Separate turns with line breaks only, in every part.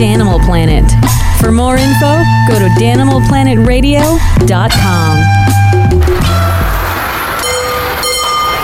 Planet. For more info, go to danimalplanetradio.com.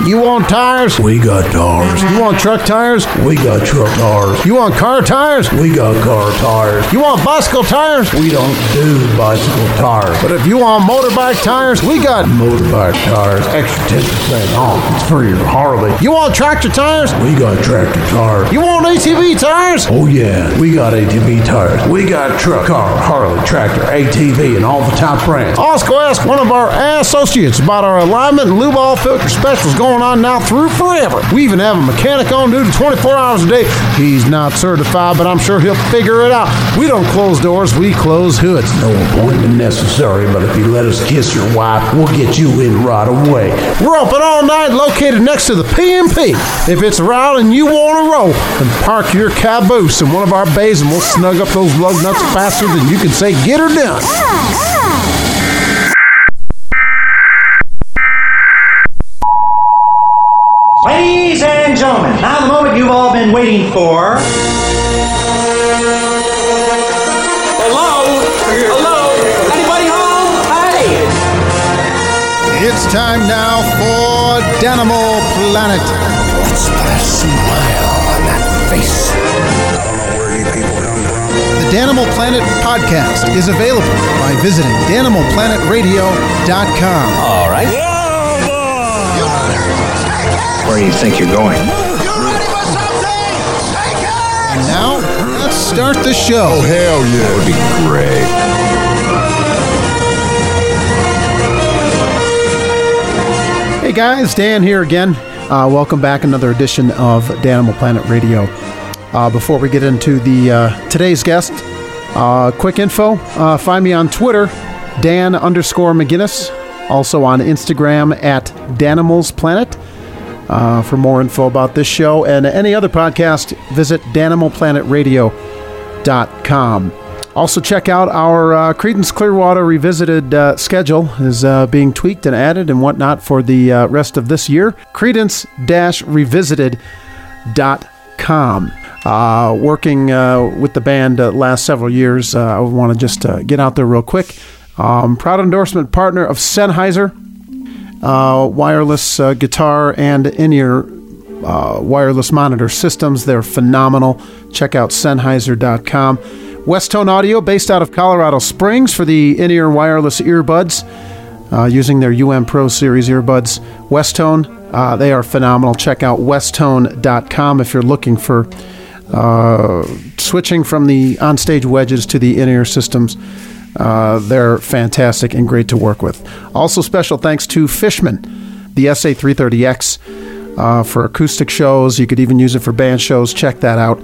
You want tires?
We got tires.
You want truck tires?
We got truck tires.
You want car tires?
We got car tires.
You want bicycle tires?
We don't do bicycle tires.
But if you want motorbike tires, we got
Motorbike tires, extra 10% off. It's for your Harley.
You want tractor tires?
We got tractor tires.
You want ATV tires?
Oh yeah, we got ATV tires. We got truck, car, Harley, tractor, ATV, and all the top brands.
Also ask one of our associates about our alignment and lube oil filter specials going on now through forever. We even have a mechanic on duty 24 hours a day. He's not certified, but I'm sure he'll figure it out. We don't close doors, we close hoods.
No appointment necessary, but if you let us kiss your wife, we'll get you in right away.
We're open all night, located next to the PMP. If it's around and you want to roll, then park your caboose in one of our bays and we'll snug up those lug nuts faster than you can say get her done.
Ladies and gentlemen, now the moment you've all been waiting for.
Hello? Hello? Anybody home? Hey!
It's time now for Danimal Planet.
What's that smile on that face?
The Danimal Planet podcast is available by visiting danimalplanetradio.com.
All right.
Where do you think you're going?
And now, let's start the show.
Hell yeah.
Be great.
Hey guys, Dan here again. Uh, welcome back another edition of Danimal Planet Radio. Uh, before we get into the uh, today's guest, uh, quick info: uh, find me on Twitter, Dan underscore McGinnis. Also on Instagram at Danimals Planet. Uh, for more info about this show and any other podcast, visit danimalplanetradio.com. Also, check out our uh, Credence Clearwater Revisited uh, schedule is uh, being tweaked and added and whatnot for the uh, rest of this year. Credence-Revisited.com. Uh, working uh, with the band uh, last several years, uh, I want to just uh, get out there real quick. Um, proud endorsement partner of Sennheiser, uh, wireless uh, guitar and in-ear uh, wireless monitor systems. They're phenomenal. Check out Sennheiser.com. Westone Audio, based out of Colorado Springs, for the in-ear wireless earbuds uh, using their UM Pro Series earbuds. Westone, uh, they are phenomenal. Check out Westone.com if you're looking for uh, switching from the onstage wedges to the in-ear systems. Uh, they're fantastic and great to work with. Also, special thanks to Fishman, the SA330X, uh, for acoustic shows. You could even use it for band shows. Check that out.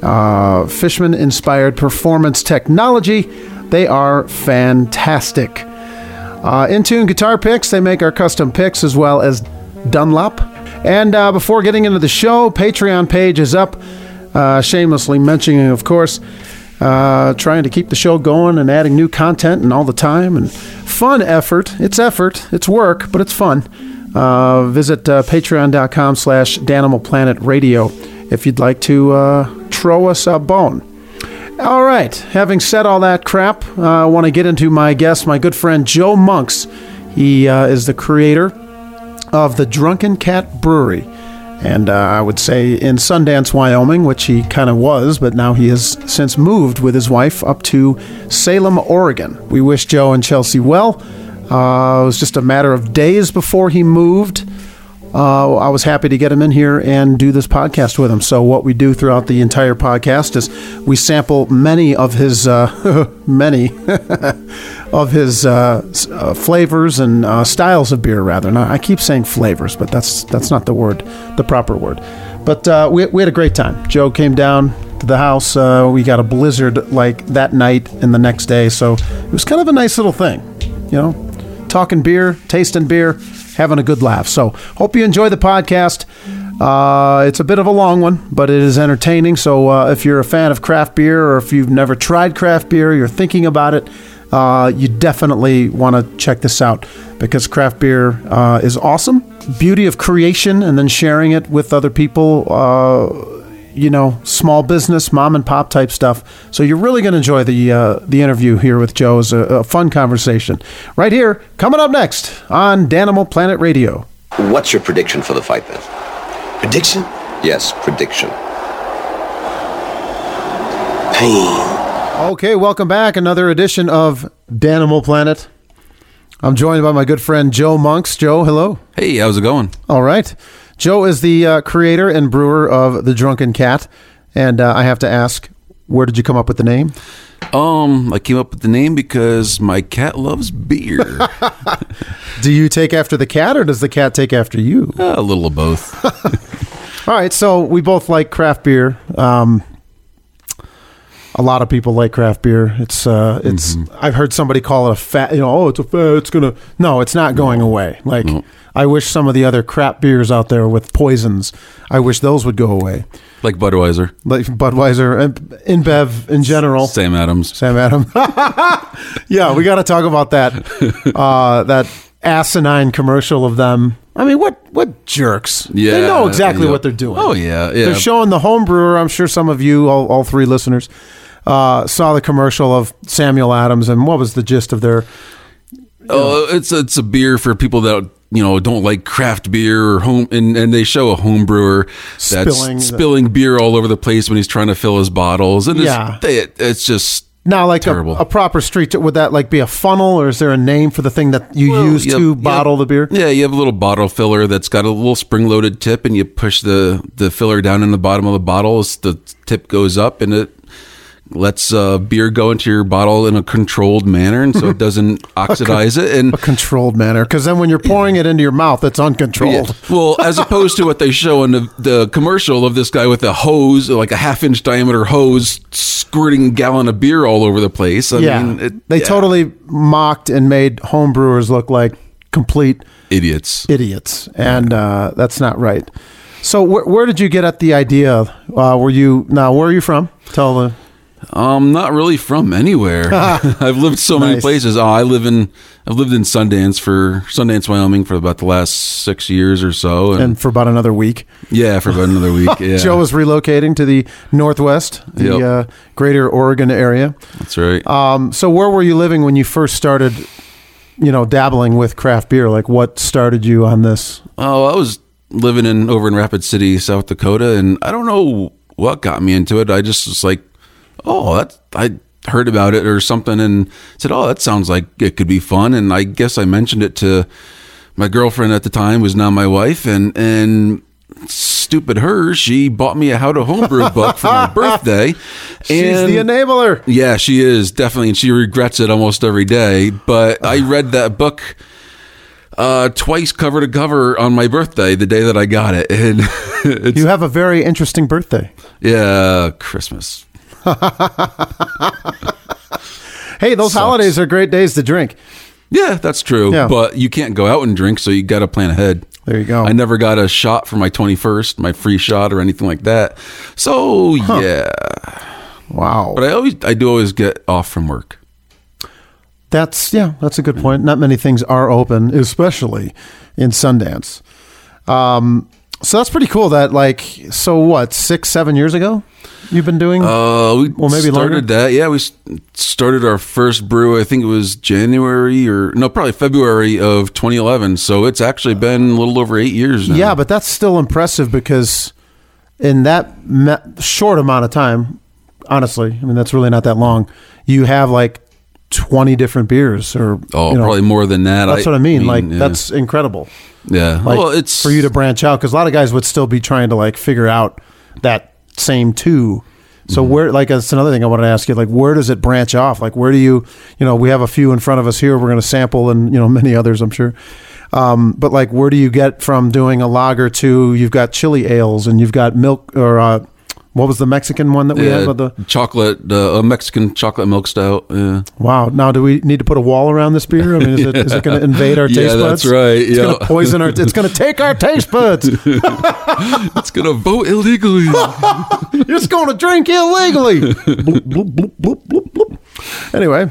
Uh, Fishman inspired performance technology. They are fantastic. Uh, Intune guitar picks, they make our custom picks as well as Dunlop. And uh, before getting into the show, Patreon page is up. Uh, shamelessly mentioning, of course, uh, trying to keep the show going and adding new content and all the time and fun effort. It's effort, it's work, but it's fun. Uh, visit uh, patreon.com slash danimalplanetradio if you'd like to uh, throw us a bone. All right. Having said all that crap, uh, I want to get into my guest, my good friend Joe Monks. He uh, is the creator of the Drunken Cat Brewery. And uh, I would say in Sundance, Wyoming, which he kind of was, but now he has since moved with his wife up to Salem, Oregon. We wish Joe and Chelsea well. Uh, it was just a matter of days before he moved uh, I was happy to get him in here and do this podcast with him. So what we do throughout the entire podcast is we sample many of his uh, many of his uh, s- uh, flavors and uh, styles of beer. Rather, now I keep saying flavors, but that's that's not the word, the proper word. But uh, we, we had a great time. Joe came down to the house. Uh, we got a blizzard like that night and the next day, so it was kind of a nice little thing, you know talking beer, tasting beer, having a good laugh. So, hope you enjoy the podcast. Uh, it's a bit of a long one, but it is entertaining. So, uh, if you're a fan of craft beer or if you've never tried craft beer, you're thinking about it, uh, you definitely want to check this out because craft beer uh, is awesome. Beauty of creation and then sharing it with other people. Uh, you know, small business, mom and pop type stuff. So you're really going to enjoy the uh, the interview here with Joe. is a, a fun conversation right here. Coming up next on Danimal Planet Radio.
What's your prediction for the fight then?
Prediction?
Yes, prediction.
Pain.
Okay, welcome back. Another edition of Danimal Planet. I'm joined by my good friend Joe Monks. Joe, hello.
Hey, how's it going?
All right. Joe is the uh, creator and brewer of The Drunken Cat. And uh, I have to ask, where did you come up with the name?
Um, I came up with the name because my cat loves beer.
Do you take after the cat or does the cat take after you?
a little of both.
All right, so we both like craft beer. Um, a lot of people like craft beer. It's uh, it's.
Mm-hmm.
I've heard somebody call it a fat. You know, oh, it's a fat. It's gonna. No, it's not going away. Like I wish some of the other crap beers out there with poisons. I wish those would go away.
Like Budweiser,
Like Budweiser and InBev in general.
Sam Adams.
Sam Adam. yeah, we got to talk about that. Uh, that asinine commercial of them. I mean, what what jerks?
Yeah,
they know exactly
yeah.
what they're doing.
Oh, yeah, yeah.
They're showing the home brewer. I'm sure some of you, all, all three listeners, uh, saw the commercial of Samuel Adams, and what was the gist of their?
Oh, it's it's a beer for people that you know don't like craft beer or home, and, and they show a home brewer that's
Spilling
spilling,
the-
beer all over the place when he's trying to fill his bottles, and
Yeah.
it's, they, it's just
Now, like a,
Terrible.
a proper street, would that like be a funnel, or is there a name for the thing that you
Well,
use
you
to
have- you
bottle the
have-
beer?
Yeah, you have a little bottle filler that's got a little spring-loaded tip, and you push the the filler down in the bottom of the bottle. As the tip goes up, and it lets uh, beer go into your bottle in a controlled manner, and so it doesn't oxidize it. And
A controlled manner, because then when you're pouring it into your mouth, it's uncontrolled.
Yeah. Well, as opposed to what they show in the, the commercial of this guy with a hose, like a half inch diameter hose, squirting a gallon of beer all over the place. I
yeah,
mean, it-
they
yeah.
totally mocked and made homebrewers look like complete
idiots.
idiots, and uh, that's not right. So, wh- where did you get at the idea? Uh, were you now? Where are you from? Tell the
Um, not really from anywhere. I've lived so many
Nice.
places. Oh, I live in I've lived in Sundance for Sundance, Wyoming for about the last six years or so, and,
and for about another week.
yeah, for about another week. Yeah,
Joe was relocating to the northwest, the
Yep.
uh, greater Oregon area.
that's right.
Um, so, where were you living when you first started? You know, dabbling with craft beer. Like, what started you on this?
Oh, I was living in over in Rapid City, South Dakota, and I don't know what got me into it. I just was like, oh, that I heard about it or something, and said, oh, that sounds like it could be fun. And I guess I mentioned it to my girlfriend at the time, who's now my wife, and and stupid her, she bought me a how to homebrew book for my birthday.
She's
and
the enabler.
yeah, she is definitely, and she regrets it almost every day. But I read that book uh, twice, cover to cover, on my birthday, the day that I got it, and it's,
You have a very interesting birthday.
yeah, Christmas.
Hey, those
Sucks.
holidays are great days to drink.
Yeah, that's true.
Yeah.
But you can't go out and drink, so you got to plan ahead.
There you go.
I never got a shot for my twenty first, my free shot or anything like that. So yeah,
Wow.
but I always, I do always get off from work.
That's yeah, that's a good point. Not many things are open, especially in Sundance. Um, so that's pretty cool. That like, so what? Six, seven years ago, you've been doing.
Uh, we
Well, maybe
started
longer?
that. Yeah, we s- started our first brew. I think it was January or no, probably February of 2011. So it's actually been a little over eight years now.
yeah, but that's still impressive because in that me- short amount of time, honestly, I mean that's really not that long. You have like twenty different beers, or
oh,
you know,
probably more than that.
That's what I mean. like
yeah.
that's incredible.
yeah.
Like,
well, it's
for you to branch out because a lot of guys would still be trying to like figure out that same two. So
Mm-hmm.
where, like, that's another thing I wanted to ask you. Like, where does it branch off? Like, where do you, you know, we have a few in front of us here. We're going to sample, and you know, many others, I'm sure. Um, but like, where do you get from doing a lager to you've got chili ales and you've got milk or uh, what was the Mexican one that we
yeah,
had? With the
chocolate, uh, a Mexican chocolate milk stout. Yeah.
wow. Now, do we need to put a wall around this beer? I mean, is it is it going to invade our
Yeah,
taste buds?
that's right,
It's
yeah.
going to poison our. It's going to take our taste buds.
It's gonna vote illegally.
You're just going to drink illegally. bloop, bloop, bloop, bloop, bloop, bloop. Anyway,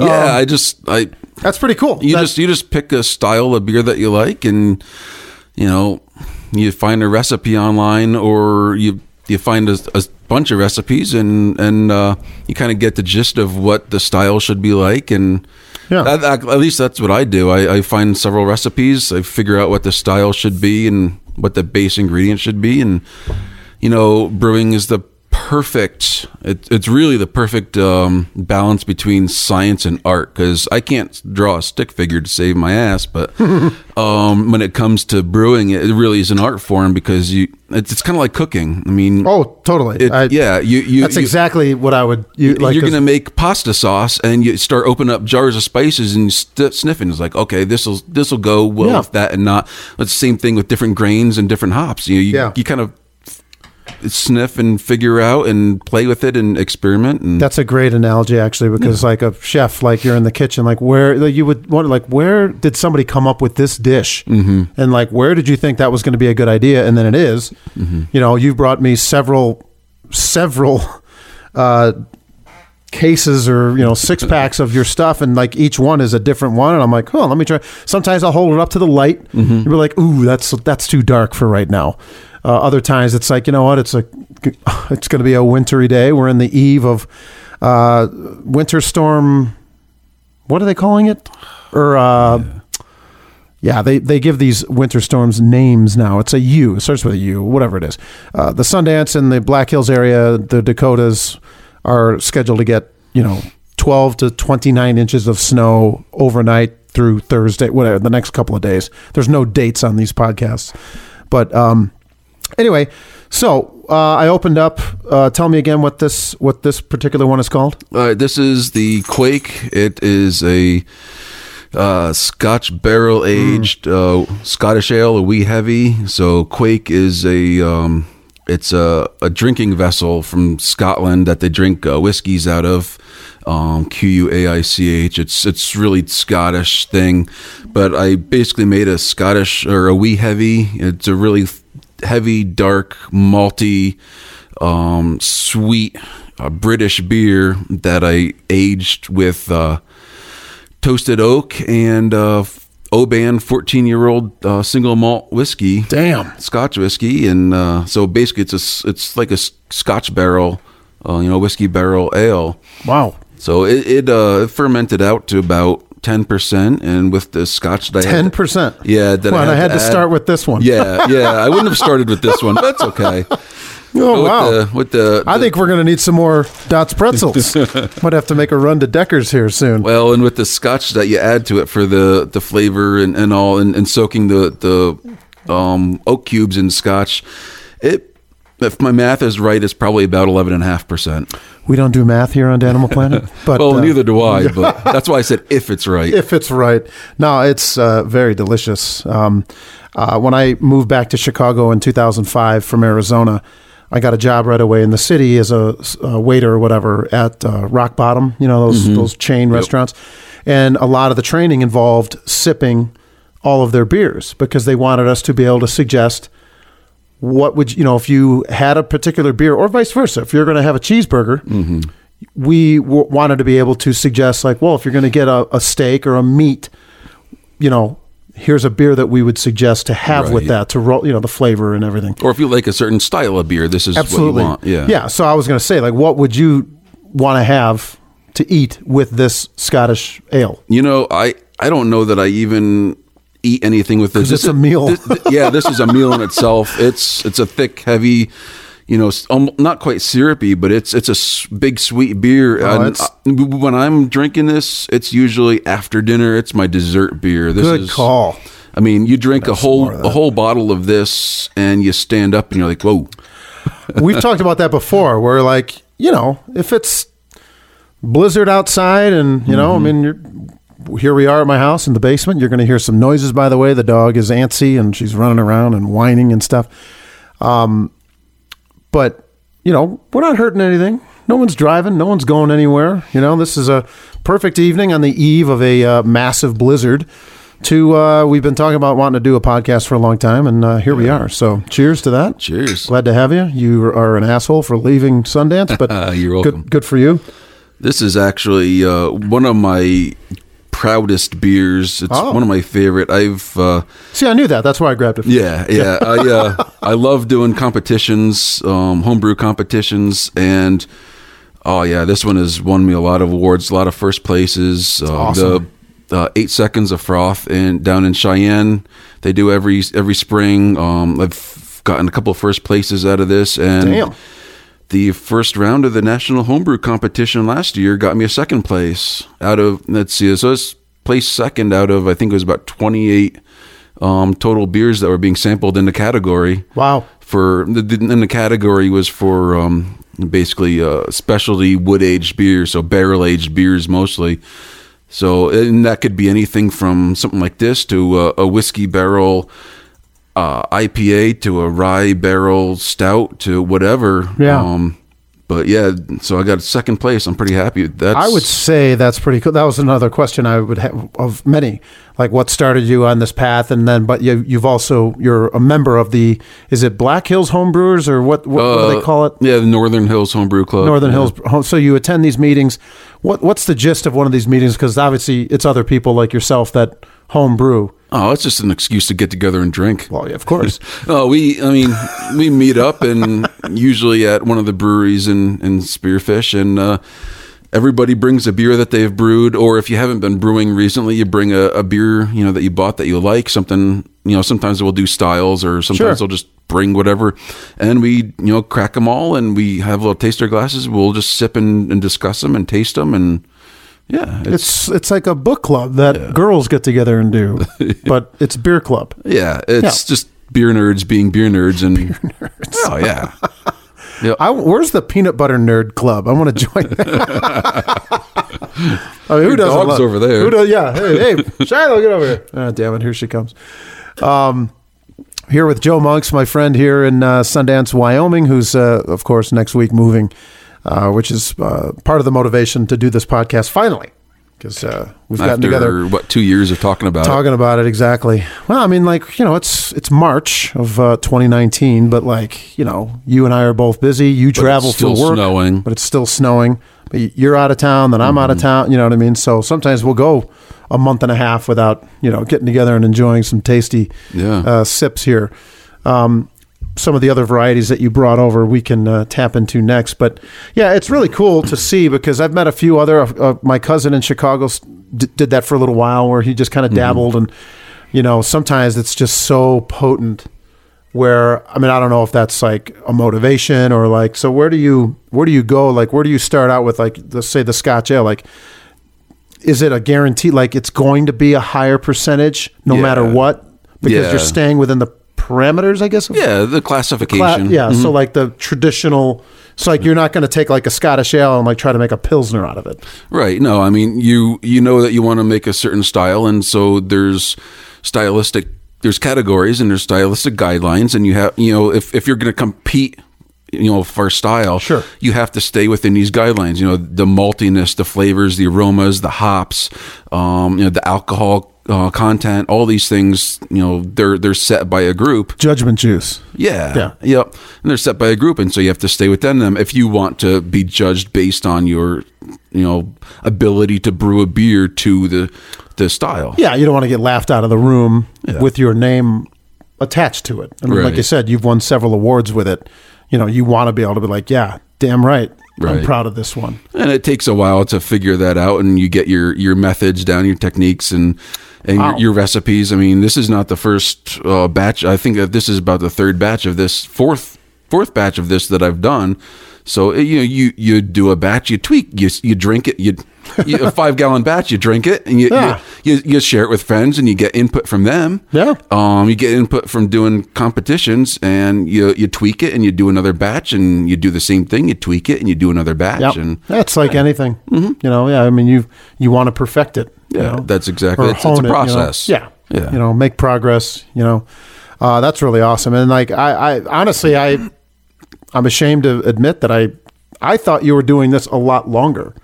Um,
yeah, I just I
that's pretty cool.
you
That-
just you just pick a style of beer that you like and you know you find a recipe online or you you find a, a bunch of recipes and and uh, you kind of get the gist of what the style should be like and
Yeah.
that- that- at least that's what I do. I, I find several recipes. I figure out what the style should be and what the base ingredient should be. And you know, brewing is the perfect. It, it's really the perfect um, balance between science and art because I can't draw a stick figure to save my ass. But um, when it comes to brewing, it really is an art form because you. It's, it's kind of like cooking. I mean,
Oh, totally.
It-
I-
yeah, you- you-
That's
you-
exactly what I would. You like?
you're
'cause-
going to make pasta sauce and you start opening up jars of spices and you st- sniffing. It's like, okay, this will this will go well
Yeah.
with that and not. It's the same thing with different grains and different hops. You know, you,
Yeah.
you kind of sniff and figure out and play with it and experiment and
That's a great analogy, actually, because like a chef, like you're in the kitchen, like where like you would wonder, like where did somebody come up with this dish, mm-hmm. and like where did you think that was going to be a good idea, and then it is.
Mm-hmm.
You know, you brought me several, several uh, cases or you know six packs of your stuff, and like each one is a different one, and I'm like, oh, let me try. Sometimes I'll hold it up to the light, and be like, ooh, that's that's too dark for right now. Uh, other times it's like you know what, it's a it's going to be a wintry day. We're in the eve of uh, winter storm. What are they calling it? Or uh, yeah. they they give these winter storms names now. It's a U. It starts with a U. Whatever it is. Uh, the Sundance and the Black Hills area, the Dakotas are scheduled to get you know twelve to twenty nine inches of snow overnight through Thursday. Whatever the next couple of days. There's no dates on these podcasts, but um, anyway. So uh, I opened up. Uh, tell me again what this what this particular one is called.
Uh, this is the Quake. It is a uh, Scotch barrel aged uh, Scottish ale, a wee heavy. So Quake is a um, it's a, a drinking vessel from Scotland that they drink uh, whiskeys out of. Um, Q U A I C H. It's it's really Scottish thing, but I basically made a Scottish or a wee heavy. It's a really f- heavy, dark, malty um, sweet uh, British beer that I aged with uh, toasted oak and uh, Oban 14 year old uh, single malt whiskey.
Damn.
Scotch whiskey. And uh, so basically, it's, a, s- it's like a s- Scotch barrel, uh, you know, whiskey barrel ale.
Wow,
So it, it uh, fermented out to about. Ten percent, and with the scotch, that I had-
ten percent.
Yeah, that
Well, and I had to,
add-
start with this one.
Yeah, yeah, I wouldn't have started with this one, but that's okay.
Oh
But with
wow.
the- with the,
I
the-
think we're gonna need some more Dots pretzels. Might have to make a run to Deckers here soon.
Well, and with the scotch that you add to it for the, the flavor and, and all, and, and soaking the the um, oak cubes in scotch, it if my math is right, it's probably about eleven and a half percent.
we don't do math here on Animal Planet, but
Well,
uh,
neither do I, but that's why I said if it's right.
if it's right. No, it's uh, very delicious. Um, uh, when I moved back to Chicago in 2005 from Arizona, I got a job right away in the city as a, a waiter or whatever at uh, Rock Bottom, you know, those, those chain restaurants. And a lot of the training involved sipping all of their beers because they wanted us to be able to suggest what would you know if you had a particular beer or vice versa if you're going to have a cheeseburger we w- wanted to be able to suggest like well if you're going to get a, a steak or a meat you know here's a beer that we would suggest to have with
Right.
that to roll you know the flavor and everything
or if you like a certain style of beer, this is
absolutely
what you want. Yeah,
yeah so i was going to say like what would you want to have to eat with this scottish ale
You know, I I don't know that I even eat anything with this.
'Cause it's
This
a
is-
meal.
this- th- yeah, this is a meal in itself. It's it's a thick, heavy, you know, s- um, not quite syrupy, but it's it's a s- big sweet beer.
Oh,
and
it's-
I- when I'm drinking this, it's usually after dinner. It's my dessert beer. This
Good
is,
call.
I mean, you drink a whole a whole bottle of this, and you stand up and you're like, whoa.
we've talked about that before where like you know if it's blizzard outside and you know i mean you're here we are at my house in the basement you're going to hear some noises by the way the dog is antsy and she's running around and whining and stuff um but you know we're not hurting anything no one's driving no one's going anywhere you know this is a perfect evening on the eve of a uh, massive blizzard to uh, we've been talking about wanting to do a podcast for a long time and uh, here we are so cheers to that
Cheers.
glad to have you you are an asshole for leaving sundance but
You're welcome.
good, good for you
This is actually uh, one of my proudest beers. It's
Oh.
one of my favorite. I've uh,
See, I knew that. That's why I grabbed it.
yeah, yeah. I uh, I love doing competitions, um, homebrew competitions, and oh yeah, this one has won me a lot of awards, a lot of first places. Uh,
awesome.
The uh, eight seconds of froth and down in Cheyenne, they do every every spring. Um, I've gotten a couple of first places out of this, and
Damn.
the first round of the national homebrew competition last year got me a second place out of let's see so it's placed second out of i think it was about 28 um, total beers that were being sampled in the category
Wow.
for the- the- and the category was for um, basically uh, specialty wood aged beers so barrel aged beers mostly so and that could be anything from something like this to uh, a whiskey barrel uh, IPA to a rye barrel stout to whatever. Um,
Yeah.
but yeah, so I got second place. I'm pretty happy. That's
I would say that's pretty cool. That was another question I would have of many, like what started you on this path, and then but you, you've also you're a member of the is it Black Hills Homebrewers or what what, what do
uh,
they call it?
Yeah, the Northern Hills Homebrew Club.
Northern
Yeah.
Hills Hills. So you attend these meetings. What what's the gist of one of these meetings? Because obviously it's other people like yourself that homebrew.
Oh, it's just an excuse to get together and drink.
Well, yeah, of course.
Oh, we, I mean, we meet up and usually at one of the breweries in, in Spearfish, and uh, everybody brings a beer that they've brewed, or if you haven't been brewing recently, you bring a, a beer, you know, that you bought that you like, something, you know, sometimes we'll do styles or sometimes
Sure.
they'll just bring whatever. And we, you know, crack them all and we have little taster glasses. We'll just sip and, and discuss them and taste them. And yeah,
It's
it's,
it's like a book club that girls get together and do, but it's beer club.
yeah, it's
Yeah.
just beer nerds being beer nerds. And oh, yeah.
I, where's the peanut butter nerd club? I want to join that. I mean, who
Your
doesn't
dog's
love-
over there.
Who does, yeah. Hey, hey, Shiloh, get over here. Ah, damn it. Here she comes. Um, here with Joe Monks, my friend here in uh, Sundance, Wyoming, who's, uh, of course, next week moving, uh, which is uh, part of the motivation to do this podcast finally because uh, we've gotten
After
together
what two years of talking about it.
talking about it exactly. Well, I mean, like you know, it's it's March of uh, 2019, but like you know, you and I are both busy. You travel
still
for work,
snowing.
but it's still snowing. But y- you're out of town, then I'm out of town. You know what I mean? So sometimes we'll go a month and a half without you know getting together and enjoying some tasty
Yeah.
uh, sips here. Um, some of the other varieties that you brought over, we can uh, tap into next. But yeah, it's really cool to see because I've met a few other. Uh, my cousin in Chicago s- d- did that for a little while, where he just kind of dabbled, and you know, sometimes it's just so potent. Where I mean, I don't know if that's like a motivation or like. So where do you where do you go? Like where do you start out with like let's say the Scotch ale? Like is it a guarantee? Like it's going to be a higher percentage no
Yeah.
matter what because
Yeah.
you're staying within the parameters, I guess. Of
yeah the
cla-
classification
yeah. So like the traditional, so like you're not going to take like a Scottish ale and like try to make a pilsner out of it.
right no i mean you you know that you want to make a certain style and so there's stylistic there's categories and there's stylistic guidelines and you have you know if, if you're going to compete you know for style
Sure.
you have to stay within these guidelines you know the maltiness the flavors the aromas the hops um, you know the alcohol uh, content all these things you know they're they're set by a group
Judgment juice.
Yeah.
Yeah.
Yep. And they're set by a group, and so you have to stay within them if you want to be judged based on your, you know, ability to brew a beer to the the style.
Yeah, you don't want to get laughed out of the room with your name attached to it. I mean, like
Right.
you said, you've won several awards with it. You know, you want to be able to be like, yeah, damn right, I'm
Right.
proud of this one.
And it takes a while to figure that out, and you get your your methods down, your techniques, and and your, your recipes. I mean, this is not the first uh, batch. I think that this is about the third batch of this fourth fourth batch of this that I've done. So it, you know, you you do a batch, you tweak, you you drink it, you, you a five gallon batch, you drink it, and you,
Yeah.
you you you share it with friends, and you get input from them.
Yeah.
Um, you get input from doing competitions, and you you tweak it, and you do another batch, and you do the same thing, you tweak it, and you do another batch,
Yeah,
and Mm-hmm.
that's like anything. You know, yeah. I mean, you you want to perfect it. you
Yeah,
know,
that's exactly-
or
it's- it's a
hone it, you know.
process.
Yeah,
Yeah.
You know, make progress. You know, uh, that's really awesome. And like, I, I honestly, I, I'm ashamed to admit that I, I thought you were doing this a lot longer.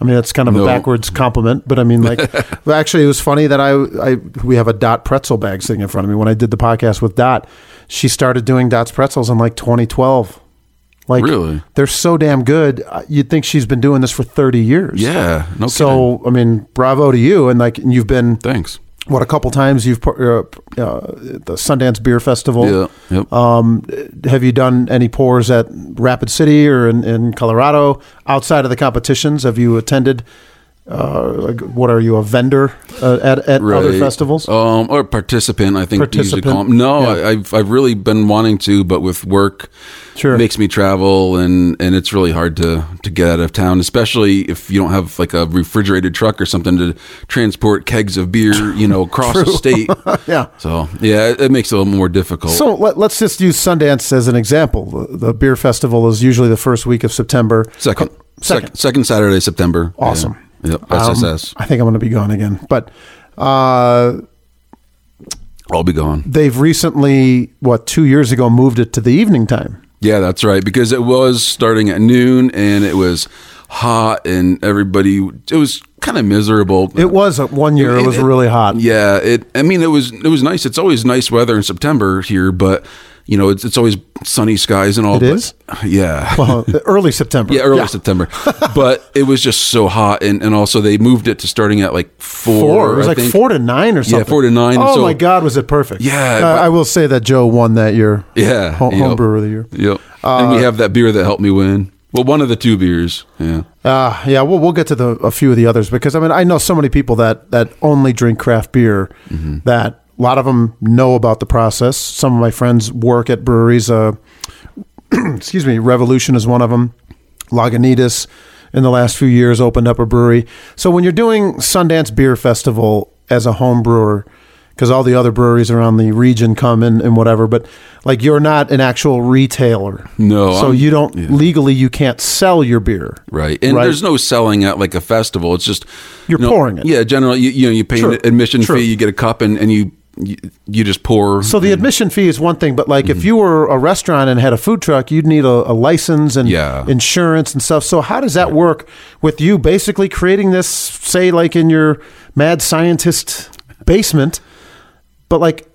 I mean, that's kind of a
No.
backwards compliment, but I mean, like, well, actually, it was funny that I, I, we have a Dot pretzel bag sitting in front of me. When I did the podcast with Dot, she started doing Dot's pretzels in like 2012. Like
Really?
they're so damn good. uh, You'd think she's been doing this for 30 years.
Yeah, no
so I mean, bravo to you. And like you've been
Thanks.
what a couple times you've put, uh, uh, the Sundance Beer Festival.
Yeah. Yep.
Have you done any pours at Rapid City or in, in Colorado outside of the competitions? Have you attended? Uh, like, what are you a vendor uh, at at other
Right.
festivals?
um, or participant. I think they usually call
Participant.
'em. No,
Yeah.
I, I've I've really been wanting to, but with work,
Sure.
makes me travel, and and it's really hard to to get out of town, especially if you don't have like a refrigerated truck or something to transport kegs of beer, you know, across the state.
Yeah.
So yeah, it, it makes it a little more difficult.
So let, us just use Sundance as an example. The, the beer festival is usually the first week of September.
second,
Co- uh, second.
second, second Saturday, September.
Awesome.
Yeah. Yep.
Um,
SSS.
I think I'm going to be gone again, but uh,
I'll be gone.
they've recently, what, two years ago, moved it to the evening time.
Yeah, that's right. Because it was starting at noon and it was hot and everybody, it was kind of miserable.
It was uh, one year; it, was really hot.
Yeah. It, I mean, it was, it was nice. It's always nice weather in September here, but you know, it's, it's always sunny skies and all.
It
but-
is?
Yeah.
Well, the early September.
yeah, early September, but it was just so hot, and, and also they moved it to starting at like four.
Four. It was
I
like
think.
four to nine or something.
four to nine,
Oh
so-
my God, was it perfect?
Yeah,
Uh,
but-
I will say that Joe won that year.
Yeah,
Ho-
yep.
homebrewer of the year.
Yep. and
Uh,
we have that beer that helped me win. Well, one of the two beers. Yeah.
Uh, yeah, we'll, we'll get to the a few of the others because I mean I know so many people that that only drink craft beer
Mm-hmm.
that a lot of them know about the process. Some of my friends work at breweries. Uh, excuse me, Revolution is one of them. Lagunitas in the last few years opened up a brewery. So when you're doing Sundance Beer Festival as a home brewer, because all the other breweries around the region come in and whatever, but like you're not an actual retailer.
No,
So
I'm-
you don't legally you can't sell your beer.
Right. And there's no selling at like a festival. It's just
You're
you know,
pouring it.
Yeah. Generally, you, you know, you pay
Sure.
an admission
Sure.
fee, you get a cup, and, and you, you you just pour.
So the admission fee is one thing, but like
Mm-hmm.
if you were a restaurant and had a food truck, you'd need a, a license and
Yeah.
insurance and stuff. So how does that work with you basically creating this, say, like in your mad scientist basement? But like,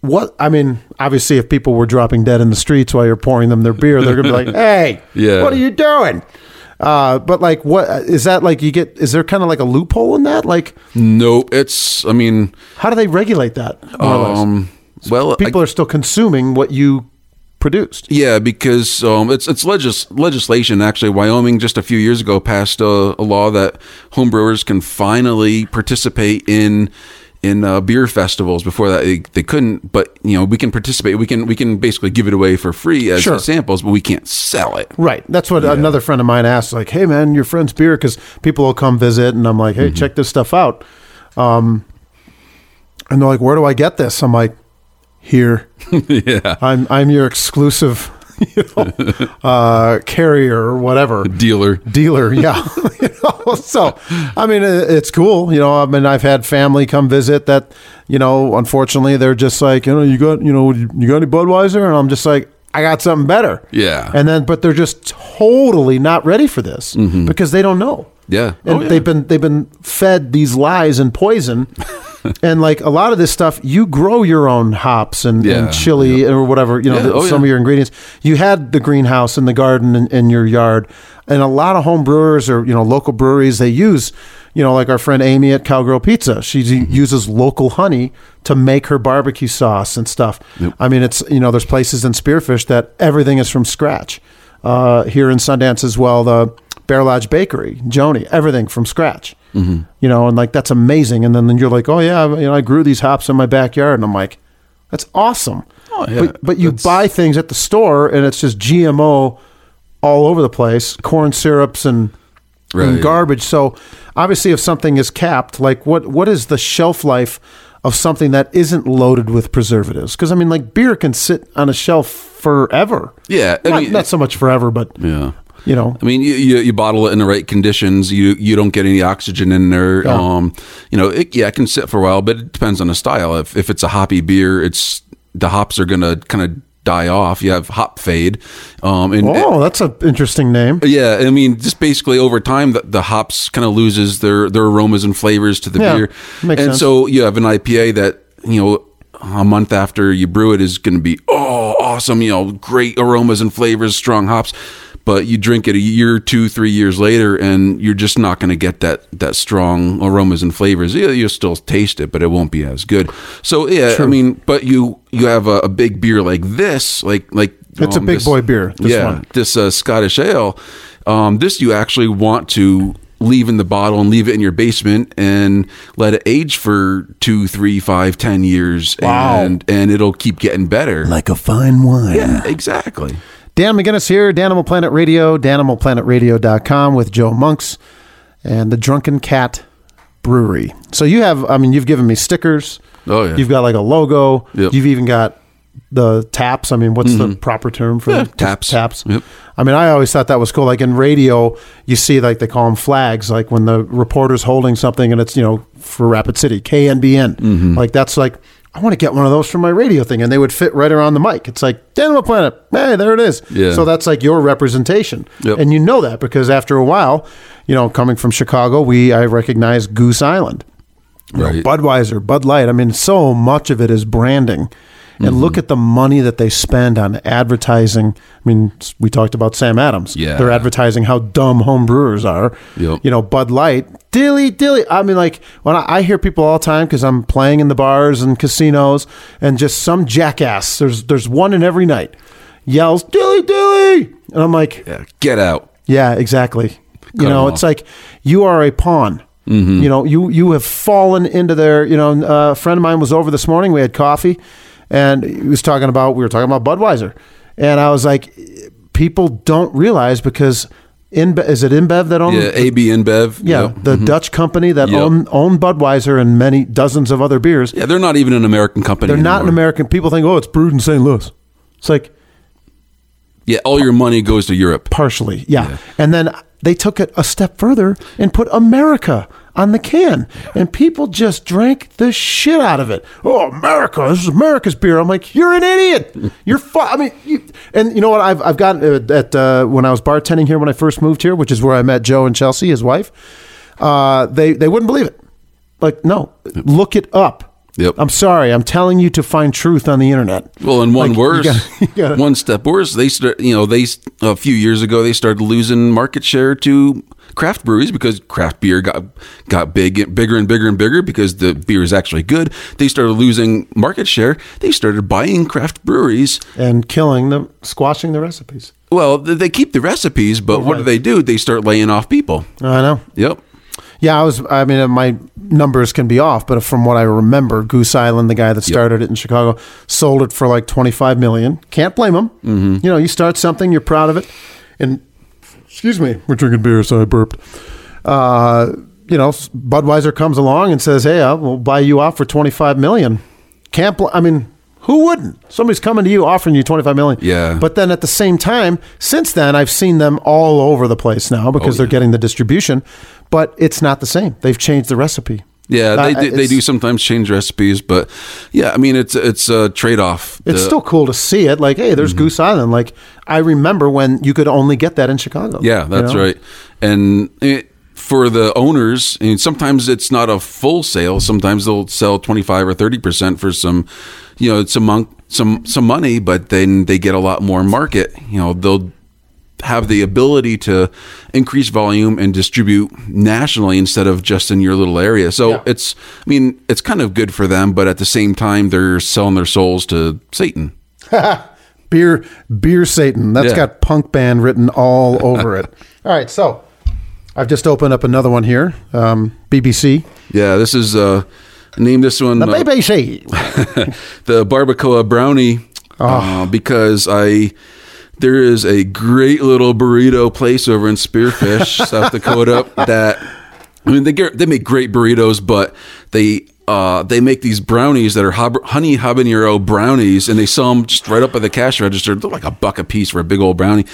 what? I mean, obviously, if people were dropping dead in the streets while you're pouring them their beer, they're gonna be like, "Hey,
Yeah.
what are you doing?" Uh, but like, what is that like? You get is there kind of like a loophole in that? Like,
nope. It's. I mean,
how do they regulate that? more or less?
um, well, I-
Oh, people are still consuming what you produced.
Yeah, because um, it's it's legis- legislation. Actually, Wyoming just a few years ago passed a, a law that homebrewers can finally participate in in uh, beer festivals. Before that, they, they couldn't. But you know, we can participate. We can we can basically give it away for free as
Sure.
samples, but we can't sell it.
Right. That's what another friend of mine asked, like, hey, man, your friend's beer, because people will come visit, and I'm like, hey, check this stuff out. Um, and they're like, where do I get this? I'm like, here. yeah. I'm, I'm your exclusive you know, uh, carrier or whatever.
Dealer.
dealer yeah You know, so i mean it- it's cool you know i mean i've had family come visit that you know unfortunately they're just like you know you got you know you got any budweiser and i'm just like i got something better
Yeah.
and then but they're just totally not ready for this because they don't know
Mm-hmm. Yeah.
and
Oh, yeah.
they've been they've been fed these lies and poison and like a lot of this stuff you grow your own hops and,
Yeah,
and chili or whatever you know
Yeah,
the-
oh,
some
yeah.
of your ingredients you had the greenhouse and the garden in, in your yard and a lot of home brewers or you know local breweries they use you know like our friend amy at cowgirl pizza she u-
Mm-hmm.
uses local honey to make her barbecue sauce and stuff i mean it's you know there's places in spearfish that everything is from scratch uh, here in sundance as well the bear lodge bakery joni everything from scratch
Mm-hmm.
you know and like that's amazing and then, then you're like oh yeah you know i grew these hops in my backyard and i'm like that's awesome
Oh, yeah.
but, but you
That's-
buy things at the store and it's just GMO all over the place, corn syrups and, and
Right.
garbage. So obviously, if something is capped, like what what is the shelf life of something that isn't loaded with preservatives? Because I mean, like beer can sit on a shelf forever.
Yeah, I
not,
mean-
not so much forever, but
Yeah.
you know,
I mean, you, you, you bottle it in the right conditions. You you don't get any oxygen in there.
Yeah.
Um, you know, it, yeah, it can sit for a while, but it depends on the style. If if it's a hoppy beer, it's the hops are gonna kind of die off. You have hop fade. Um, and
oh, that's an interesting name.
yeah, I mean, just basically over time, the, the hops kind of loses their their aromas and flavors to the
Yeah,
beer,
makes
and
sense.
so you have an IPA that you know a month after you brew it is going to be oh awesome, you know, great aromas and flavors, strong hops. But you drink it a year, two, three years later, and you're just not going to get that that strong aromas and flavors. Yeah, You'll still taste it, but it won't be as good. So yeah, I mean, but you you have a, a big beer like this, like like
It's a big
this-
boy beer, this
yeah,
one.
this uh, Scottish ale. Um, this you actually want to leave in the bottle and leave it in your basement and let it age for two, three, five, ten years, and and it'll keep getting better.
Like a fine wine.
yeah, exactly.
Dan McGinnis here, Danimal Planet Radio, danimalplanetradio.com with Joe Monks and the Drunken Cat Brewery. So you have, I mean, you've given me stickers.
Oh, yeah.
You've got like a logo.
Yep. Mm-hmm.
You've even got the taps. I mean, what's the proper term for
Yeah,
just
taps.
Taps.
Yep.
I mean, I always thought that was cool. Like in radio, you see like they call them flags, like when the reporter's holding something and it's, you know, for Rapid City, KNBN.
Mm-hmm.
Like that's like, I want to get one of those for my radio thing. And they would fit right around the mic. It's like, Danimal Planet. Hey, there it is.
Yeah.
So that's like your representation.
Yep.
And you know that because after a while, you know, coming from Chicago, we, I recognize Goose Island.
Right.
Budweiser, Bud Light. I mean, so much of it is branding. And
Mm-hmm.
look at the money that they spend on advertising. I mean, s- we talked about Sam Adams.
Yeah.
They're advertising how dumb home brewers are.
Yep.
You know, Bud Light, dilly dilly. I mean, like, when I, I hear people all the time because I'm playing in the bars and casinos and just some jackass, there's, there's one in every night, yells, dilly dilly. And I'm like,
Yeah, get out.
yeah, exactly. you
'em
know,
off.
it's like you are a pawn.
Mm-hmm.
You know, you you have fallen into their. You know, uh, a friend of mine was over this morning. We had coffee, and he was talking about we were talking about Budweiser, and I was like, people don't realize because InBev is it InBev that owns
Yeah, AB InBev.
yeah
Yep. Mm-hmm.
the Dutch company that
Yep.
own own Budweiser and many dozens of other beers.
yeah, they're not even an American company.
They're not an
anymore.
American. People think, oh, it's brewed in St. Louis. It's like
Yeah, all your money goes to Europe.
partially yeah. and then they took it a step further and put america on the can and people just drank the shit out of it oh america this is america's beer i'm like you're an idiot you're fu- i mean you, and you know what i've, I've gotten uh, at uh, when i was bartending here when i first moved here which is where i met joe and chelsea his wife uh, they, they wouldn't believe it like no look it up
Yep.
i'm sorry i'm telling you to find truth on the internet
Well, and one
Like, you
worse,
gotta- you gotta-
one step worse. They start, you know, they a few years ago they started losing market share to craft breweries because craft beer got got big, bigger and bigger and bigger because the beer is actually good. They started losing market share. They started buying craft breweries.
and killing the squashing the recipes
Well, th- they keep the recipes, but what do
right.
they do? They start laying off people.
Oh, i know
Yep.
Yeah, I was. I mean, uh, my numbers can be off, but from what I remember, Goose Island, the guy that started it in Chicago, sold it for like twenty five million. Can't blame him. You know, you start something, you're proud of it, and excuse me, we're drinking beer, so I burped. Uh, you know, Budweiser comes along and says, "Hey, I will buy you out for twenty five million. Can't. Bl- I mean, who wouldn't? Somebody's coming to you offering you twenty five million.
Yeah.
But then at the same time, since then, I've seen them all over the place
Oh,
now because they're getting the distribution, but it's not the same. They've changed the recipe.
Yeah,
Uh,
they do, they
it's-
do sometimes change recipes, but yeah, I mean it's it's a trade off.
It's still cool to see it. Like, hey, there's
Mm-hmm.
Goose Island. Like, I remember when you could only get that in Chicago.
Yeah, that's
you know?
right. And it, for the owners, and sometimes it's not a full sale. Sometimes they'll sell twenty five or thirty percent for some, you know, some mon- some some money, but then they get a lot more market. You know, they'll have the ability to increase volume and distribute nationally instead of just in your little area. So it's, I mean, it's kind of good for them, but at the same time, they're selling their souls to Satan.
Beer, beer Satan. That's
Yeah.
got punk band written all over it. All right, so I've just opened up another one here. Um, BBC.
Yeah, this is uh, name this one
The
uh,
BBC.
the barbacoa brownie uh, because I there is a great little burrito place over in Spearfish, South Dakota that I mean they get, they make great burritos, but they uh, they make these brownies that are hab- honey habanero brownies, and they sell them just right up at the cash register. They're like a buck a piece for a big old brownie.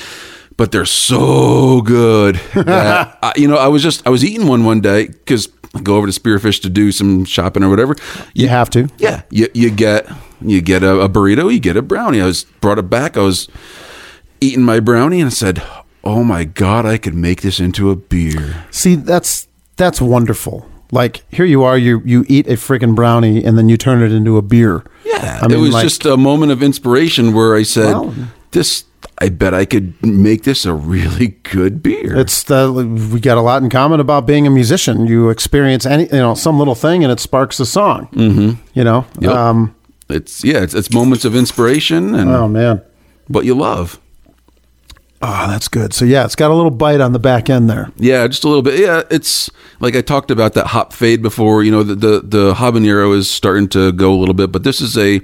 But they're so good. that I, you know, I was just I was eating one one day because I go over to Spearfish to do some shopping or whatever.
You have to.
Yeah, you you get you get a, a burrito, you get a brownie. I was brought it back. I was eating my brownie and I said, "Oh my god, I could make this into a beer."
See, that's that's wonderful. Like here you are, you you eat a freaking brownie and then you turn it into a beer.
Yeah,
I mean,
it was
like,
just a moment of inspiration where I said,
Wow.
"This, I bet I could make this a really good beer."
it's the we got a lot in common about being a musician. You experience any you know some little thing and it sparks a song. Mm-hmm. You know,
Yep.
um,
it's yeah, it's, it's moments of inspiration and
oh man,
what you love.
oh that's good. So yeah, it's got a little bite on the back end there.
Yeah, just a little bit. Yeah, it's like I talked about that hop fade before. You know, the the, the habanero is starting to go a little bit, but this is a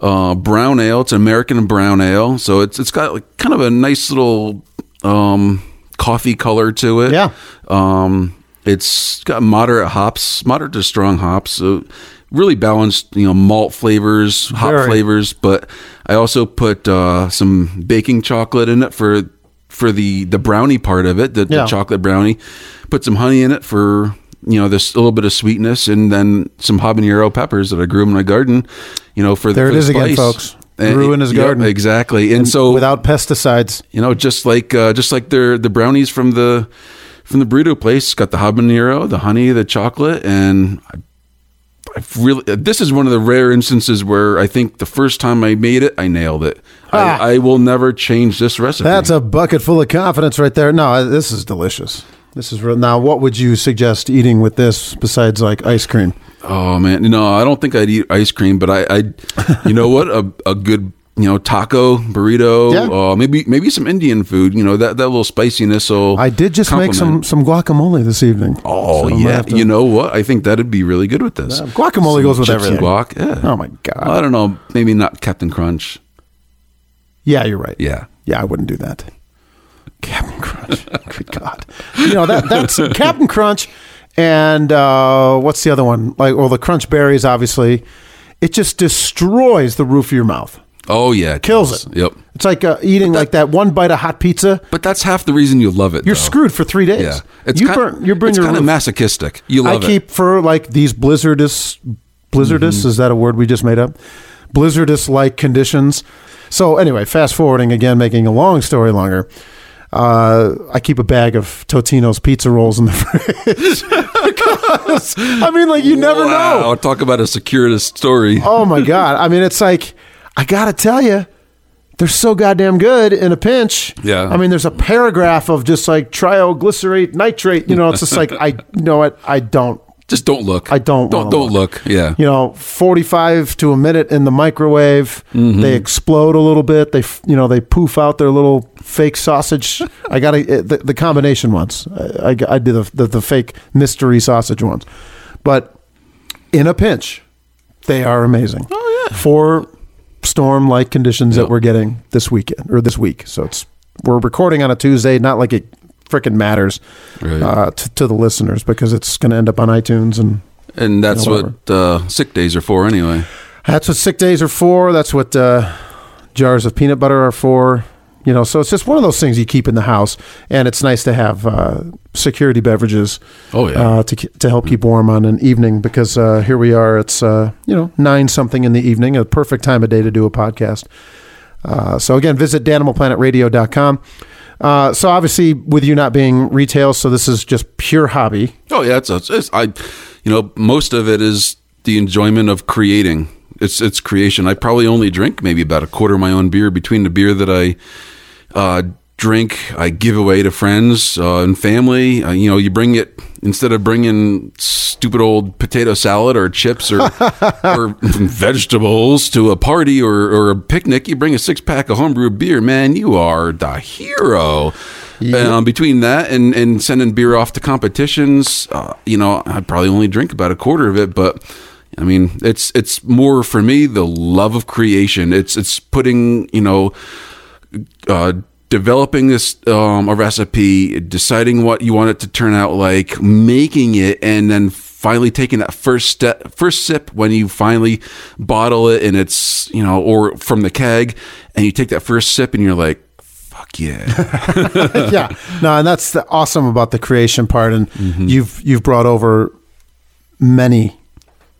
uh, brown ale. It's an American brown ale, so it's it's got like kind of a nice little um, coffee color to it.
Yeah.
um, it's got moderate hops, moderate to strong hops. So really balanced, you know, malt flavors, hop
Very.
flavors. But I also put uh, some baking chocolate in it for for the the brownie part of it, the,
Yeah.
the chocolate brownie. Put some honey in it for you know this a little bit of sweetness, and then some habanero peppers that I grew in my garden. You know, for the-
There
for
it
the
is again,
spice.
folks.
And-
Grew in his
yeah,
garden.
exactly. And, so
Without pesticides,
you know, just like uh, just like their the brownies from the from the burrito place got the habanero, the honey, the chocolate, and I, I really uh, this is one of the rare instances where I think the first time I made it, I nailed it.
Ah.
I, I will never change this recipe.
that's a bucket full of confidence right there. No, this is delicious. This is real. Now, what would you suggest eating with this besides like ice cream?
oh man, no, I don't think I'd eat ice cream, but I, I you know what, a a good you know taco burrito,
Yeah.
uh, maybe maybe some Indian food. You know that that little spiciness. will
I did just make some
complement.
some guacamole this evening. So
Oh
I'm gonna
yeah,
have to-
you know what? I think that'd be really good with this.
guacamole goes with
chips and
everything.
Guac, yeah.
Oh, my God.
I don't know. Maybe not Captain Crunch.
yeah, you're right.
Yeah.
yeah, I wouldn't do that. Captain Crunch, good God! You know that that's Captain Crunch, and uh, what's the other one? Like, well, the Crunch Berries, obviously. It just destroys the roof of your mouth.
Oh yeah, it
Kills
does.
it.
Yep.
It's like uh, eating like that one bite of hot pizza.
But that's half the reason you love it.
You're
though.
screwed for three days.
Yeah.
you
kin-
burn. You burn
it's
your
kind of
roof.
masochistic. You
I
love
keep for like these blizzardous, blizzardous
Mm-hmm.
is that a word we just made up? Blizzardous like conditions. So anyway, fast forwarding again, making a long story longer. Uh, I keep a bag of Totino's pizza rolls in the fridge. because, I mean, like you
it.
never
wow,
know.
Talk about a securitist story.
Oh my god! I mean, it's like I gotta tell you, they're so goddamn good in a pinch.
Yeah.
I mean, there's a paragraph of just like trioglycerate nitrate. You know, it's just like I you know what I don't
Just don't look.
I don't
Don't
wanna
don't look. Yeah.
you know 45 to a minute in the microwave they explode a little bit they f- you know they poof out their little fake sausage i got the, the combination ones i, I, I did the, the, the fake mystery sausage ones but in a pinch they are amazing oh yeah for storm like conditions that we're getting this weekend or this week so it's we're recording on a tuesday not like it freaking matters
Right.
uh, t- to the listeners because it's going to end up on itunes and
and that's
Yeah,
what uh, sick days are for, anyway.
that's what sick days are for. That's what uh, jars of peanut butter are for. You know, so it's just one of those things you keep in the house, and it's nice to have uh, security beverages.
Oh, yeah. Mm-hmm.
uh, to ke- to help keep warm on an evening because uh, here we are. It's uh, you know nine something in the evening, a perfect time of day to do a podcast. Uh, so again, visit danimalplanetradio.com. Uh, so obviously, with you not being retail, so this is just pure hobby.
Oh yeah, it's, it's, it's I, you know, most of it is the enjoyment of creating. It's it's creation. I probably only drink maybe about a quarter of my own beer between the beer that I uh, drink, I give away to friends uh, and family. Uh, you know, you bring it instead of bringing stupid old potato salad or chips or or vegetables to a party or, or a picnic. You bring a six pack of homebrew beer, man. You are the hero. Um, between that and, and sending beer off to competitions, uh, you know, I probably only drink about a quarter of it, but I mean, it's it's more for me the love of creation. It's it's putting you know uh, developing this um, a recipe, deciding what you want it to turn out like, making it, and then finally taking that first step, first sip when you finally bottle it, and it's you know, or from the keg, and you take that first sip, and you're like, "Fuck yeah!"
yeah, no, and that's the awesome about the creation part. And
Mm-hmm.
you've you've brought over many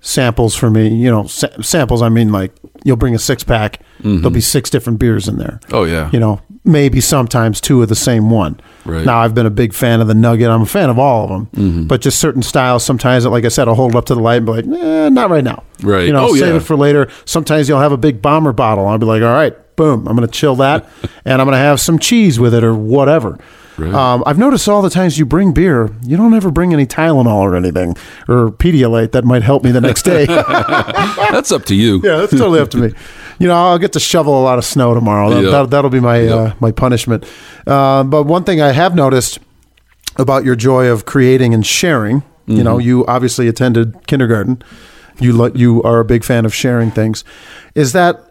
samples for me. You know, sa- samples. I mean, like you'll bring a six pack. There'll be six different beers in there.
Mm-hmm. Oh, yeah.
You know, maybe sometimes two of the same one.
Right. Mm-hmm.
Now I've been a big fan of the Nugget. I'm a fan of all of them, but just certain styles. Sometimes, like I said, I'll hold it up to the light and be like, nah, not right now.
Right.
You know,
Oh,
save
yeah.
it for later. Sometimes you'll have a big bomber bottle. I'll be like, all right, boom, I'm going to chill that, and I'm going to have some cheese with it or whatever. Um, I've noticed all the times you bring beer, you don't ever bring any Tylenol or anything or Pedialyte that might help me the next day.
That's up to you.
yeah, that's totally up to me. You know, I'll get to shovel a lot of snow tomorrow. That,
Yeah.
that, that'll be my uh, my punishment. Uh, but one thing I have noticed about your joy of creating and sharing, you
Mm-hmm.
know, you obviously attended kindergarten. You lo- you are a big fan of sharing things. Is that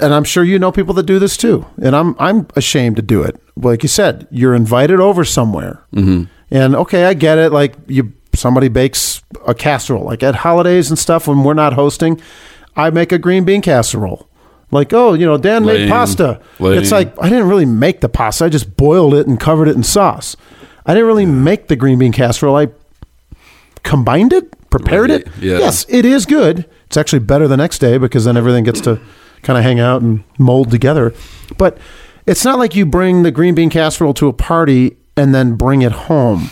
and I'm sure you know people that do this too. And I'm I'm ashamed to do it. Like you said, you're invited over somewhere,
Mm-hmm.
and okay, I get it. Like you, somebody bakes a casserole. Like at holidays and stuff, when we're not hosting, I make a green bean casserole. Like oh, you know, Dan made
Lame.
pasta.
Lame.
It's like I didn't really make the pasta. I just boiled it and covered it in sauce. I didn't really make the green bean casserole. I combined it, prepared
Right,
it.
yeah.
Yes, it is good. It's actually better the next day because then everything gets to kind of hang out and mold together. But it's not like you bring the green bean casserole to a party and then bring it home.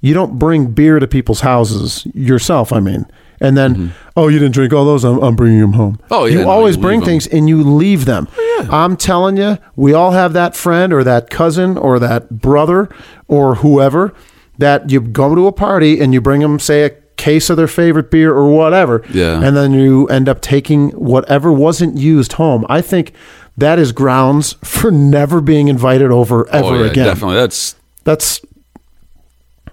You don't bring beer to people's houses yourself, I mean. And then, oh, you didn't drink all those. I'm, I'm bringing them home.
Mm-hmm. Oh, yeah,
You
no,
always
you leave
bring
them.
things and you leave them.
Oh,
I'm telling you, we all have that friend or that cousin or that brother or whoever that you go to a party and you bring them, say, a case of their favorite beer or whatever.
Yeah.
And then you end up taking whatever wasn't used home. I think that is grounds for never being invited over ever
Oh, yeah,
again.
definitely. That's
That's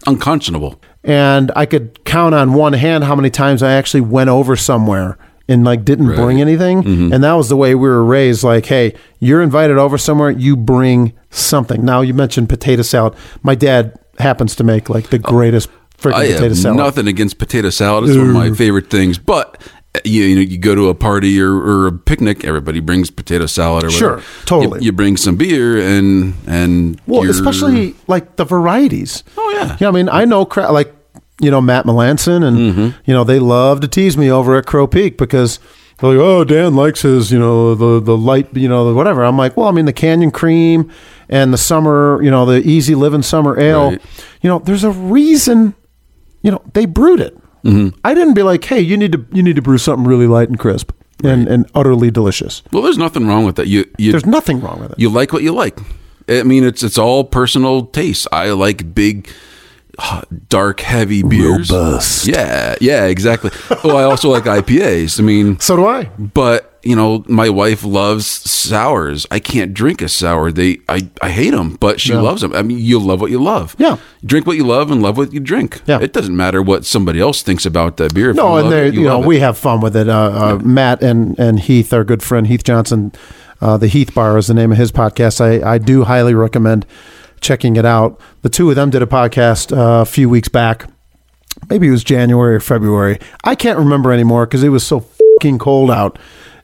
unconscionable.
and I could count on one hand how many times I actually went over somewhere and like didn't bring anything.
Mm-hmm.
And that was the way we were raised. Like, hey, you're invited over somewhere, you bring something. Now you mentioned potato salad. My dad happens to make like the greatest freaking
I
potato
have
salad.
nothing against potato salad. It's one of my favorite things. But uh, you, you know, you go to a party or, or a picnic, everybody brings potato salad or whatever.
Sure, totally.
You, you bring some beer and and
Well,
your-
especially like the varieties.
Oh, yeah.
Yeah, I mean, I know cra- like you know Matt Melanson, and
Mm-hmm.
you know they love to tease me over at Crow Peak because they're like, oh, Dan likes his you know the the light you know the whatever. I'm like, well, I mean the Canyon Cream and the summer you know the Easy Living Summer Ale.
Right.
You know, there's a reason. You know, they brewed it.
Mm-hmm.
I didn't be like, hey, you need to you need to brew something really light and crisp and and utterly delicious.
Well, there's nothing wrong with that. You you
There's nothing wrong with it.
you like what you like. I mean, it's it's all personal taste. I like big, uh, dark, heavy beers.
Robust.
Yeah, yeah, exactly. oh, I also like IPAs. I mean,
so do I.
but you know, my wife loves sours. I can't drink a sour. They, I, I hate them, but she loves them. I mean, you love what you love.
Yeah.
drink what you love and love what you drink.
Yeah.
it doesn't matter what somebody else thinks about that beer. If
No,
you
and
love
they,
it,
you know,
love it.
we have fun with it. Uh, uh, Matt and and Heath, our good friend Heath Johnson, uh, the Heath Bar is the name of his podcast. I I do highly recommend checking it out. The two of them did a podcast uh, a few weeks back. Maybe it was January or February. I can't remember anymore because it was so fucking cold out.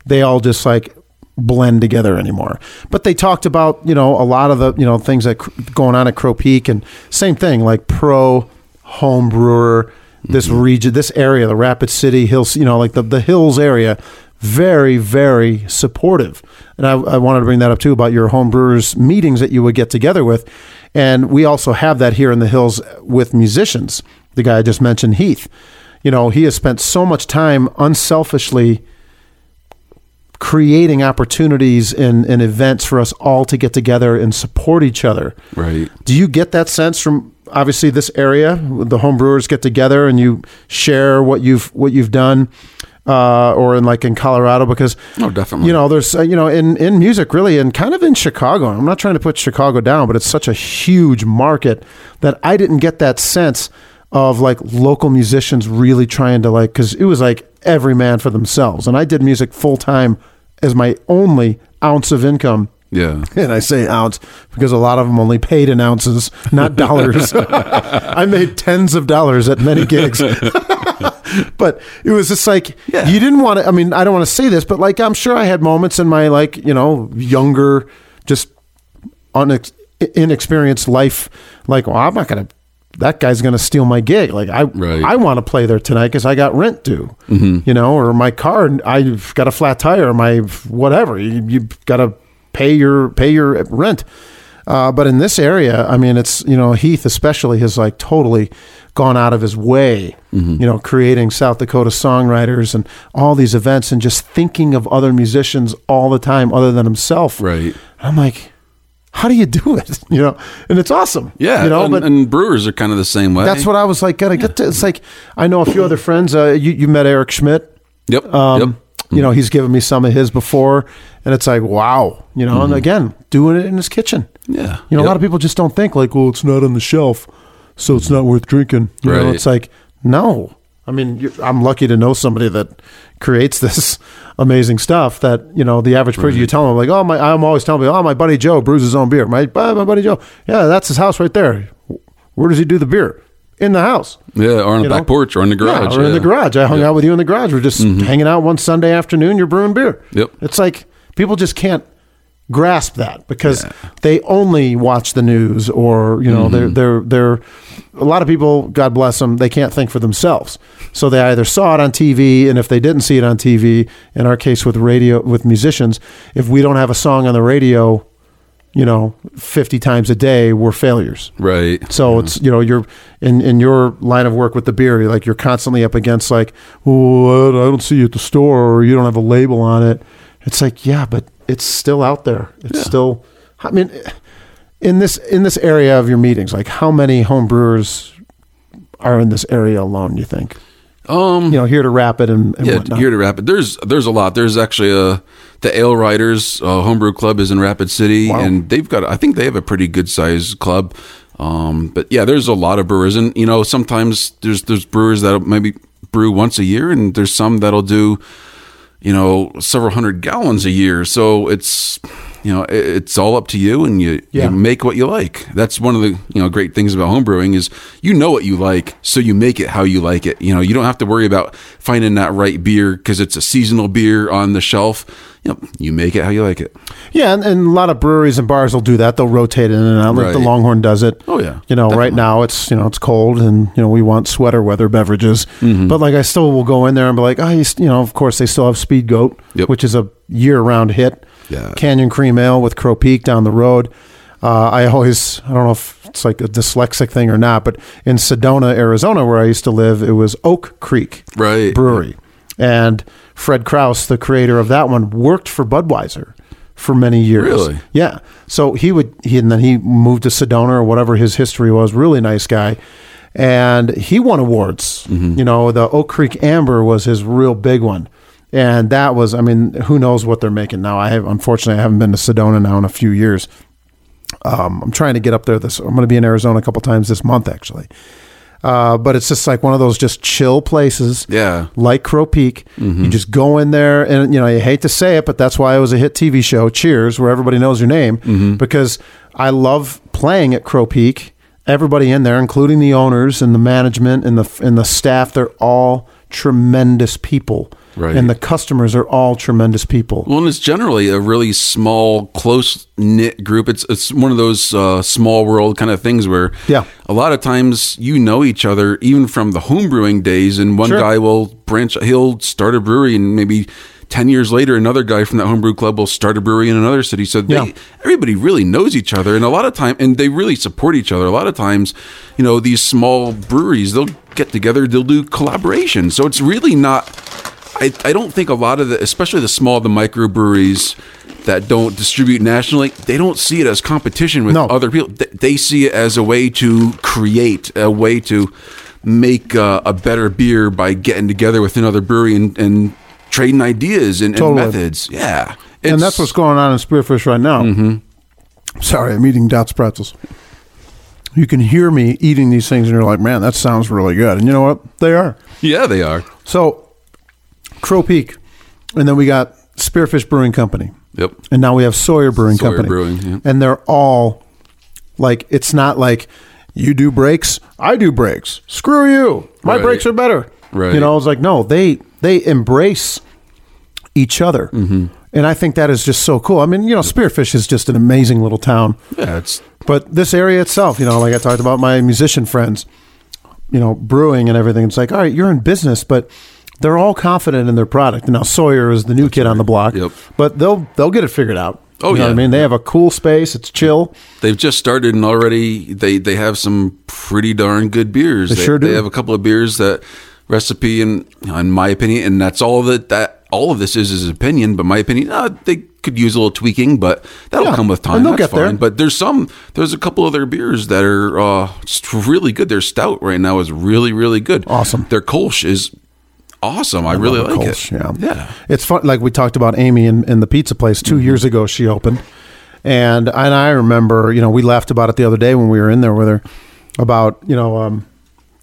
They all just like blend together anymore. But they talked about you know a lot of the you know things that cr- going on at Crow Peak and same thing like pro home brewer. This region, this area, the Rapid City Hills, you know, like the the hills area, very very supportive. And I, I wanted to bring that up too about your home brewers meetings that you would get together with, and we also have that here in the hills with musicians. The guy I just mentioned, Heath, you know, he has spent so much time unselfishly creating opportunities and, and events for us all to get together and support each other.
Right.
Do you get that sense from obviously this area? The home brewers get together and you share what you've what you've done, uh, or in like in Colorado because
Oh, definitely.
you know there's uh, you know in in music really and kind of in Chicago. I'm not trying to put Chicago down, but it's such a huge market that I didn't get that sense of like local musicians really trying to like because it was like every man for themselves, and I did music full time as my only ounce of income
yeah,
and I say ounce because a lot of them only paid in ounces, not dollars. I made tens of dollars at many gigs. but it was just like
Yeah.
you didn't want to I mean, I don't want to say this, but like I'm sure I had moments in my like, you know, younger just unex- inexperienced life like, well, I'm not going to that guy's going to steal my gig. Like I
Right. Mm-hmm.
I want to play there tonight cuz I got rent due. You know, or my car I've got a flat tire, or my whatever. You, you've got to pay your pay your rent. Uh, but in this area, I mean, it's you know Heath especially has like totally gone out of his way,
Mm-hmm.
you know, creating South Dakota songwriters and all these events and just thinking of other musicians all the time other than himself.
Right.
I'm like, how do you do it? You know, and it's awesome.
Yeah,
You know,
and,
but
and brewers are kind of the same way.
that's what I was like. Gotta get to. It's like I know a few other friends. Uh, you you met Eric Schmidt.
Yep.
Um,
yep. Mm-hmm.
You know, he's given me some of his before, and it's like, wow. You know, and again, doing it in his kitchen.
Mm-hmm. Yeah.
You know, a
Yep.
lot of people just don't think like, well, it's not on the shelf, so it's not worth drinking. You know,
Right.
it's like, no. I mean, you I'm lucky to know somebody that creates this amazing stuff that, you know, the average person, you tell them, like, oh, my, I'm always telling people, oh, my buddy Joe brews his own beer. My, my buddy Joe, yeah, that's his house right there. Where does he do the beer? In the house.
Yeah, or on the
you
back
know?
porch, or in the
Yeah,
garage,
or in the
yeah. Mm-hmm.
garage. I hung out with you in the garage. We're just hanging out one Sunday afternoon. You're brewing beer.
Yep.
It's like people just can't grasp that because they only watch the news or you know
Mm-hmm.
they're they're they're a lot of people god bless them they can't think for themselves so they either saw it on TV and if they didn't see it on TV in our case with radio with musicians if we don't have a song on the radio you know 50 times a day we're failures
Right.
so it's you know you're in in your line of work with the beer, you're like you're constantly up against like, oh, I don't see you at the store, or you don't have a label on it. It's like yeah, but it's still out there. It's still. I mean, in this in this area of your meetings, like how many home brewers are in this area alone? You think? Um, you know, here to Rapid and, and
yeah,
whatnot.
here to Rapid. There's there's a lot. There's actually a the Ale Riders uh, Homebrew Club is in Rapid City, and they've got. I think they have a pretty good sized club. Um, but yeah, there's a lot of brewers, and you know sometimes there's there's brewers that maybe brew once a year, and there's some that'll do you know several hundred gallons a year. So it's you know it, it's all up to you, and you
Yeah.
you make what you like. That's one of the you know great things about homebrewing is you know what you like, so you make it how you like it. You know you don't have to worry about finding that right beer because it's a seasonal beer on the shelf. You know, you make it how you like it.
Yeah, and, and a lot of breweries and bars will do that. They'll rotate it in and out. Like the
Right.
Longhorn does it.
Oh, yeah.
You know, right
Definitely.
now it's you know it's cold, and you know we want sweater weather beverages.
Mm-hmm.
But like I still will go in there and be like, oh, you, s- you know, of course they still have Speed Goat,
Yep.
which is a year round hit.
Yeah.
Canyon Cream Ale with Crow Peak down the road. Uh, I always I don't know if it's like a dyslexic thing or not, but in Sedona, Arizona, where I used to live, it was Oak Creek
Right.
Brewery, and Fred Krause, the creator of that one, worked for Budweiser for many years.
Really?
Yeah. So he would, he, and then he moved to Sedona or whatever his history was. Really nice guy. And he won awards. You know, the Oak Creek Amber was his real big one. And that was, I mean, who knows what they're making now. I have, unfortunately, I haven't been to Sedona now in a few years. Um, I'm trying to get up there this, I'm going to be in Arizona a couple times this month, actually. Uh, but it's just like one of those just chill places.
Yeah. Mm-hmm.
Like Crow Peak. You just go in there and, you know, you hate to say it, but that's why it was a hit TV show, Cheers, where everybody knows your name
Mm-hmm.
because I love playing at Crow Peak. Everybody in there, including the owners and the management and the, and the staff, they're all tremendous people.
Right.
And the customers are all tremendous people.
Well, and it's generally a really small, close knit group. It's it's one of those uh, small world kind of things where
Yeah.
a lot of times you know each other even from the homebrewing days, and one
Sure.
guy will branch, he'll start a brewery, and maybe ten years later, another guy from that homebrew club will start a brewery in another city. So they,
Yeah.
everybody really knows each other, and a lot of time, and they really support each other. A lot of times, you know, these small breweries they'll get together, they'll do collaboration. So it's really not. I, I don't think a lot of the, especially the small, the microbreweries that don't distribute nationally, they don't see it as competition with
No.
other people. They, they see it as a way to create, a way to make uh, a better beer by getting together with another brewery and, and trading ideas and, and
Totally.
methods. Yeah.
and
It's-
that's what's going on in Spearfish right now. Sorry, I'm eating Dots pretzels. You can hear me eating these things, and you're like, man, that sounds really good. And you know what? They are.
Yeah, they are.
So, Crow Peak, and then we got Spearfish Brewing Company,
Yep.
and now we have Sawyer Brewing
Sawyer
Company.
Brewing, yeah.
And they're all like, it's not like you do breaks, I do breaks. Screw you. My
Right.
breaks are better.
Right.
You know, it's like, no, they they embrace each other.
Mm-hmm.
And I think that is just so cool. I mean, you know, Spearfish is just an amazing little town.
Yeah, it's
But this area itself, you know, like I talked about my musician friends, you know, brewing and everything. It's like, all right, you're in business, but they're all confident in their product. Now Sawyer is the new kid on the block,
Yep.
but they'll they'll get it figured out.
Oh,
You know
yeah.
what I mean, they have a cool space. It's chill.
They've just started and already they they have some pretty darn good beers.
They sure do.
They have a couple of beers that recipe and in my opinion, and that's all that that all of this is is opinion. But my opinion, uh, they could use a little tweaking, but that'll
Yeah,
come with time.
and they'll
that's
get there.
fine. But there's some there's a couple other beers that are uh, just really good. Their stout right now is really really good.
Awesome.
Their Kolsch is awesome. I, really like
Kolsch,
it.
Yeah.
yeah. Mm-hmm.
It's fun. Like we talked about Amy in, in the pizza place 2 years ago, she opened. And, and I remember, you know, we laughed about it the other day when we were in there with her about, you know, um,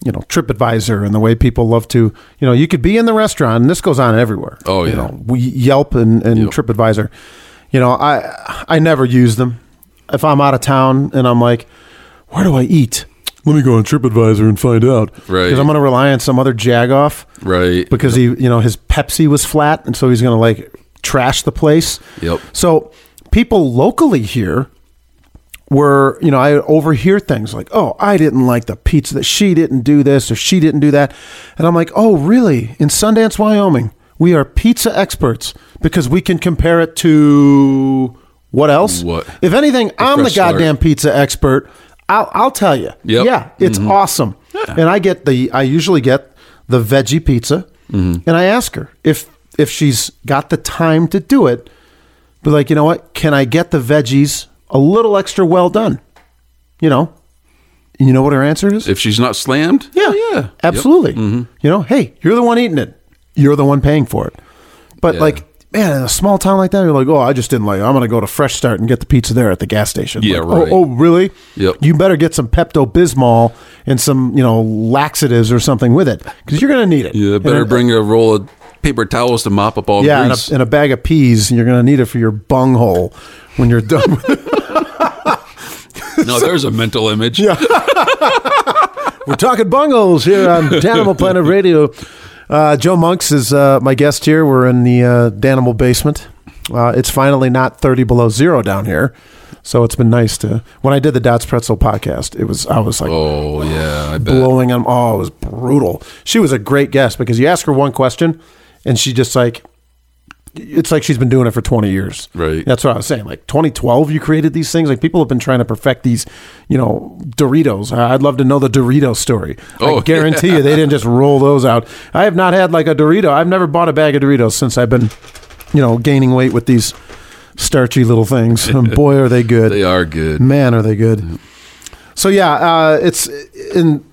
you know, TripAdvisor and the way people love to, you know, you could be in the restaurant and this goes on everywhere.
Oh,
You
yeah.
know, we Yelp and, and
Yep.
TripAdvisor. You know, I, I never use them. If I'm out of town and I'm like, where do I eat? Let me go on TripAdvisor and find out.
Right.
Because I'm going to rely on some other jagoff
Right.
because he you know his Pepsi was flat, and so he's going to like trash the place.
Yep.
So people locally here were you know I overhear things like, "Oh, I didn't like the pizza that she didn't do this or she didn't do that," and I'm like, "Oh, really? In Sundance, Wyoming, we are pizza experts because we can compare it to what else?
What?
If anything, I'm the
fresh start.
goddamn pizza expert. I'll, I'll tell you.
Yep.
Yeah, it's awesome. And I get the I usually get the veggie pizza, and I ask her if if she's got the time to do it. But like, you know what? Can I get the veggies a little extra well done? You know, and you know what her answer is?
If she's not slammed,
yeah,
yeah, Mm-hmm.
absolutely. You know, hey, you're the one eating it. You're the one paying for it. But
Yeah.
like. Man, in a small town like that, you're like, oh, I just didn't like. It. I'm gonna go to Fresh Start and get the pizza there at the gas station.
Yeah,
Like,
right.
Oh, oh, really?
Yep.
You better get some Pepto Bismol and some, you know, laxatives or something with it because you're gonna need it.
Yeah,
And
better
a-
bring a roll of paper towels to mop up all
yeah,
the
and
grease.
a, and a bag of peas. And you're gonna need it for your bung hole when you're done with it.
no, there's a mental image.
We're talking bungles here on Danimal Planet Radio. Uh, Joe Monks is uh, my guest here. We're in the uh, Danimal basement. Uh, it's finally not 30 below zero down here. So it's been nice to. When I did the Dots Pretzel podcast, it was I was like
Oh yeah, I bet.
blowing them. Oh, it was brutal. She was a great guest because you ask her one question, and she just like it's like she's been doing it for 20 years.
Right.
That's what I was saying. Like 2012, you created these things. Like people have been trying to perfect these, you know, Doritos. I- I'd love to know the Dorito story. I
Oh,
guarantee you they didn't just roll those out. I have not had like a Dorito. I've never bought a bag of Doritos since I've been, you know, gaining weight with these starchy little things. And boy, are they good.
They are good.
Man, are they good. So yeah, uh, it's in.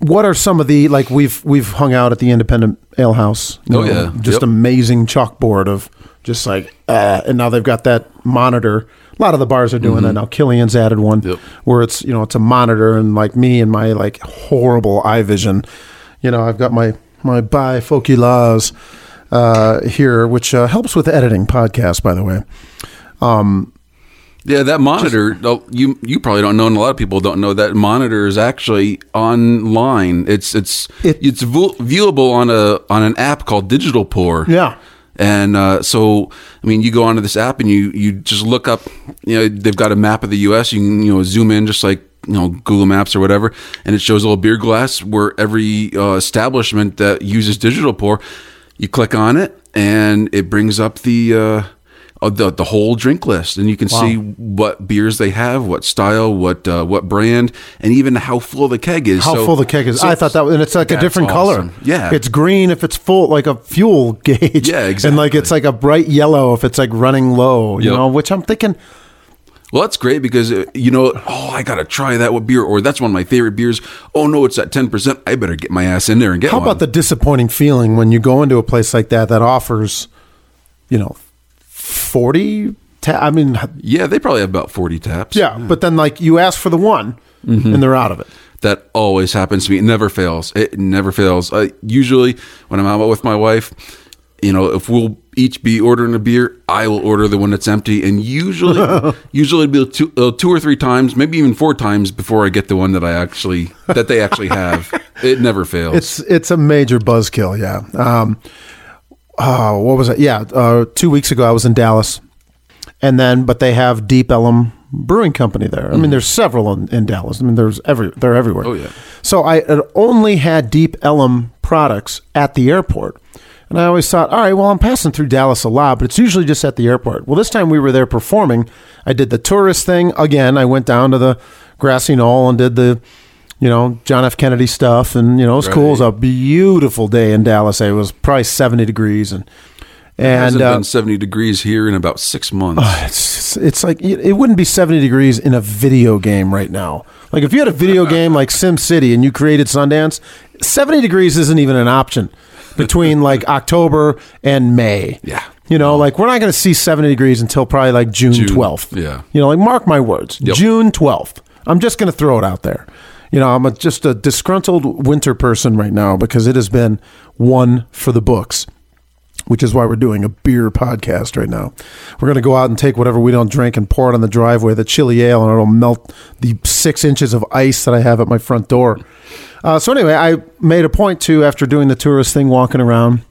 What are some of the like we've we've hung out at the Independent Ale House? you
Oh, yeah.
just
Yep.
amazing chalkboard of just like, uh, and now they've got that monitor. A lot of the bars are doing that now. Killian's added one
Mm-hmm. Yep.
where it's you know it's a monitor and like me and my like horrible eye vision, you know I've got my my bifocals uh, here, which uh, helps with editing podcasts by the way.
Yeah, that monitor. oh, you you probably don't know, and a lot of people don't know that monitor is actually online. It's it's
It-
it's vu- viewable on a on an app called Digital Pour.
Yeah.
And uh, so, I mean, you go onto this app and you you just look up. You know, they've got a map of the U.S. You can you know zoom in just like you know Google Maps or whatever, and it shows a little beer glass where every uh, establishment that uses Digital Pour, you click on it and it brings up the. Uh, uh, the the whole drink list, and you can see what beers they have, what style, what uh, what brand, and even how full the keg is.
how
So-
full the keg is.
so-
I thought that, was- and it's like a
That's
different color.
awesome. Yeah,
it's green if it's full, like a fuel gauge.
Yeah,
And like it's like a bright yellow if it's like running low. You
Yep.
know, which I'm thinking,
Well, that's great because uh, you know, oh, I gotta try that with beer, or that's one of my favorite beers. Oh no, it's at ten percent. I better get my ass in there and get
how
one.
about the disappointing feeling when you go into a place like that that offers, you know, forty. Ta- I mean,
yeah, they probably have about forty taps.
yeah, but then like you ask for the one
Mm-hmm.
and they're out of it.
that always happens to me. It never fails. It never fails. I, usually, when I'm out with my wife, you know, if we'll each be ordering a beer, I will order the one that's empty, and usually, usually it'll be two, uh, two or three times, maybe even four times before I get the one that I actually that they actually have. It never fails.
It's it's a major buzzkill. Yeah. Um, oh, what was it? Yeah. Uh, two weeks ago, I was in Dallas, and then but they have Deep Ellum Brewing Company there. I
Mm-hmm.
mean, there's several in, in Dallas. I mean, there's every they're everywhere.
Oh, yeah.
So I had only had Deep Ellum products at the airport. And I always thought, all right, well, I'm passing through Dallas a lot, but it's usually just at the airport. Well, this time we were there performing. I did the tourist thing again. I went down to the grassy knoll and did the, you know, John F. Kennedy stuff. And, you know, it was cool. It was a beautiful day in Dallas. It was probably 70 degrees. And, and
hasn't
uh,
been 70 degrees here in about six months.
it's, it's like it it wouldn't be 70 degrees in a video game right now. Like if you had a video game like Sim City and you created Sundance, 70 degrees isn't even an option between like October and May.
Yeah.
You know, like we're not going to see 70 degrees until probably like June,
June,
12th.
yeah.
You know, like mark my words,
Yep.
June 12th. I'm just going to throw it out there. You know, I'm a, just a disgruntled winter person right now because it has been one for the books which is why we're doing a beer podcast right now. We're going to go out and take whatever we don't drink and pour it on the driveway, the chili ale, and it'll melt the six inches of ice that I have at my front door. Uh, so, anyway, I made a point to, after doing the tourist thing, walking around,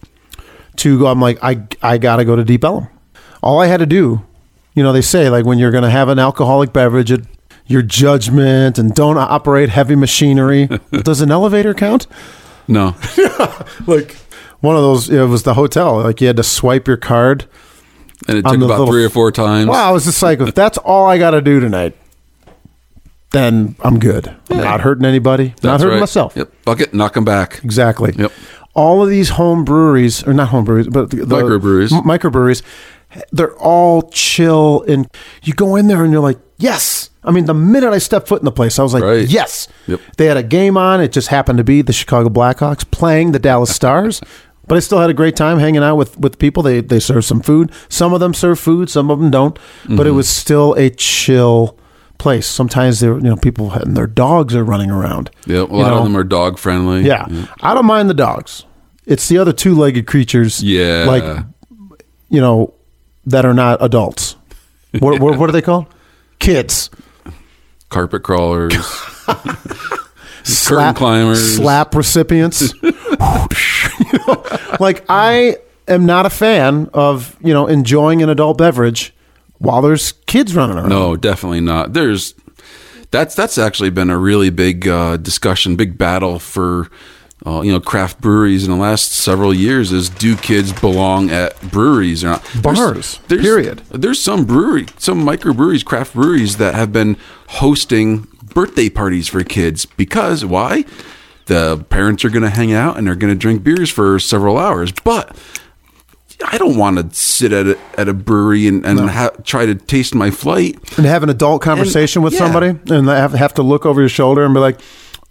to go, I'm like, I, I got to go to Deep Ellum. All I had to do, you know, they say, like, when you're going to have an alcoholic beverage, it, your judgment and don't operate heavy machinery. Does an elevator count?
no.
Like, one of those, it was the hotel. Like, you had to swipe your card.
And it
on
took
the
about
little-
three or four times.
Well, I was just like, if that's all I got to do tonight, then I'm good. I'm not hurting anybody. not
That's
hurting
right.
myself.
Yep. Fuck it. Knock them back.
Exactly.
Yep.
All of these home breweries, or not home breweries, but the, the-
Microbreweries.
m- microbreweries, they're all chill, and you go in there and you're like, yes. I mean, the minute I stepped foot in the place, I was like,
Right.
yes.
Yep.
They had a game on. It just happened to be the Chicago Blackhawks playing the Dallas Stars. But I still had a great time hanging out with, with people. They they serve some food. Some of them serve food. Some of them don't. But
Mm-hmm.
it was still a chill place. Sometimes there you know people and their dogs are running around.
Yep. A
You
lot
know?
of them are dog friendly.
Yeah.
Mm-hmm.
I don't mind the dogs. It's the other two legged creatures.
Yeah.
Like, you know, that are not adults. What, what, what are they called? Kids.
Carpet crawlers.
Slap,
climbers.
Slap recipients. You know, like, I am not a fan of, you know, enjoying an adult beverage while there's kids running around.
No, definitely not. There's that's that's actually been a really big uh, discussion, big battle for uh, you know craft breweries in the last several years. Is do kids belong at breweries or not? There's-
Bars, period.
There's some brewery, some microbreweries, craft breweries that have been hosting birthday parties for kids because why? The parents are going to hang out and they're going to drink beers for several hours, but I don't want to sit at a, at a brewery and, and ha- try to taste my flight.
And have an adult conversation with
yeah.
somebody and have, have to look over your shoulder and be like,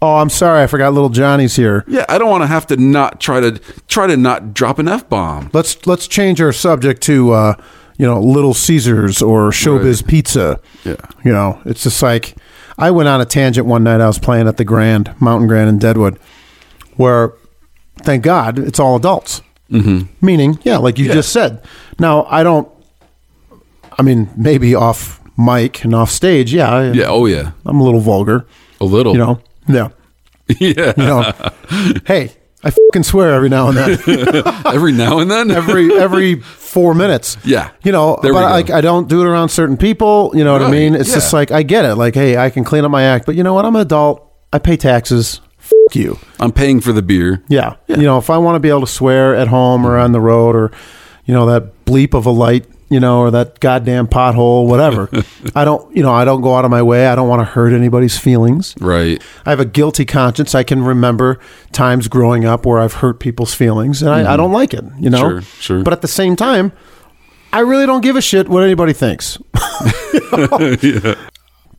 oh, I'm sorry, I forgot little Johnny's here.
Yeah, I don't want to have to not try to try to not drop an f bomb.
let's let's change our subject to uh, you know Little Caesars or Showbiz Pizza.
Yeah.
you know, it's just like I went on a tangent one night. I was playing at the Grand Mountain Grand in Deadwood, where thank God it's all adults. Mm-hmm. Meaning, yeah, like you just said. Now I don't. I mean, maybe off mic and off stage. Yeah, I,
Yeah, oh yeah,
I'm a little vulgar.
a little.
You know, yeah,
yeah,
you know. hey, I fucking swear every now and then.
every now and then.
every every four minutes.
Yeah.
you know,
There we
but
go.
like I don't do it around certain people. You know what I
Right,
mean? It's just
yeah.
like I get it. Like, hey, I can clean up my act, but you know what? I'm an adult. I pay taxes. Fuck you.
I'm paying for the beer.
Yeah. You know, if I want to be able to swear at home or on the road or, you know, that bleep of a light, you know, or that goddamn pothole, whatever. I don't, you know, I don't go out of my way. I don't want to hurt anybody's feelings.
Right.
I have a guilty conscience. I can remember times growing up where I've hurt people's feelings, and I, I don't like it. You know,
Mm-hmm. Sure, sure.
But at the same time, I really don't give a shit what anybody thinks.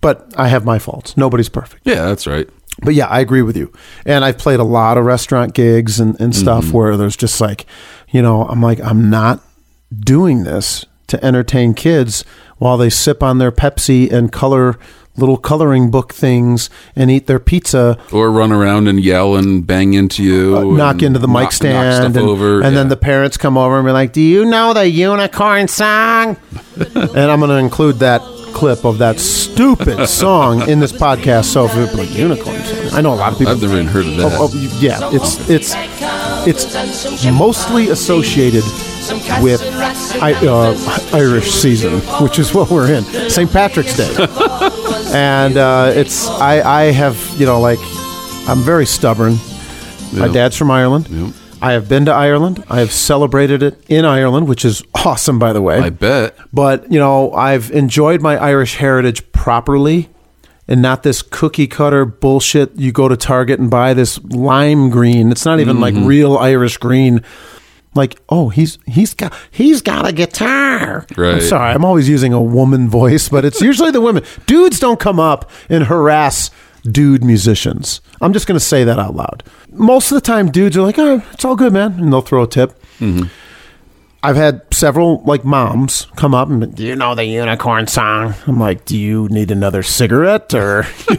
But I have my faults. Nobody's perfect.
Yeah, that's right.
But yeah, I agree with you. And I've played a lot of restaurant gigs and, and stuff
Mm-hmm.
where there's just like, you know, I'm like, I'm not doing this to entertain kids while they sip on their Pepsi and color little coloring book things and eat their pizza
Or run around and yell and bang into you, and
Uh, knock into the mic
knock-
stand
knock stuff
and,
over,
and then
Yeah.
the parents come over and be like do you know the unicorn song and i'm going to include that clip of that stupid song in this podcast so if it like unicorn song, i know a lot of people
I've never even heard of that.
Oh, oh, you- yeah it's it's it's mostly associated with I, uh, irish season which is what we're in st patrick's day and uh, it's I, I have you know like i'm very stubborn my
Yeah.
dad's from ireland I have been to Ireland. I have celebrated it in Ireland, which is awesome, by the way.
I bet.
But, you know, I've enjoyed my Irish heritage properly and not this cookie cutter bullshit. You go to Target and buy this lime green. It's not even like real Irish green. Like, oh, he's he's got he's got a guitar. I'm
Right.
sorry, I'm always using a woman voice, but it's usually the women. Dudes don't come up and harass dude musicians. I'm just gonna say that out loud. Most of the time, dudes are like, oh, it's all good, man, and they'll throw a tip. I've had several like moms come up and do you know the unicorn song? I'm like, do you need another cigarette or? and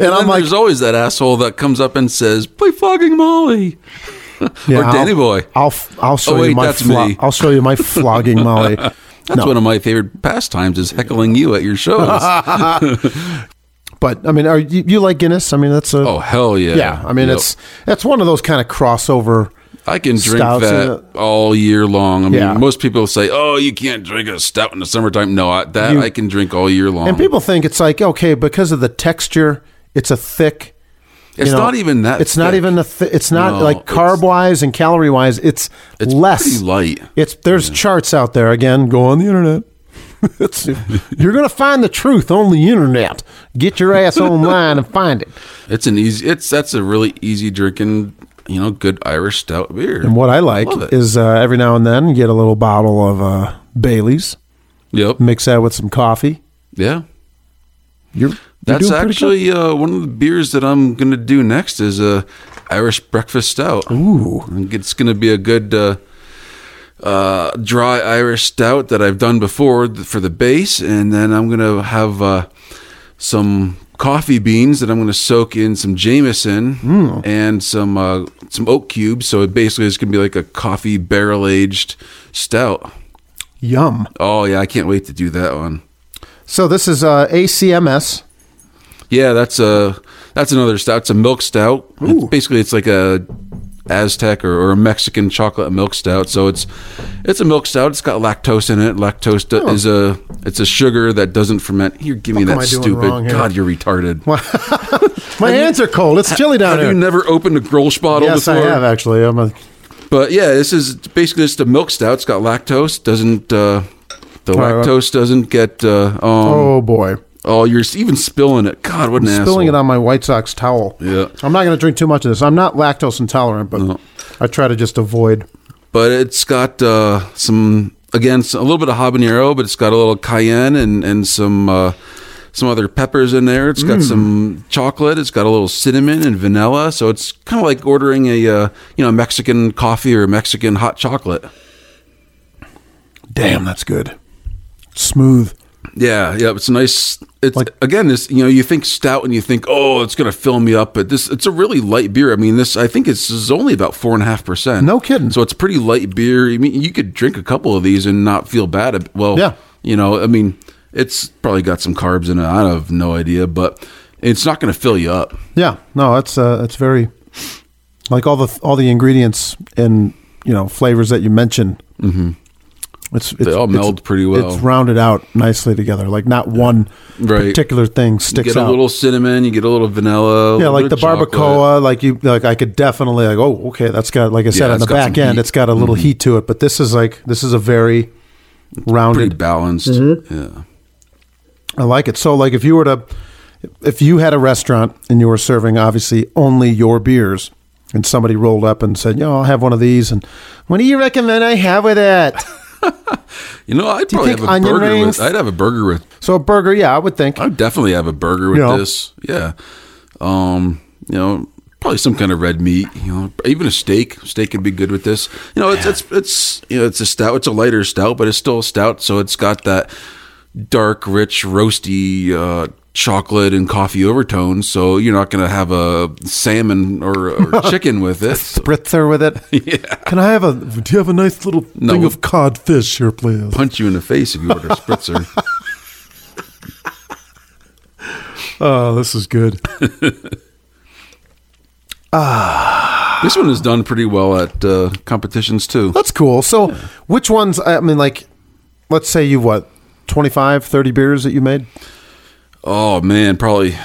And
I'm like,
there's always that asshole that comes up and says, "Play fucking Molly."
yeah,
or
I'll-
Danny Boy. Oh,
I'll f- I'll show
wait,
you my
that's
flo-
me.
I'll show you my flogging Molly.
That's one of my favorite pastimes is heckling you at your shows.
But I mean, are you, you like Guinness? I mean, that's a
oh hell yeah!
yeah. I mean,
Yep.
it's that's one of those kind of crossover.
I can drink
stouts
that
and-
all year long. I mean,
Yeah.
most people say, "Oh, you can't drink a stout in the summertime." No, I, that
You-
I can drink all year long.
And people think it's like okay because of the texture, it's a thick. you
it's
know,
not even that.
It's not
thick.
even a. Th- it's not
No,
like
it's-
carb wise and calorie wise. It's,
It's
less
pretty light.
It's there's charts out there. Again, go on the internet. It's- you're gonna find the truth on the internet. Get your ass online and find it.
It's an easy. It's that's a really easy drinking. You know, good Irish stout beer.
And what I like
Love it.
is uh, every now and then you get a little bottle of uh, Bailey's,
Yep.
mix that with some coffee.
Yeah.
You're, you're
That's
doing pretty good.
actually uh, one of the beers that I'm gonna do next is a Irish breakfast stout. Ooh, I think it's gonna be a good uh, uh, dry Irish stout that I've done before th- for the base, and then I'm gonna have uh, some coffee beans that I'm gonna soak in some Jameson
Hmm.
and some uh, some oak cubes. So it basically is gonna be like a coffee barrel aged stout.
yum.
Oh yeah, I can't wait to do that one.
So this is uh, ACMS.
Yeah, that's a that's another stout. It's a milk stout. It's basically, it's like a Aztec or, or a Mexican chocolate milk stout. So it's it's a milk stout. It's got lactose in it. Lactose do- is a it's a sugar that doesn't ferment. Here, give me
Fuck am
that
I doing wrong
stupid.
here?
God, you're retarded.
My hands are cold. It's chilly down
Have
here.
you never opened a Grolsch bottle
yes, I
before? Um,
have actually. I'm a,
But yeah, this is basically just a milk stout. It's got lactose. Doesn't uh, the
right, well-
lactose doesn't get uh, um, oh.
oh boy,
you're even spilling it. God, what an asshole.
spilling it on my White Sox towel.
Yeah.
I'm not going to drink too much of this. I'm not lactose intolerant, but I try to just avoid.
but it's got uh, some again s- a little bit of habanero, but it's got a little cayenne and and some uh, some other peppers in there. It's got some chocolate. It's got a little cinnamon and vanilla. So it's kind of like ordering a uh, you know Mexican coffee or Mexican hot chocolate.
Damn, that's good. Smooth.
Yeah, yeah, it's a nice. It's
Like-
again, this you know, you think stout and you think, oh, it's gonna fill me up, but this it's a really light beer. I mean, this I think it's is only about four and a half percent.
No kidding.
So it's pretty light beer. I mean, you could drink a couple of these and not feel bad. ab- Well,
Yeah.
you know, I mean, it's probably got some carbs in it. I have no idea, but it's not gonna fill you up.
Yeah. No, that's uh, that's very like all the all the ingredients and you know flavors that you mentioned. Mm-hmm. It's, it's
all
it's-
meld pretty well.
It's rounded out nicely together. Like not one
Right.
particular thing
You
sticks
get a
out.
little cinnamon, you get a little vanilla.
yeah,
a little
like
bit
the
of chocolate.
barbacoa. Like you, like I could definitely like. Oh, okay, that's got like I said
Yeah,
on
it's
the
got
back
some
end,
heat. Mm-hmm.
it's got a little heat to it. But this is like this is a very rounded
pretty balanced.
Mm-hmm.
Yeah.
I like it. So, like, if you were to, if you had a restaurant and you were serving obviously only your beers, and somebody rolled up and said, "Yo, I'll have one of these," and what do you recommend I have with it?
You know, I'd
Do you
probably
think
have a
onion
burger
rings-
with. I'd have a burger with
so, a burger, yeah, I would think.
I would definitely have a burger with
You know.
this. Yeah. Um, you know, probably some kind of red meat, you know, even a steak. Steak could be good with this. You know, it's it's it's you know, it's a stout, it's a lighter stout, but it's still a stout, so it's got that dark, rich, roasty uh chocolate and coffee overtones so you're not going to have a salmon or, or chicken with it
Spritzer with it. Yeah. Can I have a? Do you have a nice little
No.
thing of codfish here, please?
punch you in the face if you order a spritzer
Oh, this is good.
this one is done pretty well at uh, competitions too
That's cool. So, which ones? I mean, like, let's say you what, 25, 30 beers that you made.
Oh man, probably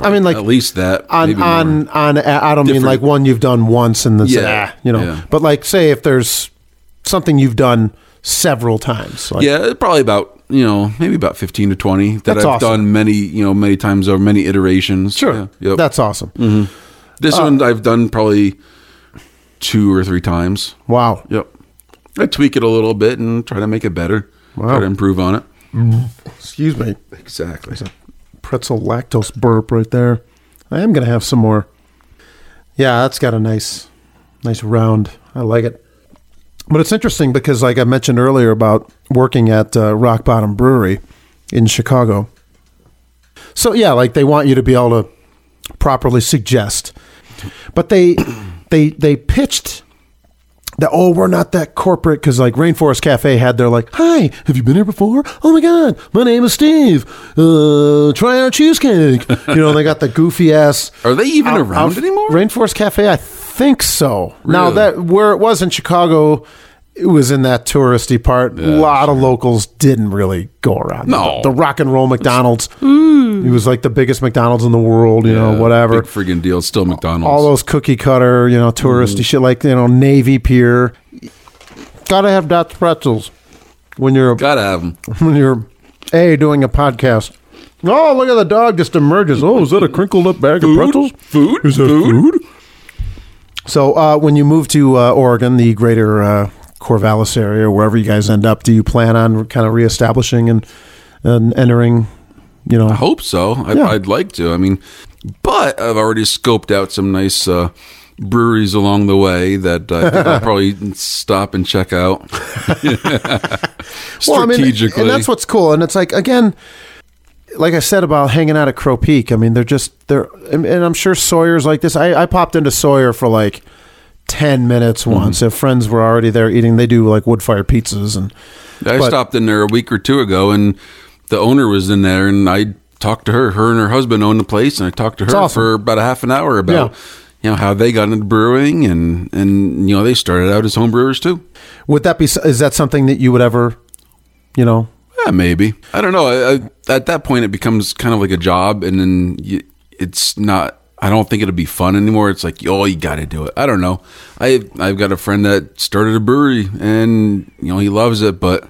I mean, like
at least that
on
maybe
on
more.
on. uh, I don't mean like
Different-
one you've done once and then say,
Yeah,
"Ah," you know,
yeah.
but like say if there's something you've done several times. Like,
yeah, probably about you know maybe about fifteen to twenty that
That's
I've
awesome.
done many you know many times over many iterations.
sure, uh,
Yeah, yep. Mm.
that's awesome.
this one I've done probably two or three times.
Wow,
Yep, I tweak it a little bit and try to make it better.
Wow.
Try to improve on it.
excuse me,
Exactly.
pretzel lactose burp right there. I am gonna have some more. Yeah, that's got a nice, nice round. I like it. But it's interesting because, like I mentioned earlier, about working at uh, Rock Bottom Brewery in Chicago. So yeah, like they want you to be able to properly suggest, but they they they pitched that oh we're not that corporate because like Rainforest Cafe had their like hi have you been here before oh my god my name is Steve uh, try our cheesecake you know they got the goofy ass
Are they even around anymore?
Rainforest Cafe I think so now
Really?
that where it was in Chicago. It was in that touristy part. a lot of locals didn't really go around.
No. Hmm.
The, the rock and roll McDonald's. It was like the biggest McDonald's in the world, you know, Oh, whatever.
Big friggin' deal. Still McDonald's.
All those cookie cutter, you know, touristy shit like, you know, Navy Pier. Gotta have Dutch pretzels when you're
Gotta have them.
when you're A doing a podcast. Oh, look at the dog just emerges. Oh, is that a crinkled up bag of pretzels?
Food.
Is that
food.
So, uh, when you move to uh, Oregon, the greater uh, Corvallis area, wherever you guys end up, do you plan on kind of reestablishing and and entering? You know,
I hope so. I,
Yeah.
I'd like to. I mean, but I've already scoped out some nice uh, breweries along the way that I think I'll probably stop and check out
Well, I mean,
strategically.
and that's what's cool. And it's like again, like I said about hanging out at Crow Peak. I mean, they're just they're, and and I'm sure Sawyer's like this. I, I popped into Sawyer for like ten minutes once. If friends were already there eating, they do like wood fire pizzas and
I
but-
stopped in there a week or two ago, and the owner was in there, and I talked to her. Her and her husband own the place, and I talked to her
awesome.
for about a half an hour about
Yeah.
you know how they got into brewing, and and you know they started out as home brewers too.
would that be is that something that you would ever, you know?
Yeah, maybe. I don't know. I, I, at that point, it becomes kind of like a job, and then you, it's not. I don't think it'll be fun anymore. It's like, oh, you got to do it. I don't know. I I've got a friend that started a brewery, and you know he loves it, but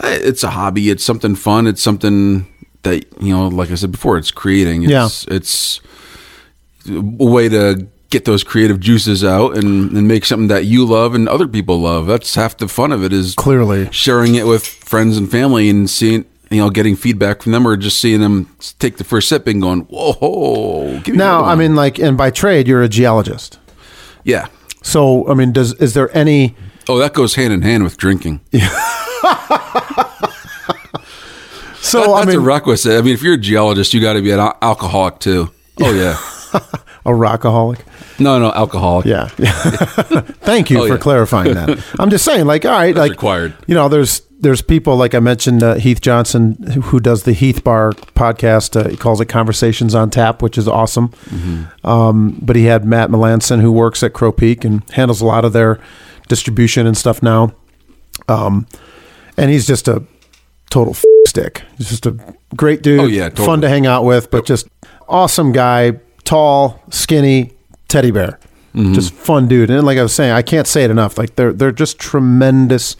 I- it's a hobby. It's something fun. It's something that you know, like I said before, it's creating. It's, it's a way to get those creative juices out and, and make something that you love and other people love. That's half the fun of it. Is
Clearly.
sharing it with friends and family and seeing you know getting feedback from them or just seeing them take the first sip and going whoa give me
Now,
another
I
one."
mean, like, and by trade, you're a geologist.
yeah
So, I mean, does is there any?
oh that goes hand in hand with drinking
So,
That-
I
that's
mean,
a requisite I mean if you're a geologist you got to be an al- alcoholic too oh yeah
a rockaholic.
no no alcoholic
Yeah. Thank you
Oh,
for
yeah.
clarifying that. I'm just saying, like, all right, like
That's required.
You know, there's there's people like I mentioned uh, Heath Johnson who, who does the Heath Bar podcast. Uh, he calls it Conversations on Tap, which is awesome.
Mm-hmm.
Um, but he had Matt Melanson who works at Crow Peak and handles a lot of their distribution and stuff now. Um, and he's just a total f- stick. He's just a great dude.
Oh, yeah, totally.
fun to hang out with, but just awesome guy, tall, skinny, teddy bear,
Mm-hmm.
just fun dude. And like I was saying, I can't say it enough. Like they're they're just tremendous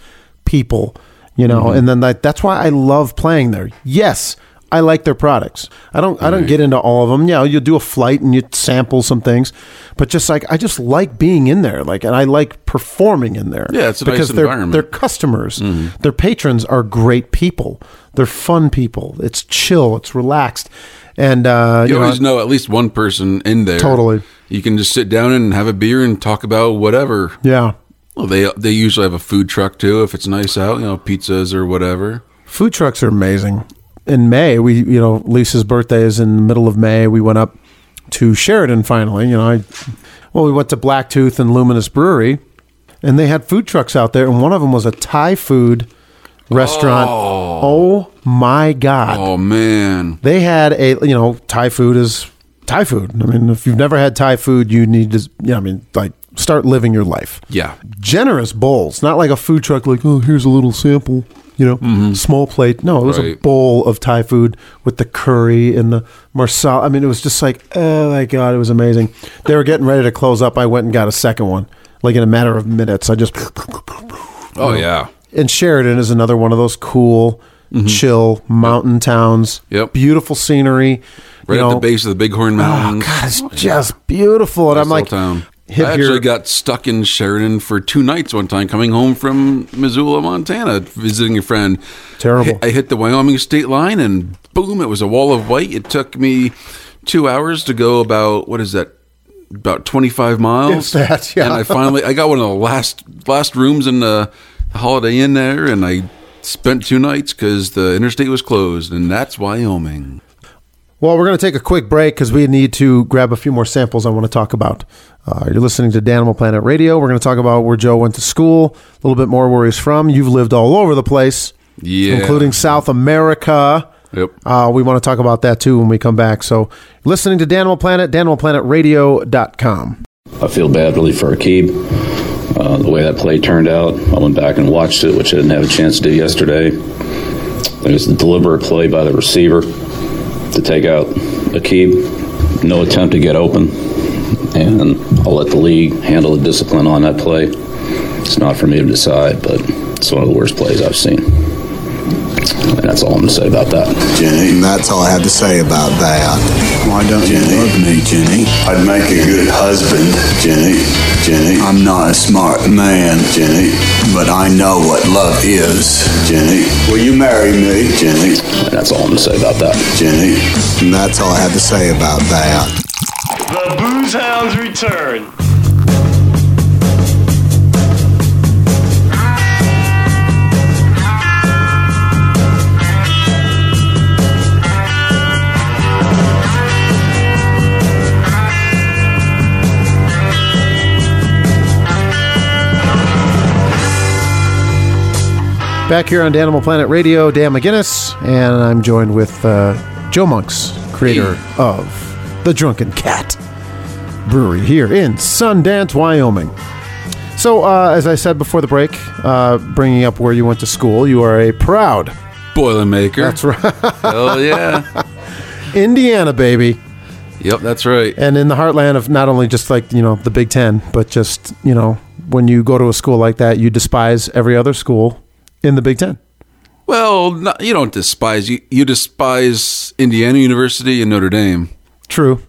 people, you know.
Mm-hmm.
And then like that's why I love playing there. Yes. I like their products. I don't. I don't get into all of them. Yeah, you do a flight and you sample some things, but just like I just like being in there. Like, and I like performing in there.
Yeah, it's a nice
because they're-
environment.
They're customers. Their patrons are great people. They're fun people. It's chill. It's relaxed, and uh,
you,
you know,
always know at least one person in there
Totally.
you can just sit down and have a beer and talk about whatever
yeah.
well they they usually have a food truck too if it's nice out you know pizzas or whatever
Food trucks are amazing. In May, we you know Lisa's birthday is in the middle of May. We went up to Sheridan finally. You know, I well we went to Blacktooth and Luminous Brewery, and they had food trucks out there, and one of them was a Thai food restaurant. Oh, my god!
oh man
they had a you know Thai food is Thai food. I mean, if you've never had Thai food, you need to. Yeah, I mean, like start living your life.
Yeah.
Generous bowls, not like a food truck, like, oh, here's a little sample, you know, small plate. No, it was a
Right.
bowl of Thai food with the curry and the marsala. I mean, it was just like, oh my God, it was amazing. They were getting ready to close up. I went and got a second one, like in a matter of minutes. I just.
Oh yeah.
And Sheridan is another one of those cool, chill mountain towns.
Mm-hmm. Yep.
Beautiful scenery.
Right
you
at
know.
the base of the Bighorn
Oh,
Mountains.
God, it's just beautiful. And
Nice
I'm like,
little town.
hip
I
here-
actually got stuck in Sheridan for two nights one time, coming home from Missoula, Montana, visiting a friend.
Terrible.
Hi- I hit the Wyoming state line, and boom! It was a wall of white. It took me two hours to go about what is that? About twenty five miles.
If that, yeah.
And I finally I got one of the last last rooms in the Holiday Inn there, and I spent two nights because the interstate was closed, and that's Wyoming.
Well, we're going to take a quick break because we need to grab a few more samples I want to talk about. Uh, you're listening to Danimal Planet Radio. We're going to talk about where Joe went to school, a little bit more where he's from. You've lived all over the place,
Yeah.
including South America.
Yep.
Uh, we want to talk about that too when we come back. So, listening to Danimal Planet, danimalplanetradio.com.
I feel bad really for Akib. Uh, the way that play turned out, I went back and watched it, which I didn't have a chance to do yesterday. It was a deliberate play by the receiver to take out Akib. No attempt to get open. And I'll let the league handle the discipline on that play. It's not for me to decide, but it's one of the worst plays I've seen. And that's all I'm going to say about that.
Jenny. And that's all I have to say about that. Why don't you love me, Jenny? I'd make a good husband, Jenny. Jenny. I'm not a smart man, Jenny, but I know what love is, Jenny. Will you marry me, Jenny?
And that's all I'm going to say about that.
Jenny. And that's all I have to say about that.
The Booze Hounds return.
Back here on Danimal Planet Radio, Dan McGinnis, and I'm joined with uh, Joe Monks, creator of The Drunken Cat Brewery here in Sundance, Wyoming. So, uh, as I said before the break, uh, bringing up where you went to school, you are a proud
Boilermaker. That's right. Hell yeah.
Indiana baby,
Yep, that's right.
and in the heartland of not only just like, you know, the Big Ten, but just, you know, when you go to a school like that, you despise every other school in the Big Ten.
Well, no you don't despise you. You despise Indiana University and Notre Dame,
True.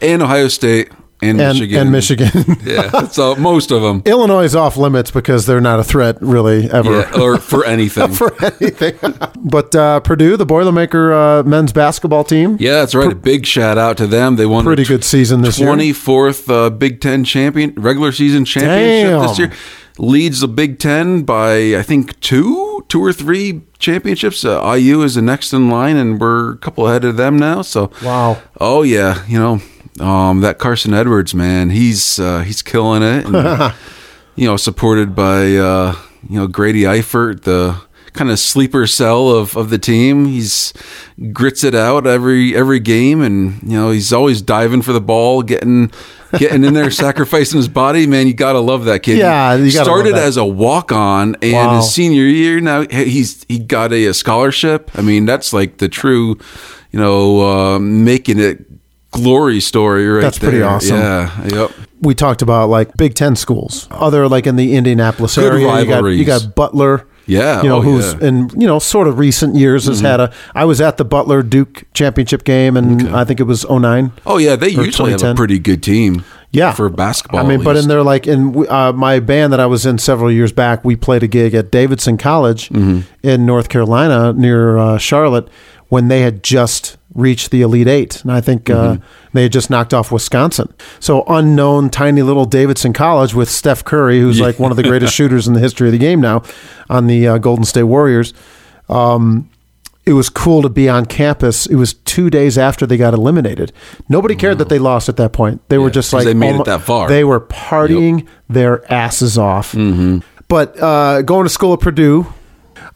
and Ohio State, and,
And,
Michigan,
and Michigan.
yeah, so most of them.
Illinois is off limits because they're not a threat really ever
Yeah, uh, or for anything.
for anything. but uh, Purdue, the Boilermaker uh, men's basketball team,
yeah, that's right. A big shout out to them. They won
pretty good season this year.
Twenty fourth uh, Big Ten champion regular season championship this
Damn.
year. Leads the Big Ten by I think two, two or three championships. Uh, IU is the next in line, and we're a couple ahead of them now. So
Wow.
Oh yeah, you know um, that Carson Edwards man. He's uh, he's killing it. And, you know, supported by uh, you know Grady Eifert, the kind of sleeper cell of, of the team. He's grits it out every every game, and you know he's always diving for the ball, getting getting in there, sacrificing his body. Man, you gotta love that kid.
Yeah,
he
you gotta love
started
that.
as a walk on, and
Wow.
his senior year now he- he's he got a, a scholarship. I mean, that's like the true, you know, uh, making it glory story right
That's pretty
there.
awesome.
Yeah, yep.
we talked about like Big Ten schools, other like in the Indianapolis
Good
area. You got, you
rivalries.
got Butler.
Yeah,
you know
oh,
who's
yeah. Mm-hmm.
in you know sort of recent years has had a. I was at the Butler Duke championship game, and I think it was 09.
Oh yeah, they
Or
usually have
2010.
a pretty good team.
Yeah,
for basketball.
I
at
mean, but in
least.
their like in uh, my band that I was in several years back, we played a gig at Davidson College
Mm-hmm.
in North Carolina near uh, Charlotte when they had just reached the Elite Eight, and I think
Mm-hmm.
uh, they had just knocked off Wisconsin. So unknown, tiny little Davidson College with Steph Curry, who's like one of the greatest shooters in the history of the game now, on the uh, Golden State Warriors it was cool to be on campus. It was two days after they got eliminated. Nobody cared that they lost at that point. They were just
'cause
like
they made it
my-
that far. Mm-hmm.
They were partying their asses off. But uh, going to school at Purdue,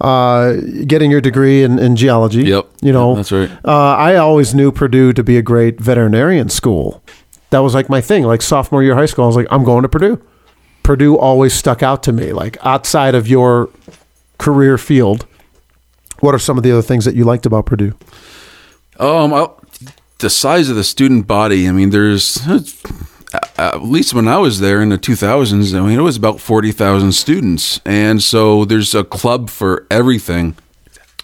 uh, getting your degree in, in geology.
Yep.
You know
That's right.
Uh, I always knew Purdue to be a great veterinarian school. That was like my thing. Like sophomore year of high school, I was like, I'm going to Purdue. Purdue always stuck out to me. Like outside of your career field, what are some of the other things that you liked about Purdue?
Um, I, the size of the student body. I mean, there's at least when I was there in the 2000s. I mean, it was about forty thousand students, and so there's a club for everything.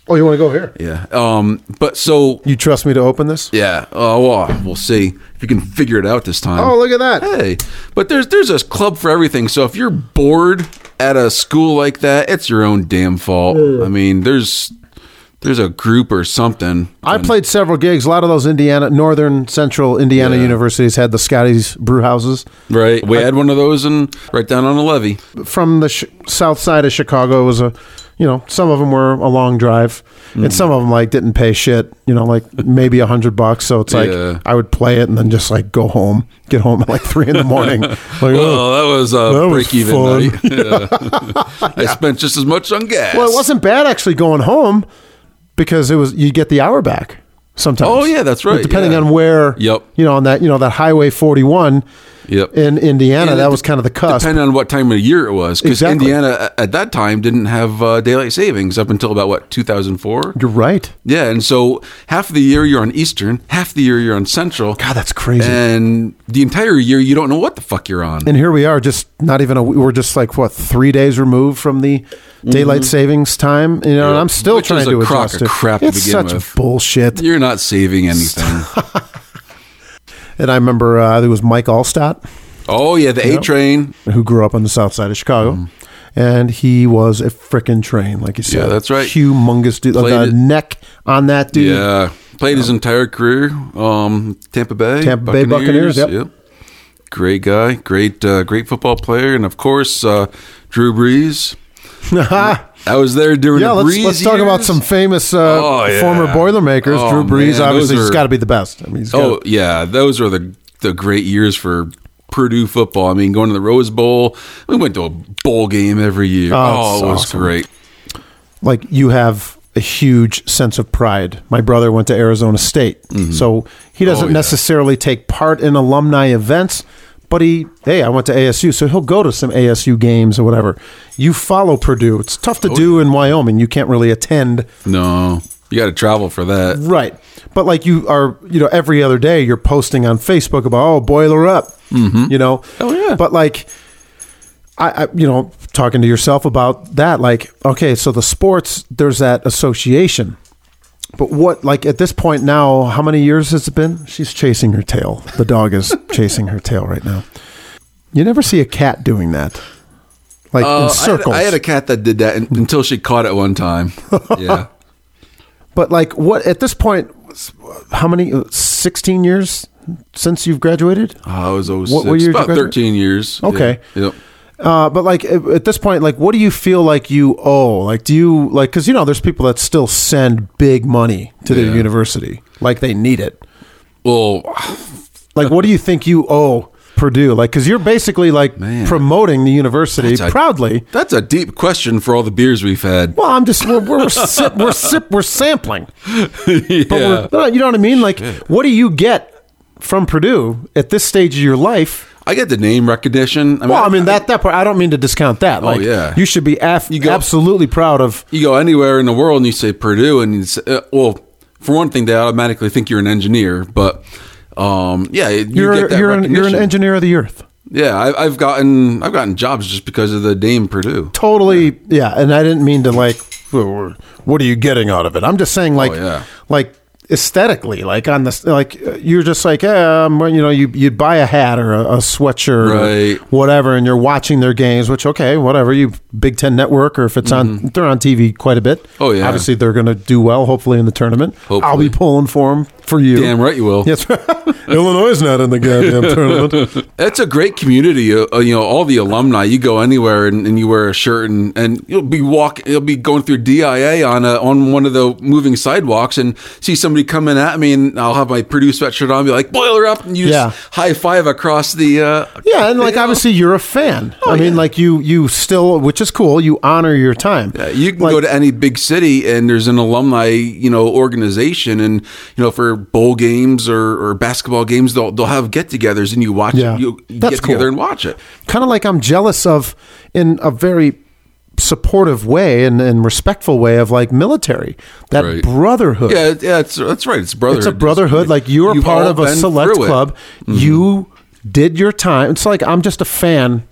Oh, you want to go here?
Yeah. Um, but so
You trust me to open this?
yeah. Oh, well, we'll see if you can figure it out this time.
Oh, look at that.
Hey, but there's there's a club for everything. So if you're bored at a school like that, it's your own damn fault. I mean, there's there's a group or something.
I played several gigs. A lot of those Indiana, northern, central Indiana universities had the Scotties brew houses.
Right. We had one of those and right down on the levee.
From the sh- south side of Chicago was a, you know, some of them were a long drive,
Mm.
and some of them like didn't pay shit. You know, like maybe a hundred bucks. So it's like
Yeah.
I would play it and then just like go home, get home at like three in the morning. like, oh.
Oh, that was a
That was
break even
fun.
night. Yeah. I spent just as much on gas.
Well, it wasn't bad actually going home because it was you get the hour back sometimes.
Oh, yeah, that's right,
depending
yeah.
on where.
Yep.
You know on that you know that Highway 41
Yep.
in Indiana
And it
that was kind of the cusp.
Depending on what time of year it was, because
Exactly.
Indiana a- at that time didn't have uh, daylight savings up until about what 2004.
You're right.
Yeah, and so half of the year you're on Eastern, half the year you're on Central.
God, that's crazy.
And the entire year you don't know what the fuck you're on.
and here we are, just not even a. We're just like what three days removed from the daylight savings time. You know, and
Mm-hmm. Yeah.
I'm still
Which
trying
is
to
a crock
adjust
of
it.
crap to
it's
begin
such
with.
bullshit.
You're not saving anything.
And I remember uh, there was Mike Allstott
oh yeah, the A train.
who grew up on the south side of Chicago. And he was a frickin' train, like you said.
Mm-hmm. Yeah, that's right.
Humongous dude.
Played
The
it-
neck on that dude.
Yeah, played his entire career. Um, Tampa Bay,
Tampa Bay Buccaneers, yep.
Great guy, great, uh, great football player, and of course uh, Drew Brees. I was there during
Yeah,
the
let's,
Brees
let's talk about
years.
some famous uh,
Oh, yeah.
former Boilermakers.
Oh,
Drew Brees,
man,
obviously,
those
he's
are-
got to be the best. I mean, he's
Oh
got
yeah, those are the the great years for Purdue football. I mean, going to the Rose Bowl, we went to a bowl game every year.
Oh,
Oh,
it's
it was
awesome.
great.
like you have a huge sense of pride. My brother went to Arizona State, so he doesn't
Mm-hmm. Oh, yeah.
necessarily take part in alumni events. But he, hey, I went to ASU, so he'll go to some ASU games or whatever. You follow Purdue. It's tough
Oh,
to do in Wyoming. You can't really attend,
No, you got to travel for that.
right? But like you are, you know, every other day you're posting on Facebook about oh, boiler up, you know.
Oh, yeah.
But like, I, I you know talking to yourself about that like okay so the sports there's that association but what like at this point now how many years has it been she's chasing her tail the dog is chasing her tail right now you never see a cat doing that like
Uh, I
in
had-
circles
I had, a cat that did that un- until she caught it one time. Yeah,
but like what at this point how many 16 years since you've graduated
I Oh, was 06.
What- what year did you
about
graduate?
thirteen years.
Okay.
Yeah. Yep.
Uh, but like at at this point, like what do you feel like you owe? Like do you like because you know there's people that still send big money to their
Yeah.
university, like they need it.
Well,
Like what do you think you owe Purdue? Like because you're basically like
Man.
promoting the university
That's a-
proudly.
that's a deep question for all the beers we've had.
Well, I'm just we're we're sip, we're sip, we're sampling, but
Yeah.
we're, you know what I mean. Like what do you get from Purdue at this stage of your life?
I get the name recognition. I mean,
Well, I mean that that part. I don't mean to discount that. Like,
yeah.
you should be af-
go-
absolutely proud of
you go anywhere in the world and you say Purdue, and you say, uh, well, for one thing, they automatically think you're an engineer. But um, yeah, you
you're
get that
you're an, you're an
recognition.
engineer of the earth.
Yeah, I, I've gotten I've gotten jobs just because of the name Purdue.
Totally, yeah. And I didn't mean to like. What are you getting out of it? I'm just saying, like,
Oh, yeah.
like aesthetically, like on this, like uh, you're just like, eh, um, you know, you you buy a hat or a, a sweatshirt
Right.
or whatever, and you're watching their games. Which okay, whatever. You Big Ten Network, or if it's on, they're on TV quite a bit.
Mm-hmm. Oh, yeah.
obviously they're going to do well. Hopefully in the tournament, I'll
Hopefully.
be pulling for them for you.
Damn right you will.
Yes, Illinois is not in the goddamn tournament.
It's a great community. Uh, uh, you know, all the alumni. You go anywhere and, and you wear a shirt, and, and you'll be walk. You'll be going through DIA on a, on one of the moving sidewalks, and see somebody coming at me, and I'll have my Purdue sweatshirt on, be like boiler up, and you
Yeah.
just high five across the. Uh,
Yeah, and
you
like
know?
obviously you're a fan.
Oh,
I mean, like you you still, which is cool. You honor your time.
Uh, You can
Like,
go to any big city and there's an alumni, you know, organization and you know for their bowl games or, or basketball games, they'll they'll have get-togethers and you watch
Yeah.
it. You
That's
get together
cool.
and watch it.
kind of like I'm jealous of in a very supportive way and, and respectful way of like military that
Right.
brotherhood
Yeah, it- yeah, it's, that's right. It's brotherhood.
it's a brotherhood like you're
You've
part
all
of a
been
select
through it. Mm-hmm.
club you did your time it's like i'm just a fan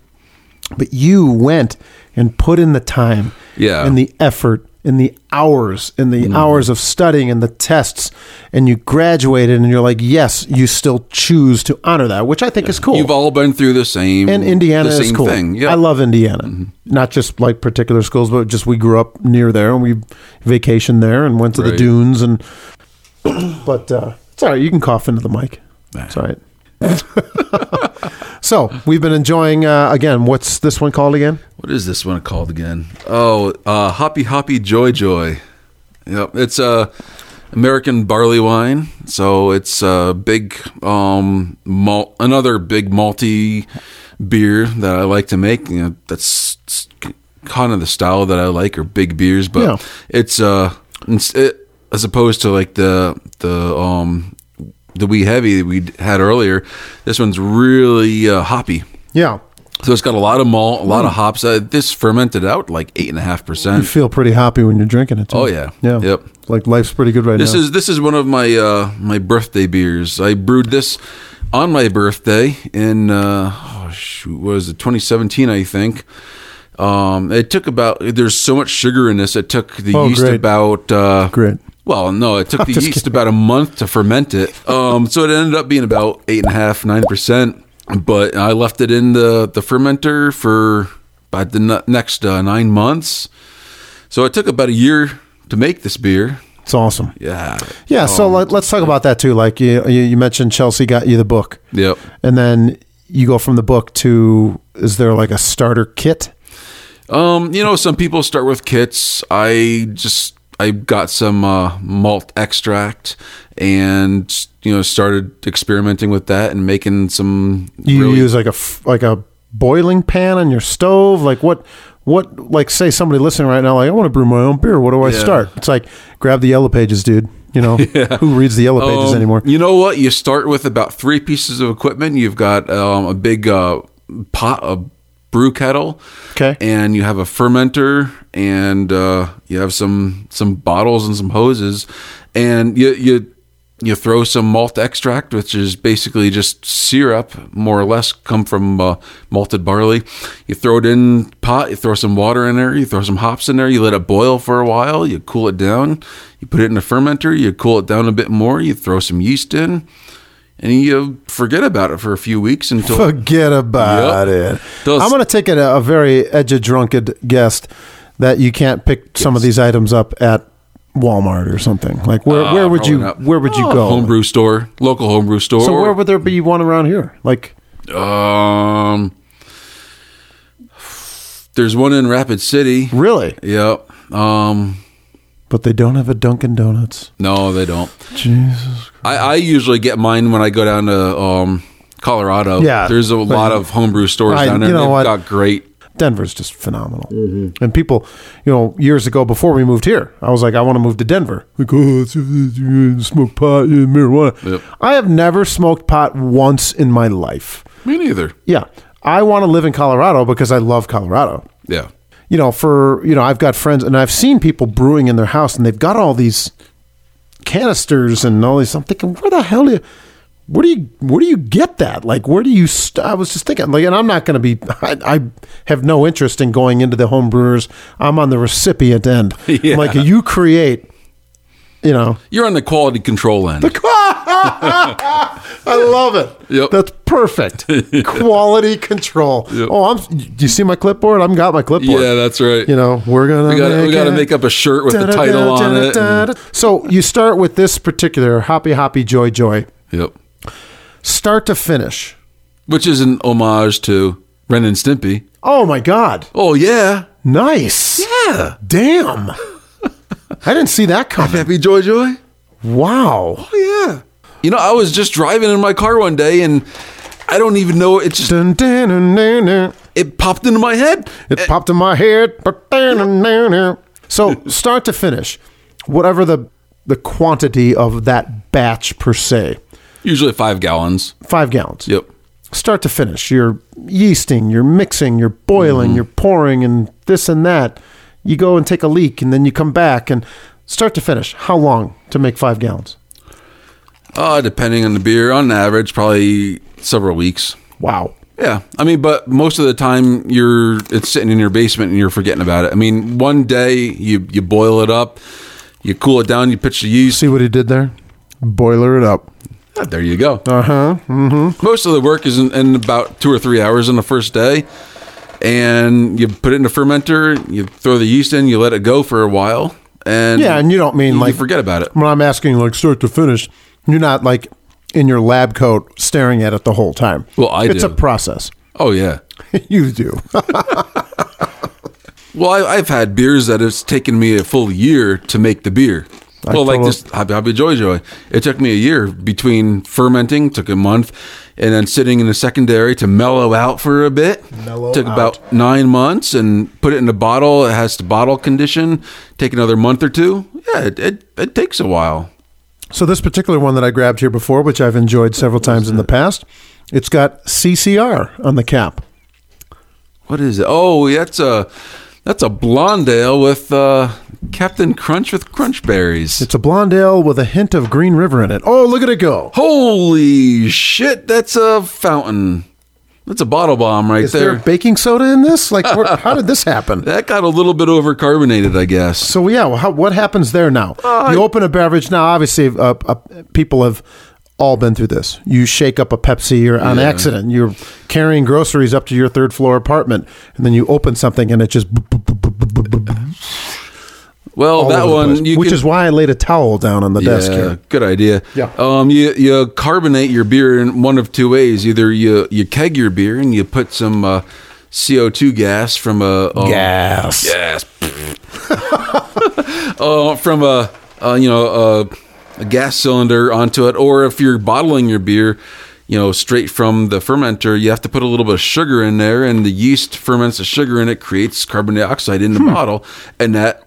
but you went and put in the time
Yeah. Mm-hmm.
and the effort and the hours and the hours of studying and the tests and you graduated and you're like yes you still choose to honor that which i think is cool
You've all been through the same
and Indiana
Mm. the same
is cool.
thing. Yeah. Mm-hmm.
I love Indiana. Not just like particular schools, but just we grew up near there and we vacationed there and went to the
Right.
dunes and. but uh, it's all right. You can cough into the mic. It's all right. so we've been enjoying uh, again. What's this one called again?
What is this one called again? Oh, uh, Hoppy Hoppy Joy Joy. Yep, it's uh, American barley wine. So it's a big um, malt, another big malty beer that I like to make. You know, that's s- kind of the style that I like, or big beers. But
Yeah.
it's uh, it's, it, as opposed to like the the um the wee heavy that we had earlier. This one's really uh, hoppy.
Yeah,
So it's got a lot of malt, a lot of hops. Uh, this fermented out like eight and a half
you
percent.
feel pretty happy when you're drinking it. Too.
Mm. Oh, yeah.
yeah.
Yep.
Like life's pretty good right
This
now.
is this is one of my uh, my birthday beers. I brewed this on my birthday in uh, oh shoot, what was it 2017? I think. Um, it took about. There's so much sugar in this. It took the
Oh,
yeast
great.
about. Uh,
Great.
Well, no, it took the
Just
yeast about a month to ferment it. Um, so it ended up being about eight and a half, nine percent. But I left it in the the fermenter for about the ne- next uh, nine months. So it took about a year to make this beer.
it's awesome.
Yeah. Um,
Yeah, so let, let's talk about that too. Like you, you you mentioned, Chelsea got you the book.
Yep.
And then you go from the book to is there like a starter kit?
Um, you know, some people start with kits. I just I got some uh, malt extract and you know started experimenting with that and making some.
You
really-
use like a f- like a boiling pan on your stove. Like what what like say somebody listening right now like I want to brew my own beer. What do I
Yeah.
start? It's like grab the yellow pages, dude. You know who reads the yellow pages
Um,
anymore?
You know what? You start with about three pieces of equipment. You've got um, a big uh, pot, a brew kettle,
Okay.
and you have a fermenter, and uh, you have some some bottles and some hoses, and you you you throw some malt extract, which is basically just syrup, more or less, come from uh, malted barley. You throw it in pot. You throw some water in there. You throw some hops in there. You let it boil for a while. You cool it down. You put it in a fermenter. You cool it down a bit more. You throw some yeast in, and you forget about it for a few weeks until
Forget about
Yep.
it.
Those-
I'm going to take it a, a very edge-drunked guest that you can't pick some of these items up at Walmart or something. Like where
Ah,
where would you
probably not.
where would you
Oh,
go?
Homebrew store, local homebrew store.
So where would there be one around here? Like
um? There's one in Rapid City.
really?
Yep. Um.
But they don't have a Dunkin' Donuts.
No, they don't.
Jesus.
I, I usually get mine when I go down to um Colorado.
Yeah.
There's a
Like-
lot of homebrew stores
I-
down there.
you know
They've
what?
got great.
Denver's just phenomenal. And people, you know, years ago before we moved here, I was like, I want to move to Denver. Like, oh, it's, it's, it's, smoke pot, yeah, marijuana.
Yep.
I have never smoked pot once in my life.
Me neither.
Yeah. I want to live in Colorado because I love Colorado.
Yeah.
You know, for, you know, I've got friends and I've seen people brewing in their house and they've got all these canisters and all these. I'm thinking, where the hell do you, where do you, where do you get that? Like, where do you? St- I was just thinking, like, and I'm not going to be. I, I have no interest in going into the home brewers. I'm on the recipient end.
Yeah.
I'm like, you create, you know.
You're on the quality control end.
I love it.
Yep.
That's perfect. Quality control. Oh, I'm. Do you see my clipboard? I've got my clipboard.
yeah, that's right.
You know, we're gonna
we gotta,
make
we gotta
it.
make up a shirt with the title on it. and-
So you start with this particular Hoppy Hoppy Joy Joy,
yep.
start to finish.
Which is an homage to Ren and Stimpy.
Oh my God.
Oh yeah.
Nice.
Yeah.
Damn. I didn't see that coming.
Happy Joy Joy.
Wow.
Oh yeah. You know, I was just driving in my car one day and I don't even know it just
Dun, dun, dun, dun, dun.
it popped into my head.
It popped in my head. Dun, dun, dun, dun. So start to finish, whatever the the quantity of that batch per se.
Usually five gallons.
Five gallons.
Yep.
Start to finish. You're yeasting, you're mixing, you're boiling,
Mm-hmm.
you're pouring, and this and that. You go and take a leak, and then you come back and start to finish. How long to make five gallons?
Uh, depending on the beer, on average, probably several weeks.
Wow.
Yeah, I mean, but most of the time you're it's sitting in your basement and you're forgetting about it. I mean, one day you you boil it up, you cool it down, you pitch the yeast.
See what he did there? Boiler it up.
ah, there you go. Uh huh.
Uh-huh,
Mm-hmm. Most of the work is in, in about two or three hours on the first day, and you put it in the fermenter, you throw the yeast in, you let it go for a while, and
Yeah, and you don't mean like
forget about it.
When I'm asking like start to finish, you're not like in your lab coat staring at it the whole time.
Well, I
it's
do.
a process.
Oh yeah.
you do.
Well, I, I've had beers that it's taken me a full year to make the beer. well, like
total-
this Hobby Hobby Joy Joy, it took me a year between fermenting, took a month, and then sitting in the secondary to mellow out for a bit.
Mellow
took
out.
about nine months, and put it in a bottle. It has to bottle condition. Take another month or two. Yeah, it it, it takes a while.
so this particular one that I grabbed here before, which I've enjoyed several times in the past, it's got CCR on the cap.
What is it? Oh, that's a that's a blonde ale with uh, Captain Crunch with crunch berries.
It's a blonde ale with a hint of Green River in it. Oh, look at it go!
Holy shit, that's a fountain. That's a bottle bomb right
Is there
there.
baking soda in this? Like, where, how did this happen?
that got a little bit overcarbonated, I guess.
So yeah, well, how, what happens there now?
Uh,
you open a beverage now. Obviously, uh, uh, people have all been through this. You shake up a Pepsi or on accident. You're carrying groceries up to your third floor apartment, and then you open something and it just. boop, boop, boop, boop, boop, boop, boop, boop,
Well,
all
that
over the
one,
place.
you
which
can-
is why I laid a towel down on the desk
yeah,
here.
good idea.
Yeah.
Um, you you carbonate your beer in one of two ways. Either you you keg your beer and you put some uh, CO two gas from a um,
Gas.
gas uh, from a uh, you know a, a gas cylinder onto it, or if you're bottling your beer, you know straight from the fermenter, you have to put a little bit of sugar in there, and the yeast ferments the sugar, and it creates carbon dioxide in the
Hmm.
bottle, and that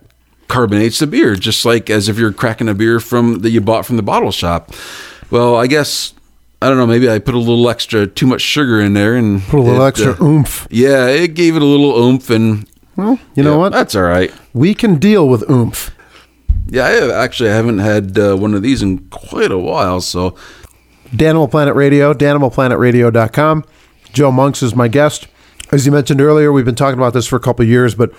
carbonates the beer, just like as if you're cracking a beer from that you bought from the bottle shop. Well, I guess. I don't know. Maybe I put a little extra, too much sugar in there, and
Put a little
it,
extra
uh,
oomph.
yeah, it gave it a little oomph, and
Well, you know
yeah,
what?
That's all right.
we can deal with oomph.
Yeah, I have- actually haven't had uh, one of these in quite a while, so
Danimal Planet Radio, danimalplanetradio.com. Joe Monks is my guest. As you mentioned earlier, we've been talking about this for a couple of years, but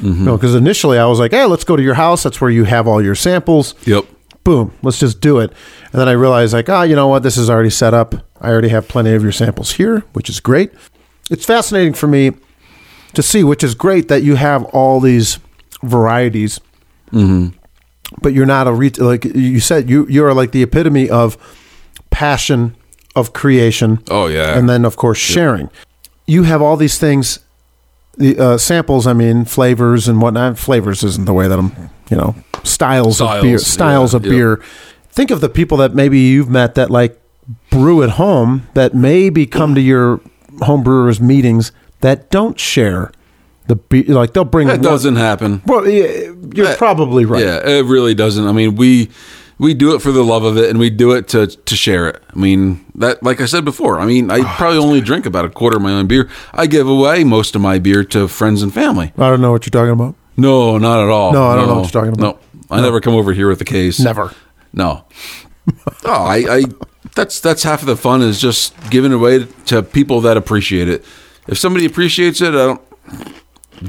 no, because initially I was like, hey, let's go to your house. That's where you have all your samples.
Yep.
Boom, let's just do it. And then I realized, like, ah, you know what? This is already set up. I already have plenty of your samples here, which is great. It's fascinating for me to see, which is great that you have all these varieties
Mm-hmm.
but you're not a re- like you said you you're like the epitome of passion of creation
Oh, yeah.
and then of course sharing you have all these things the uh, samples i mean flavors and whatnot flavors isn't the way that i'm you know styles, of
Styles,
beer
yeah,
styles of
yeah.
beer think of the people that maybe you've met that like brew at home that maybe come to your home brewers meetings that don't share the beer like they'll bring
that
one-
doesn't happen.
well yeah, you're
Uh,
probably right
Yeah, it really doesn't. I mean, we we do it for the love of it, and we do it to to share it. I mean, that like I said before. I mean, I probably only drink about a quarter of my own beer. I give away most of my beer to friends and family.
i don't know what you're talking about
No, not at all.
No, I don't know what you're talking about.
No, I never come over here with a case.
Never.
No. oh, I, I. That's that's half of the fun is just giving away to people that appreciate it. If somebody appreciates it, I don't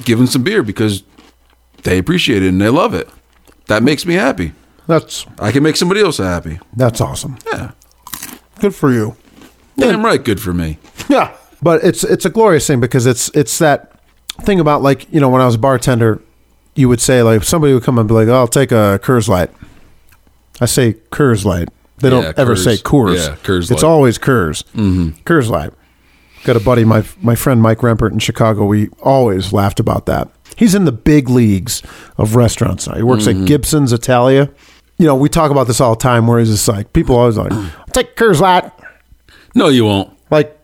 give them some beer because they appreciate it and they love it. That makes me happy.
That's
I can make somebody else happy.
that's awesome.
Yeah,
Good for you.
damn right, good for me.
Yeah, but it's it's a glorious thing because it's it's that thing about like you know when I was a bartender, you would say like somebody would come and be like, "Oh, "I'll take a Coors Light." I say Coors Light. They don't
Yeah,
ever
Coors.
say Coors.
Yeah, Coors
It's
Light.
always Coors. Mm-hmm. Coors Light. Got a buddy, my my friend Mike Rempert in Chicago. We always laughed about that. He's in the big leagues of restaurants now. He works
Mm-hmm.
at Gibson's Italia. You know, we talk about this all the time. Where he's just like people always like, "I'll take Coors Light."
No, you won't.
Like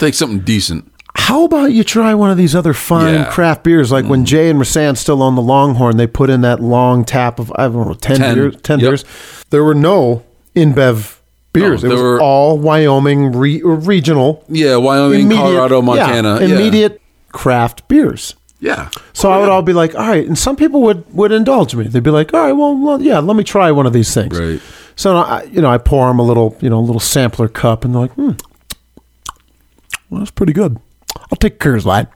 Take something decent.
How about you try one of these other fine
Yeah. Mm.
craft beers? Like when Jay and Rasan still owned the Longhorn, they put in that long tap of I don't know ten,
Ten.
beers. Ten
Yep.
beers. There were no InBev beers.
No,
it was
there were-
all Wyoming re- or regional,
Yeah, Wyoming,
immediate-
Colorado,
yeah,
Montana. Yeah.
immediate craft beers.
Yeah.
So I would all be like, all right. And some people would would indulge me. They'd be like, all right, well, well, yeah, let me try one of these things.
Right.
So I, you know, I pour them a little, you know, a little sampler cup, and they're like, hmm, well, that's pretty good. I'll take Coors Light.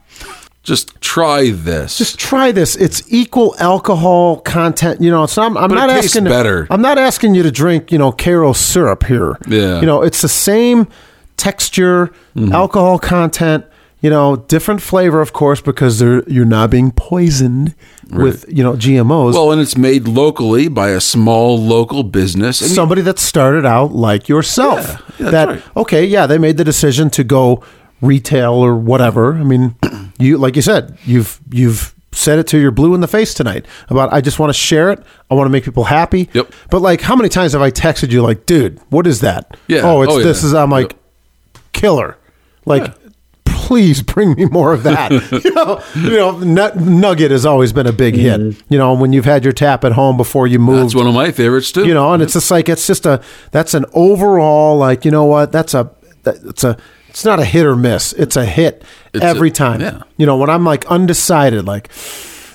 Just try this.
Just try this. It's equal alcohol content. You know, it's not, I'm
But it
not
tastes
asking.
better.
I'm not asking you to drink, you know, Caro syrup here.
Yeah. Mm-hmm.
You know, it's the same texture, alcohol content. You know, different flavor, of course, because they're, you're not being poisoned with you know GMOs.
well, and it's made locally by a small local business. And
somebody that started out like yourself.
Yeah, that's
that
right.
okay, yeah, they made the decision to go retail or whatever. I mean, you like you said, you've you've said it to your blue in the face tonight about I just want to share it. I want to make people happy.
Yep.
But like, how many times have I texted you like, dude, what is that?
Yeah.
Oh, it's
Oh, yeah.
this is. I'm like,
Yep.
killer. Like. Please bring me more of that. you know, you know, nut, nugget has always been a big hit. You know, when you've had your tap at home before you moved,
that's one of my favorites too.
you know and it's just like it's just a that's an overall like you know what that's a that- it's a it's not a hit or miss it's a hit
It's
every
a-
time
yeah.
you know when i'm like undecided like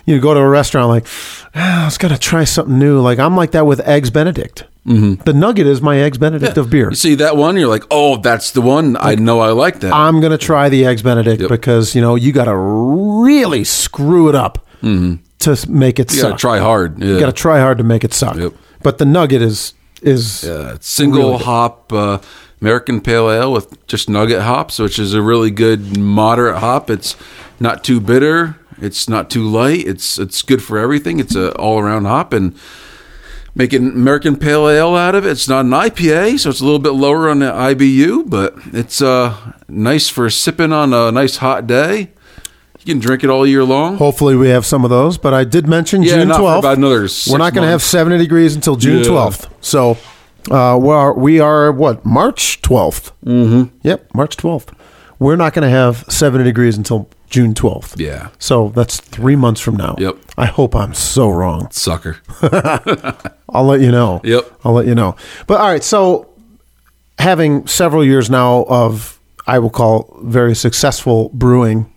you go to a restaurant like ah, i was gonna try something new like i'm like that with eggs benedict mm-hmm. the nugget is my eggs benedict of beer
You see that one, you're like, oh, that's the one. I know I like that.
i'm gonna try the eggs benedict because you know you gotta really screw it up to s- make it
Mm-hmm. you
suck
gotta try hard. Yeah.
you gotta try hard to make it suck
Yep.
but the nugget is is
Uh, single hop uh, American Pale Ale with just nugget hops, which is a really good moderate hop. It's not too bitter. It's not too light. It's it's good for everything. It's a all around hop and making American Pale Ale out of it. It's not an IPA, so it's a little bit lower on the IBU, but it's uh, nice for sipping on a nice hot day. You can drink it all year long.
Hopefully, we have some of those. But I did mention
Yeah,
June
not for
12th.
about another six
We're not going to have
months.
70 degrees until June
Yeah.
12th. So uh, we, are, we are, what, March 12th? Mm-hmm. Yep, March 12th. We're not going to have 70 degrees until June 12th.
Yeah.
So that's three months from now.
Yep.
I hope I'm so wrong.
Sucker.
I'll let you know.
Yep.
I'll let you know. But all right, so having several years now of, I will call, very successful brewing,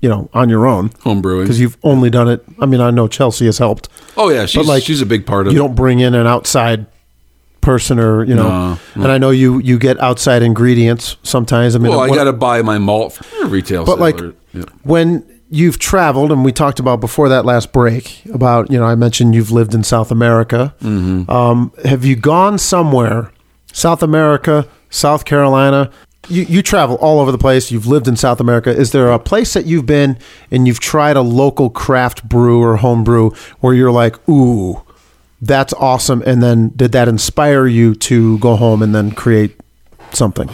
you know, on your own.
Home brewing.
because you've only done it. I mean, I know Chelsea has helped,
Oh yeah, she's
but like
she's a big part of
You
it.
don't bring in an outside person, or you know,
No,
and I know you you get outside ingredients sometimes. I mean,
Well, I
what-
got to buy my malt from a retail.
but like
seller. Yeah.
when you've traveled, and we talked about before that last break about you know I mentioned you've lived in South America. Um, have you gone somewhere, South America, South Carolina? You, you travel all over the place. You've lived in South America. Is there a place that you've been and you've tried a local craft brew or home brew where you're like, ooh, that's awesome? And then did that inspire you to go home and then create something?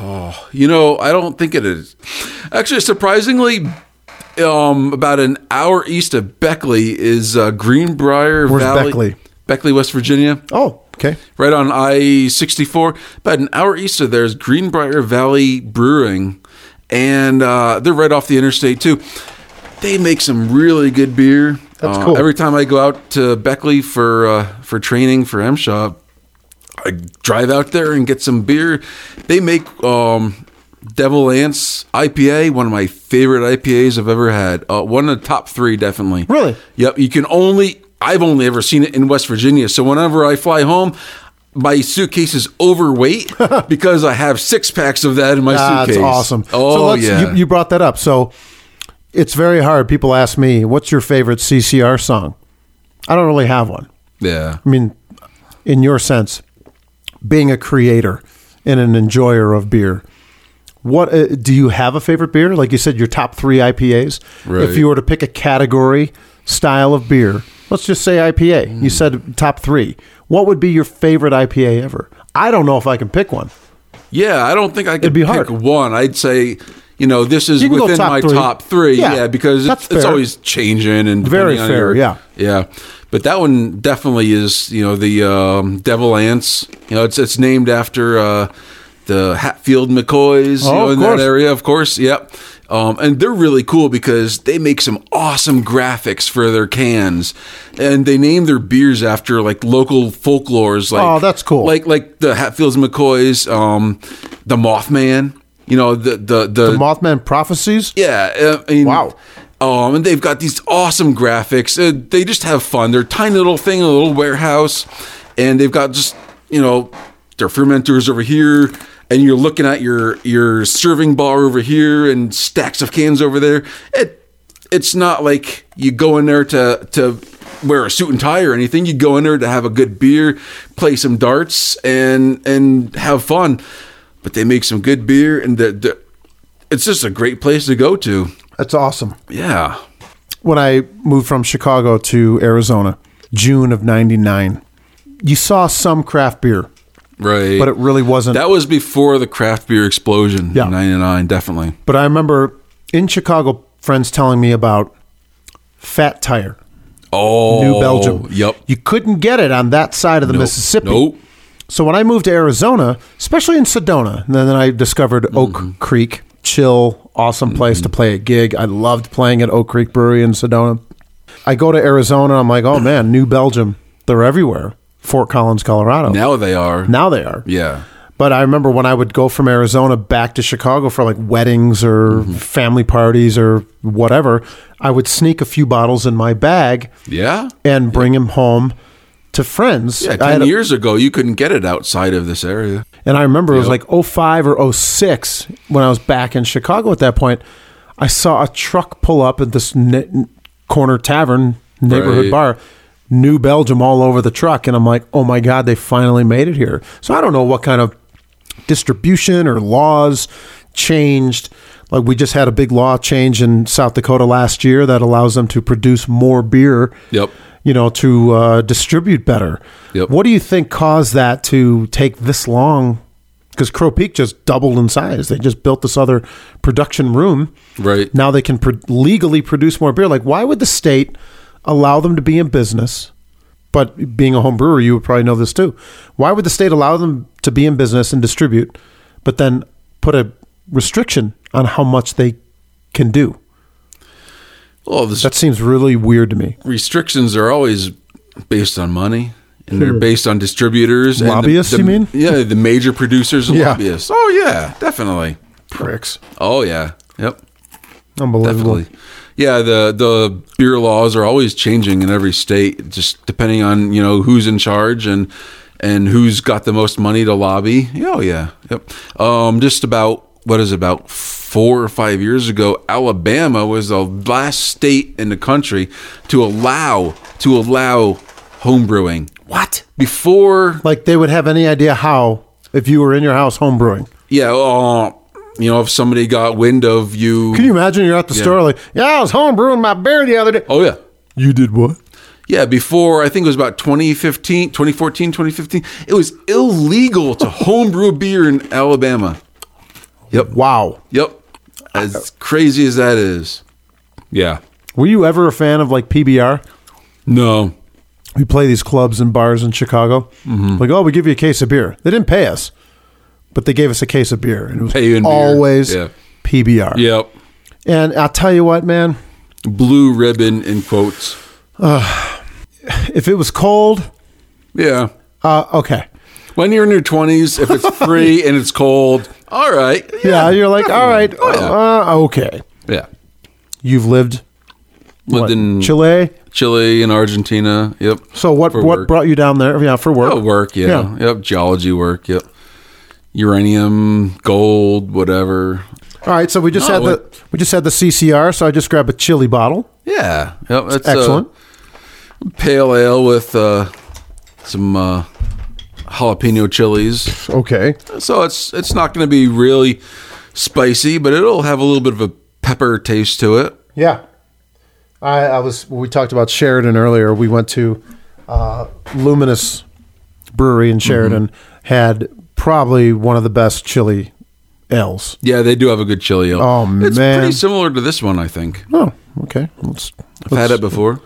you know, I don't think it is. Actually, surprisingly, um, about an hour east of Beckley is uh, Greenbrier
Where's
Valley,
Beckley?
Beckley, West Virginia.
Oh, okay.
right on I sixty four. About an hour east of there is Greenbrier Valley Brewing, and uh, they're right off the interstate too. They make some really good beer.
That's
Uh,
cool.
Every time I go out to Beckley for uh, for training for M Shop, I drive out there and get some beer. They make um, Devil Ants IPA, one of my favorite IPAs I've ever had. Uh, one of the top three, definitely.
Really?
Yep. You can only, I've only ever seen it in West Virginia. So whenever I fly home, my suitcase is overweight because I have six packs of that in my
That's
suitcase.
awesome.
Oh,
so let's,
yeah.
You, you brought that up. So it's very hard. People ask me, what's your favorite CCR song? I don't really have one.
yeah.
I mean, in your sense, being a creator and an enjoyer of beer, what uh, do you have a favorite beer? Like you said, your top three IPAs.
Right.
If you were to pick a category, style of beer, let's just say IPA.
Hmm.
You said top three. What would be your favorite IPA ever? I don't know if I can pick one.
Yeah, I don't think I could
be
pick
hard.
one. I'd say, you know, this is
You can go
within
top
my
three.
top three.
Yeah,
Yeah, because
that's
it's, it's
fair.
always changing and
Very
depending on
fair,
your-
yeah.
yeah. But that one definitely is, you know, the um, Devil Ants. You know, it's it's named after uh, the Hatfield McCoys.
Oh,
you know,
of
in
course.
that area, of course. Yep. Um, and they're really cool because they make some awesome graphics for their cans, and they name their beers after like local folklores. Like,
Oh, that's cool.
Like like the Hatfields and McCoys, um, the Mothman. You know the the the,
The Mothman prophecies.
yeah. uh, I mean,
Wow.
Um, and they've got these awesome graphics. Uh, they just have fun. They're a tiny little thing, a little warehouse, and they've got just you know their fermenters over here, and you're looking at your your serving bar over here, and stacks of cans over there. It it's not like you go in there to to wear a suit and tie or anything. You go in there to have a good beer, play some darts, and and have fun. But they make some good beer, and the, the it's just a great place to go to.
That's awesome.
Yeah.
when I moved from Chicago to Arizona, June of '99, you saw some craft beer,
Right.
but it really wasn't.
that was before the craft beer explosion
Yeah.
in 99, definitely.
but I remember in Chicago, friends telling me about Fat Tire,
Oh.
New Belgium.
Yep.
You couldn't get it on that side of the
Nope.
Mississippi.
Nope.
So when I moved to Arizona, especially in Sedona, and then I discovered Oak
Mm-hmm.
Creek, chill, awesome place to play a gig. I loved playing at Oak Creek Brewery in Sedona. I go to Arizona, I'm like, oh man, New Belgium, they're everywhere. Fort Collins, Colorado.
Now they are.
Now they are.
Yeah.
But I remember when I would go from Arizona back to Chicago for like weddings or
Mm-hmm.
family parties or whatever, I would sneak a few bottles in my bag
Yeah.
and bring them home to friends.
Yeah.
I had
10
a-
years ago, you couldn't get it outside of this area.
and I remember it was like 05 or 06 when I was back in Chicago at that point. I saw a truck pull up at this n- corner tavern, neighborhood
Right.
bar, New Belgium all over the truck. And I'm like, oh my God, they finally made it here. So I don't know what kind of distribution or laws changed. Like we just had a big law change in South Dakota last year that allows them to produce more beer
Yep.
you know, to uh, distribute better.
Yep.
What do you think caused that to take this long? Because Crow Peak just doubled in size. They just built this other production room.
Right.
Now they can pro- legally produce more beer. Like, why would the state allow them to be in business? But being a home brewer, you would probably know this too. Why would the state allow them to be in business and distribute, but then put a restriction on how much they can do?
Oh, this
That seems really weird to me.
restrictions are always based on money. And they're based on distributors, and the-
Hmm. Lobbyists,
the-
you mean?
Yeah, the major producers and
Yeah.
lobbyists. Oh yeah, definitely.
Pricks.
Oh yeah, yep.
Unbelievable.
Definitely. Yeah, the the beer laws are always changing in every state, just depending on you know who's in charge and and who's got the most money to lobby. Oh yeah, yep. Um, just about what is it, about four or five years ago, Alabama was the last state in the country to allow to allow home brewing. What before
like they would have any idea how if you were in your house home brewing.
yeah, uh, you know if somebody got wind of you.
Can you imagine you're at the store like, yeah, I was home brewing my beer the other day.
oh yeah.
You did what?
Yeah, before I think it was about 2015, 2014, 2015, it was illegal to homebrew beer in Alabama.
Wow.
Yep. As crazy as that is. Yeah.
Were you ever a fan of like PBR?
No.
We play these clubs and bars in Chicago.
Mm-hmm.
Like, oh, we give you a case of beer. They didn't pay us, but they gave us a case of beer, and it was
Pay you in beer.
always
Yeah.
PBR.
Yep.
And I'll tell you what, man,
Blue ribbon in quotes.
if it was cold,
Yeah.
uh, okay,
When you're in your 20s, if it's free and it's cold, all right.
yeah, you're like, all right,
Oh, yeah.
uh, okay,
yeah.
you've lived
Lived
what,
in
Chile.
Chile and Argentina. Yep.
So what
For
what
work.
brought you down there? Yeah, for work.
Oh, work, yeah. Yep, geology work, yep. Uranium, gold, whatever.
All right, so we just
No,
had the
it-
we just had the CCR, so I just grabbed a chili bottle.
Yeah, yep. That's
Excellent.
A pale ale with uh, some uh, jalapeno chilies.
okay.
So it's it's not going to be really spicy, but it'll have a little bit of a pepper taste to it.
Yeah. I, I was we talked about Sheridan earlier. We went to uh, Luminous Brewery in Sheridan
Mm-hmm.
had probably one of the best chili ales.
Yeah, they do have a good chili ale.
Oh,
it's
man.
pretty similar to this one, I think.
Oh, okay. Let's,
I've had it before.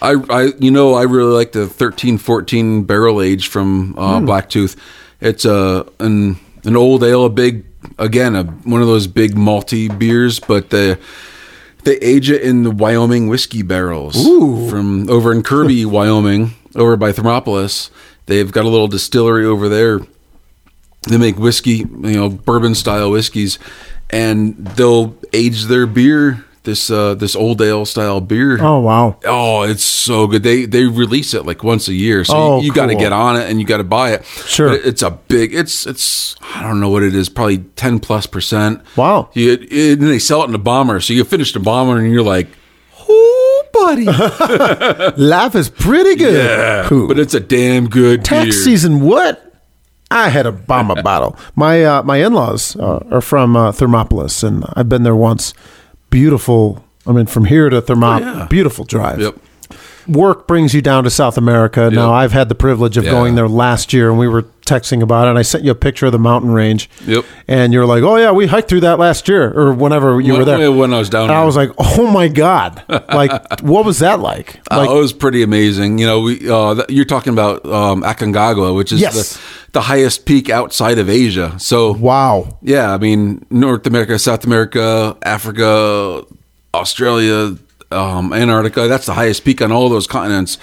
I, I, you know, I really like the thirteen
Hmm.
fourteen barrel age from uh, Blacktooth. It's a an an uh, old ale, a big again a, one of those big multi beers, but the they age it in the Wyoming whiskey barrels
Ooh.
from over in Kirby, Wyoming, over by Thermopolis. They've got a little distillery over there. They make whiskey, you know, bourbon style whiskeys, and they'll age their beer this uh, this old ale style beer.
Oh wow.
Oh, it's so good. They they release it like once a year, so
Oh,
you, you got to
cool.
get on it and you got to buy it.
Sure.
But it- it's a big. It's it's I don't know what it is. Probably ten plus percent.
Wow.
You, it, and they sell it in a bomber, so you finish the bomber and you're like,
Ooh, buddy. Life is pretty good.
yeah,
Cool.
but it's a damn good
Tax
beer.
season, what? I had a bomber bottle. My uh, my in laws uh, are from uh, Thermopolis, and I've been there once. Beautiful. I mean, from here to Thermop,
Oh, yeah.
beautiful drive.
Yep.
Work brings you down to South America. Now,
Yep.
I've had the privilege of
Yeah.
going there last year, and we were texting about it. And I sent you a picture of the mountain range.
Yep.
And you're like, "Oh yeah, we hiked through that last year, or whenever you
When-
were there."
when I was down
and I
there.
was like, "Oh my god! Like, what was that like? Like,
oh, it was pretty amazing. You know, we uh, th- you're talking about um, Aconcagua, which is
Yes.
the, the highest peak outside of Asia. So
wow!
Yeah, I mean North America, South America, Africa, Australia, um, Antarctica. That's the highest peak on all those continents.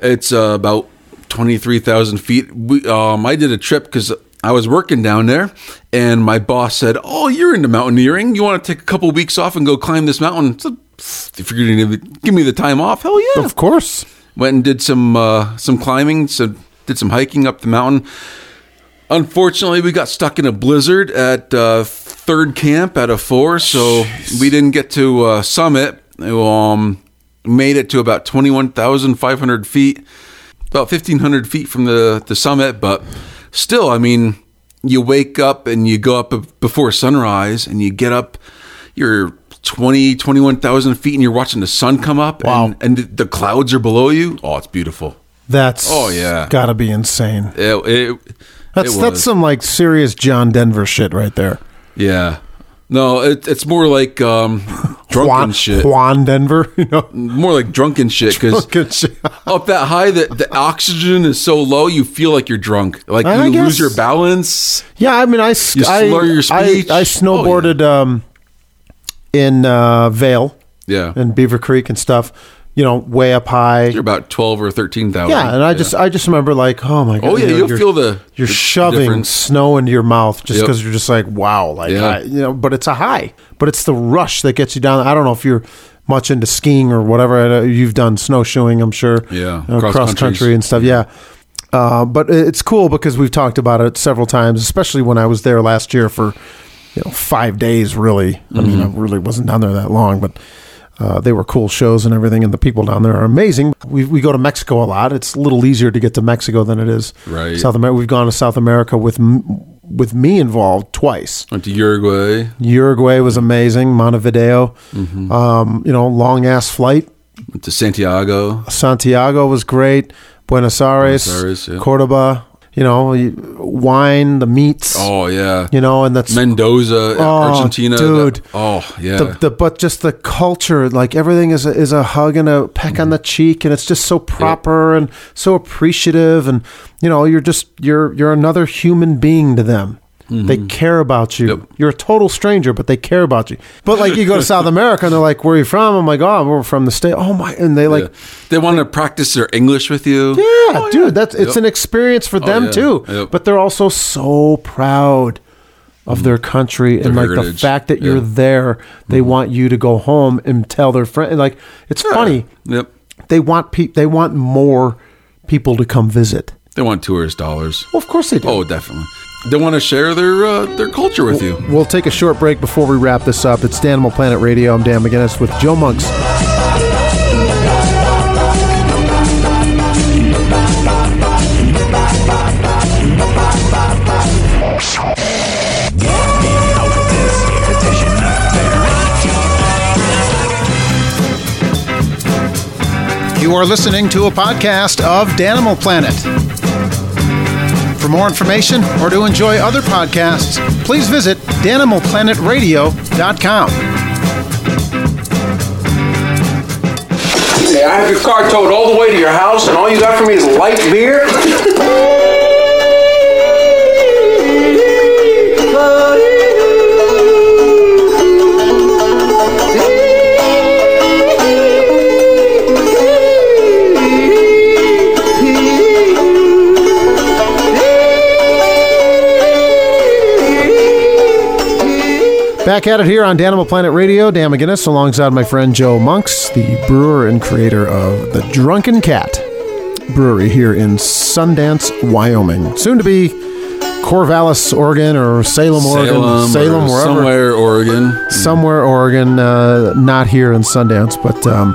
It's uh, about twenty three thousand feet. We, um, I did a trip because I was working down there, and my boss said, "Oh, you're into mountaineering. You want to take a couple weeks off and go climb this mountain?" So, if you're going to give me the time off, hell yeah,
Of course,
went and did some uh, some climbing, so did some hiking up the mountain. Unfortunately, we got stuck in a blizzard at uh, third camp out of four, so we didn't get to uh, summit. Um, made it to about twenty one thousand five hundred feet, about fifteen hundred feet from the the summit, but still, I mean, you wake up and you go up before sunrise, and you get up. You're 20, 21,000 feet, and you're watching the sun come up,
Wow.
and, and the clouds are below you. Oh, it's beautiful.
that's
Oh, yeah.
gotta be insane.
It, it,
That's
it
that's
was.
some like serious John Denver shit right there.
Yeah. No, it, it's more like um, drunken
Juan,
shit.
Juan Denver, you know.
More like drunken shit because
Drunken shit.
up that high, that the oxygen is so low, you feel like you're drunk. Like
I
you
guess.
lose your balance.
Yeah, I mean, I s-
You
I-
slur your
I-
speech. Oh,
I, snowboarded um, in uh, Vale,
Yeah.
and Beaver Creek and stuff. You know, way up high.
You're about twelve or thirteen thousand.
yeah, and I just I just remember like, oh my god.
Oh, yeah,
you know,
you'll
you're-
feel the-
you're
the
shoving
difference.
snow into your mouth just
Yep.
because you're just like, wow, like
Yeah.
I, you know. But it's a high, but it's the rush that gets you down. I don't know if you're much into skiing or whatever. I know You've done snowshoeing, I'm sure.
Yeah,
cross,
cross
country
countries.
and stuff. Yeah. Uh, but it- it's cool because we've talked about it several times, especially when I was there last year for you know five days. Really, I mean, I
Mm-hmm.
really wasn't down there that long, but uh, they were cool shows and everything, and the people down there are amazing. We we go to Mexico a lot. It's a little easier to get to Mexico than it is
Right.
South America. We've gone to South America with m- with me involved twice.
Went to Uruguay.
Uruguay was amazing. Montevideo,
Mm-hmm.
um, you know, long ass flight.
Went to Santiago.
Santiago was great. Buenos Aires,
Aires, yeah.
Cordoba. You know, you- wine, the meats.
Oh yeah.
You know, and that's
Mendoza,
Oh,
Argentina.
dude.
oh yeah.
the, the but just the culture, like everything is a, is a hug and a peck on the
Mm-hmm.
cheek, and it's just so proper and so appreciative, and you know, you're just you're you're another human being to them. They care about you.
Mm-hmm. Yep.
You're a total stranger, but they care about you. But like you go to South America and they're like, "Where are you from?" I'm like, "Oh, we're from the state." Oh my! And they like
Yeah. they want to practice their English with you.
Yeah, dude, that's it's an experience for them
Oh, yeah.
too.
Yep. Mm-hmm.
But they're also so proud of their country and like the
heritage.
fact that you're
Yeah. Mm-hmm.
there, they want you to go home and tell their friend. Like it's funny.
Yep.
They want pe- they want more people to come visit.
They want tourist dollars.
Well, of course they do.
Oh, definitely. They want to share their uh, their culture with you.
We'll take a short break before we wrap this up. It's Danimal Planet Radio. I'm Dan McGinnis with Joe Monks. You are listening to a podcast of Danimal Planet. For more information or to enjoy other podcasts, please visit danimalplanetradio.com.
Yeah, I have your car towed all the way to your house, and all you got for me is light beer?
Back at it here on Danimal Planet Radio, Dan McGinnis, alongside my friend Joe Monks, the brewer and creator of the Drunken Cat Brewery here in Sundance, Wyoming. Soon to be Corvallis, Oregon, or Salem, Oregon,
Salem,
Salem,
or
wherever,
somewhere, Oregon.
somewhere, Oregon. Uh, not here in Sundance, but um,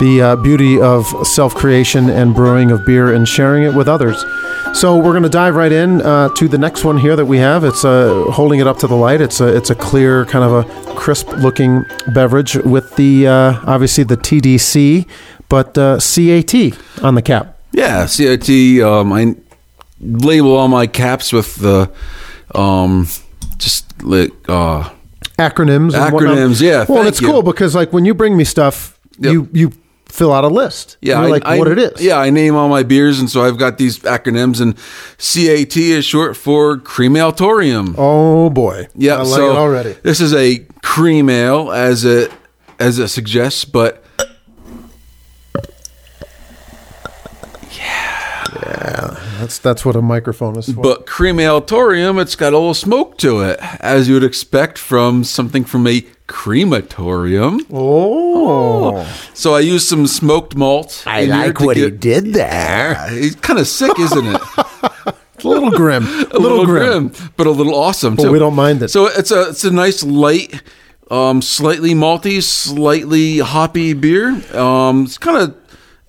the uh, beauty of self-creation and brewing of beer and sharing it with others. So we're going to dive right in uh, to the next one here that we have. It's uh, holding it up to the light. It's a it's a clear kind of a crisp-looking beverage with the uh, obviously the TDC, but uh, CAT on the cap.
Yeah, CIT. Um, I label all my caps with the um, just like uh,
acronyms. and whatnot.
Acronyms, yeah,
Well,
thank
it's
you.
cool because like when you bring me stuff, you you fill out a list.
yeah,
You're
I-
like
I-
what it is.
Yeah, I name all my beers, and so I've got these acronyms, and CAT is short for cream ale torium.
Oh boy.
Yeah,
I like
so
it already.
This is a cream ale, as it as it suggests, but
That's that's what a microphone is for.
But cream ale torium, it's got a little smoke to it, as you would expect from something from a crematorium.
Oh.
So I used some smoked malt.
I
in here
like
to
what he
get-
did there.
Yeah, It's kind of sick, isn't it?
It's a little grim. A
a little, grim. but a little awesome.
But
too.
we don't mind it.
So it's a it's a nice light, um, slightly malty, slightly hoppy beer. Um, it's kind of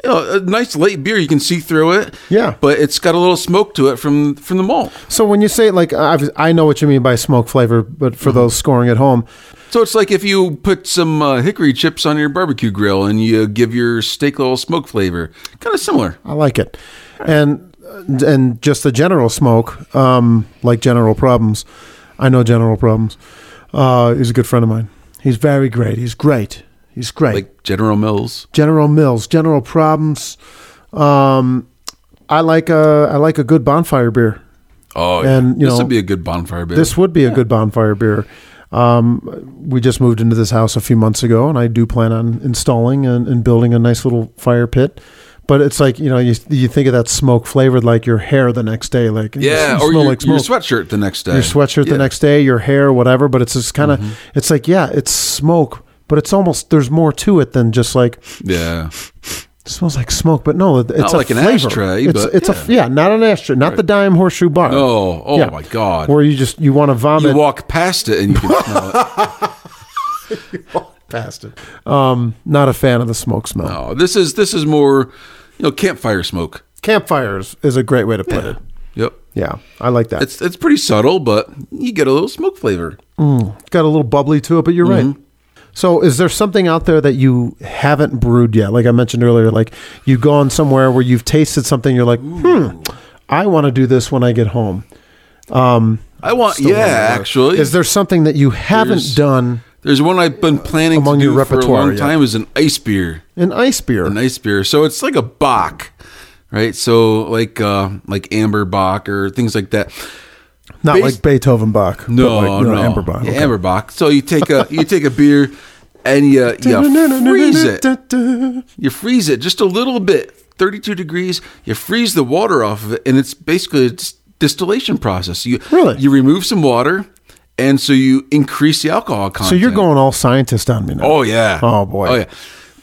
you know, a nice light beer. You can see through it.
Yeah.
but it's got a little smoke to it from from the malt.
So when you say like I've, I know what you mean by smoke flavor, but
Mm-hmm.
for those scoring at home,
So it's like if you put some uh, hickory chips on your barbecue grill and you give your steak a little smoke flavor, kind of similar.
I like it, and and just the general smoke, um, like general problems. I know general problems. Uh, he's a good friend of mine. He's very great. He's great. He's great.
Like General Mills.
General Mills, General Problems. Um, I like a I like a good bonfire beer.
Oh,
And, you
yeah. this
know,
would be a good bonfire beer.
This would be a good bonfire beer. Um, we just moved into this house a few months ago, and I do plan on installing and, and building a nice little fire pit. But it's like you know you you think of that smoke flavored like your hair the next day, like you
yeah,
s-
or
smell
your,
like
your
smoke.
sweatshirt the next day.
your sweatshirt
Yeah. Mm-hmm.
the next day, your hair, whatever. But it's just kind of, it's like, yeah, it's smoke, but it's almost there's more to it than just like
Yeah,
it smells like smoke. But no, it- it's
Not
a
like an
flavor.
ashtray,
It's,
but
it's a yeah, not an ashtray, not the dime horseshoe bar.
No. Oh,
Yeah.
my God.
Where you just you want to vomit.
you walk past it and you can smell it.
past it. Um, not a fan of the smoke smell.
Oh, this is this is more, you know, campfire smoke.
Campfires is a great way to put it.
Yep,
Yeah, I like that. It's
it's it's pretty subtle, but you get a little smoke flavor.
got a little bubbly to it, but you're right. Mm-hmm. So, is there something out there that you haven't brewed yet? Like I mentioned earlier, like you've gone somewhere where you've tasted something, you're like, hmm, I want to do this when I get home.
I want, yeah, actually.
uh, Is there something that you haven't
There's-
done
There's one I've been planning
Among
to do
your
for a
repertoire,
long
yeah.
time is an ice beer.
in ice beer?
An ice beer. So it's like a Bach, right? So like uh like Amber Bach or things like that.
Not
Bas-
like Beethoven Bach.
No,
but like,
no,
Amber Bach.
Yeah, Amber Bach. So you take a you take a beer and you you freeze it. You freeze it just a little bit, 32 degrees. You freeze the water off of it, and it's basically a dis- distillation process. You
Really?
you remove some water, and so you increase the alcohol content.
So you're going all scientist on me now.
Oh yeah.
Oh, boy.
Oh yeah.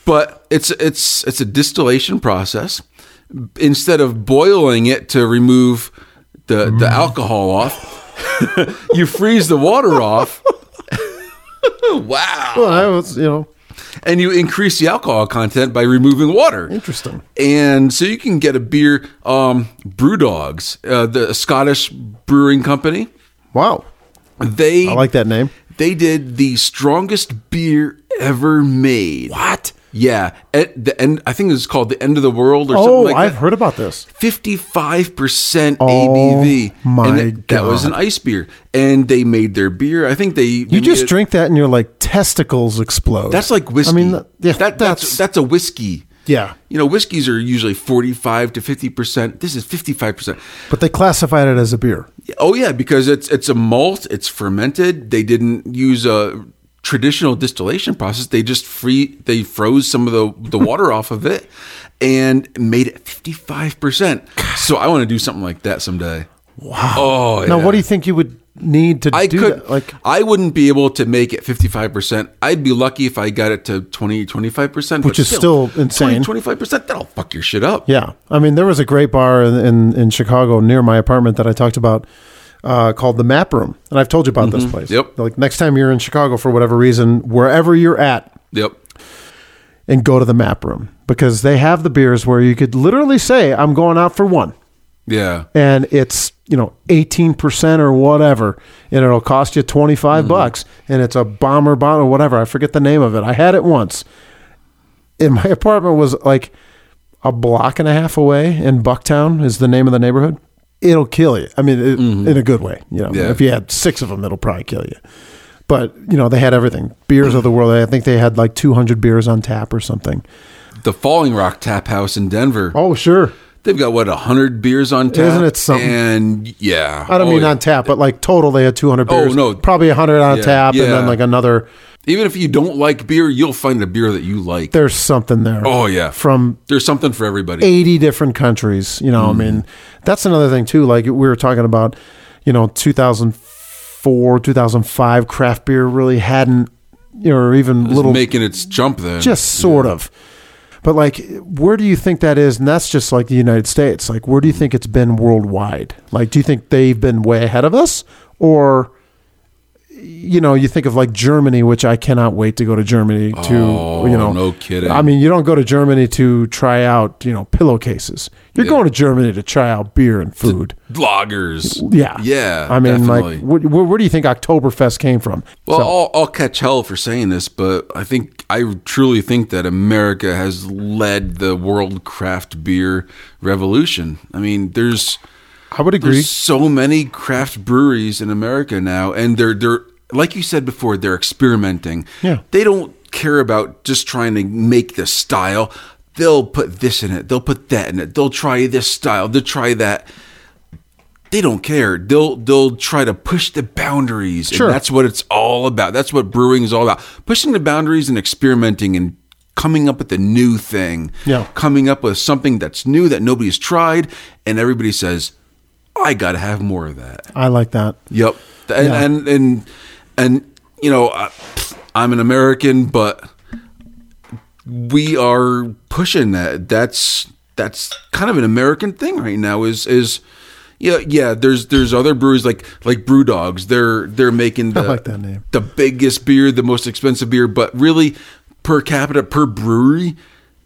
But it's it's it's a distillation process. Instead of boiling it to remove the the
Mm.
alcohol off, you freeze the water off. wow.
Well, I was, you know,
And you increase the alcohol content by removing water.
interesting.
And so you can get a beer, um, Brewdogs, uh, the Scottish brewing company.
Wow.
They
I like that name.
They did the strongest beer ever made. What? Yeah, at the end. I think it was called the end of the world or
Oh,
something like
I've
that.
heard about this.
Fifty-five percent ABV.
my
and it- that was an
God.
ice beer, and they made their beer. I think they
You just drink that and you're like testicles explode.
That's like whiskey.
I mean, th- yeah,
that, that's, that's a whiskey.
Yeah.
You know, whiskeys are usually forty-five to fifty percent. This is fifty-five percent.
but they classified it as a beer.
Oh yeah, because it's it's a malt. It's fermented. They didn't use a traditional distillation process. They just free they froze some of the the water off of it and made it fifty five percent. So I want to do something like that someday. Wow. Oh yeah.
Now, what do you think you would need to
I
do
could
that. Like,
I wouldn't be able to make it 55%. I'd be lucky if I got it to 20
Which
25%, but
is still insane.
20 25%, that'll fuck your shit up.
yeah. I mean, there was a great bar in, in, in Chicago near my apartment that I talked about uh, called the Map Room. And I've told you about this
Mhm.
place.
Yep.
Like, next time you're in Chicago for whatever reason, wherever you're at,
Yep.
and go to the map room because they have the beers where you could literally say, I'm going out for one.
Yeah.
And it's, you know, 18% or whatever. And it'll cost you 25 bucks. And it's a bomber bottle or whatever. I forget the name of it. I had it once. And my apartment was like a block and a half away in Bucktown, is the name of the neighborhood. It'll kill you. I mean, it, in a good way. You know,
Yeah.
if you had six of them, it'll probably kill you. But, you know, they had everything beers of the world. I think they had like 200 beers on tap or something.
The Falling Rock Tap House in Denver.
Oh, sure.
They've got what 100 beers on tap.
Isn't it something?
And yeah.
I don't
Oh,
mean
yeah.
on tap, but like total, they had 200
Oh,
beers.
no.
Probably 100 on
Yeah,
tap, and then
yeah.
like another.
Even if you don't like beer, you'll find a beer that you like.
There's something there.
Oh yeah.
From
There's something for everybody.
80 different countries. You know,
Mm.
I mean, that's another thing too. Like we were talking about, you know, 2004, 2005, craft beer really hadn't, you know, or even
It's
little
making its jump then.
just sort of but like where do you think that is and that's just like the united states like where do you
Mm.
think it's been worldwide like do you think they've been way ahead of us or you know you think of like germany which i cannot wait to go to germany to
Oh,
you know
no kidding.
i mean you don't go to germany to try out you know pillowcases you're going to germany to try out beer and food
Loggers.
yeah
Yeah.
i mean
definitely.
like wh- wh- where do you think oktoberfest came from
Well, I'll, I'll catch hell for saying this, but I think I truly think that America has led the world craft beer revolution. I mean, there's
I would agree.
There's so many craft breweries in America now, and they're they're like you said before, they're experimenting.
Yeah.
they don't care about just trying to make the style. They'll put this in it. They'll put that in it. They'll try this style. They'll try that they don't care. They'll they'll try to push the boundaries.
Sure.
And that's what it's all about. That's what brewing is all about. Pushing the boundaries and experimenting and coming up with a new thing.
Yeah.
Coming up with something that's new that nobody's tried and everybody says, "I got to have more of that."
i like that
Yep. And
Yeah.
and and and you know, I, I'm an American, but we are pushing that. That's that's kind of an American thing right now. Is is yeah yeah. There's there's other breweries like like Brew Dogs. They're they're making the
like that name.
the biggest beer, the most expensive beer, but really per capita per brewery,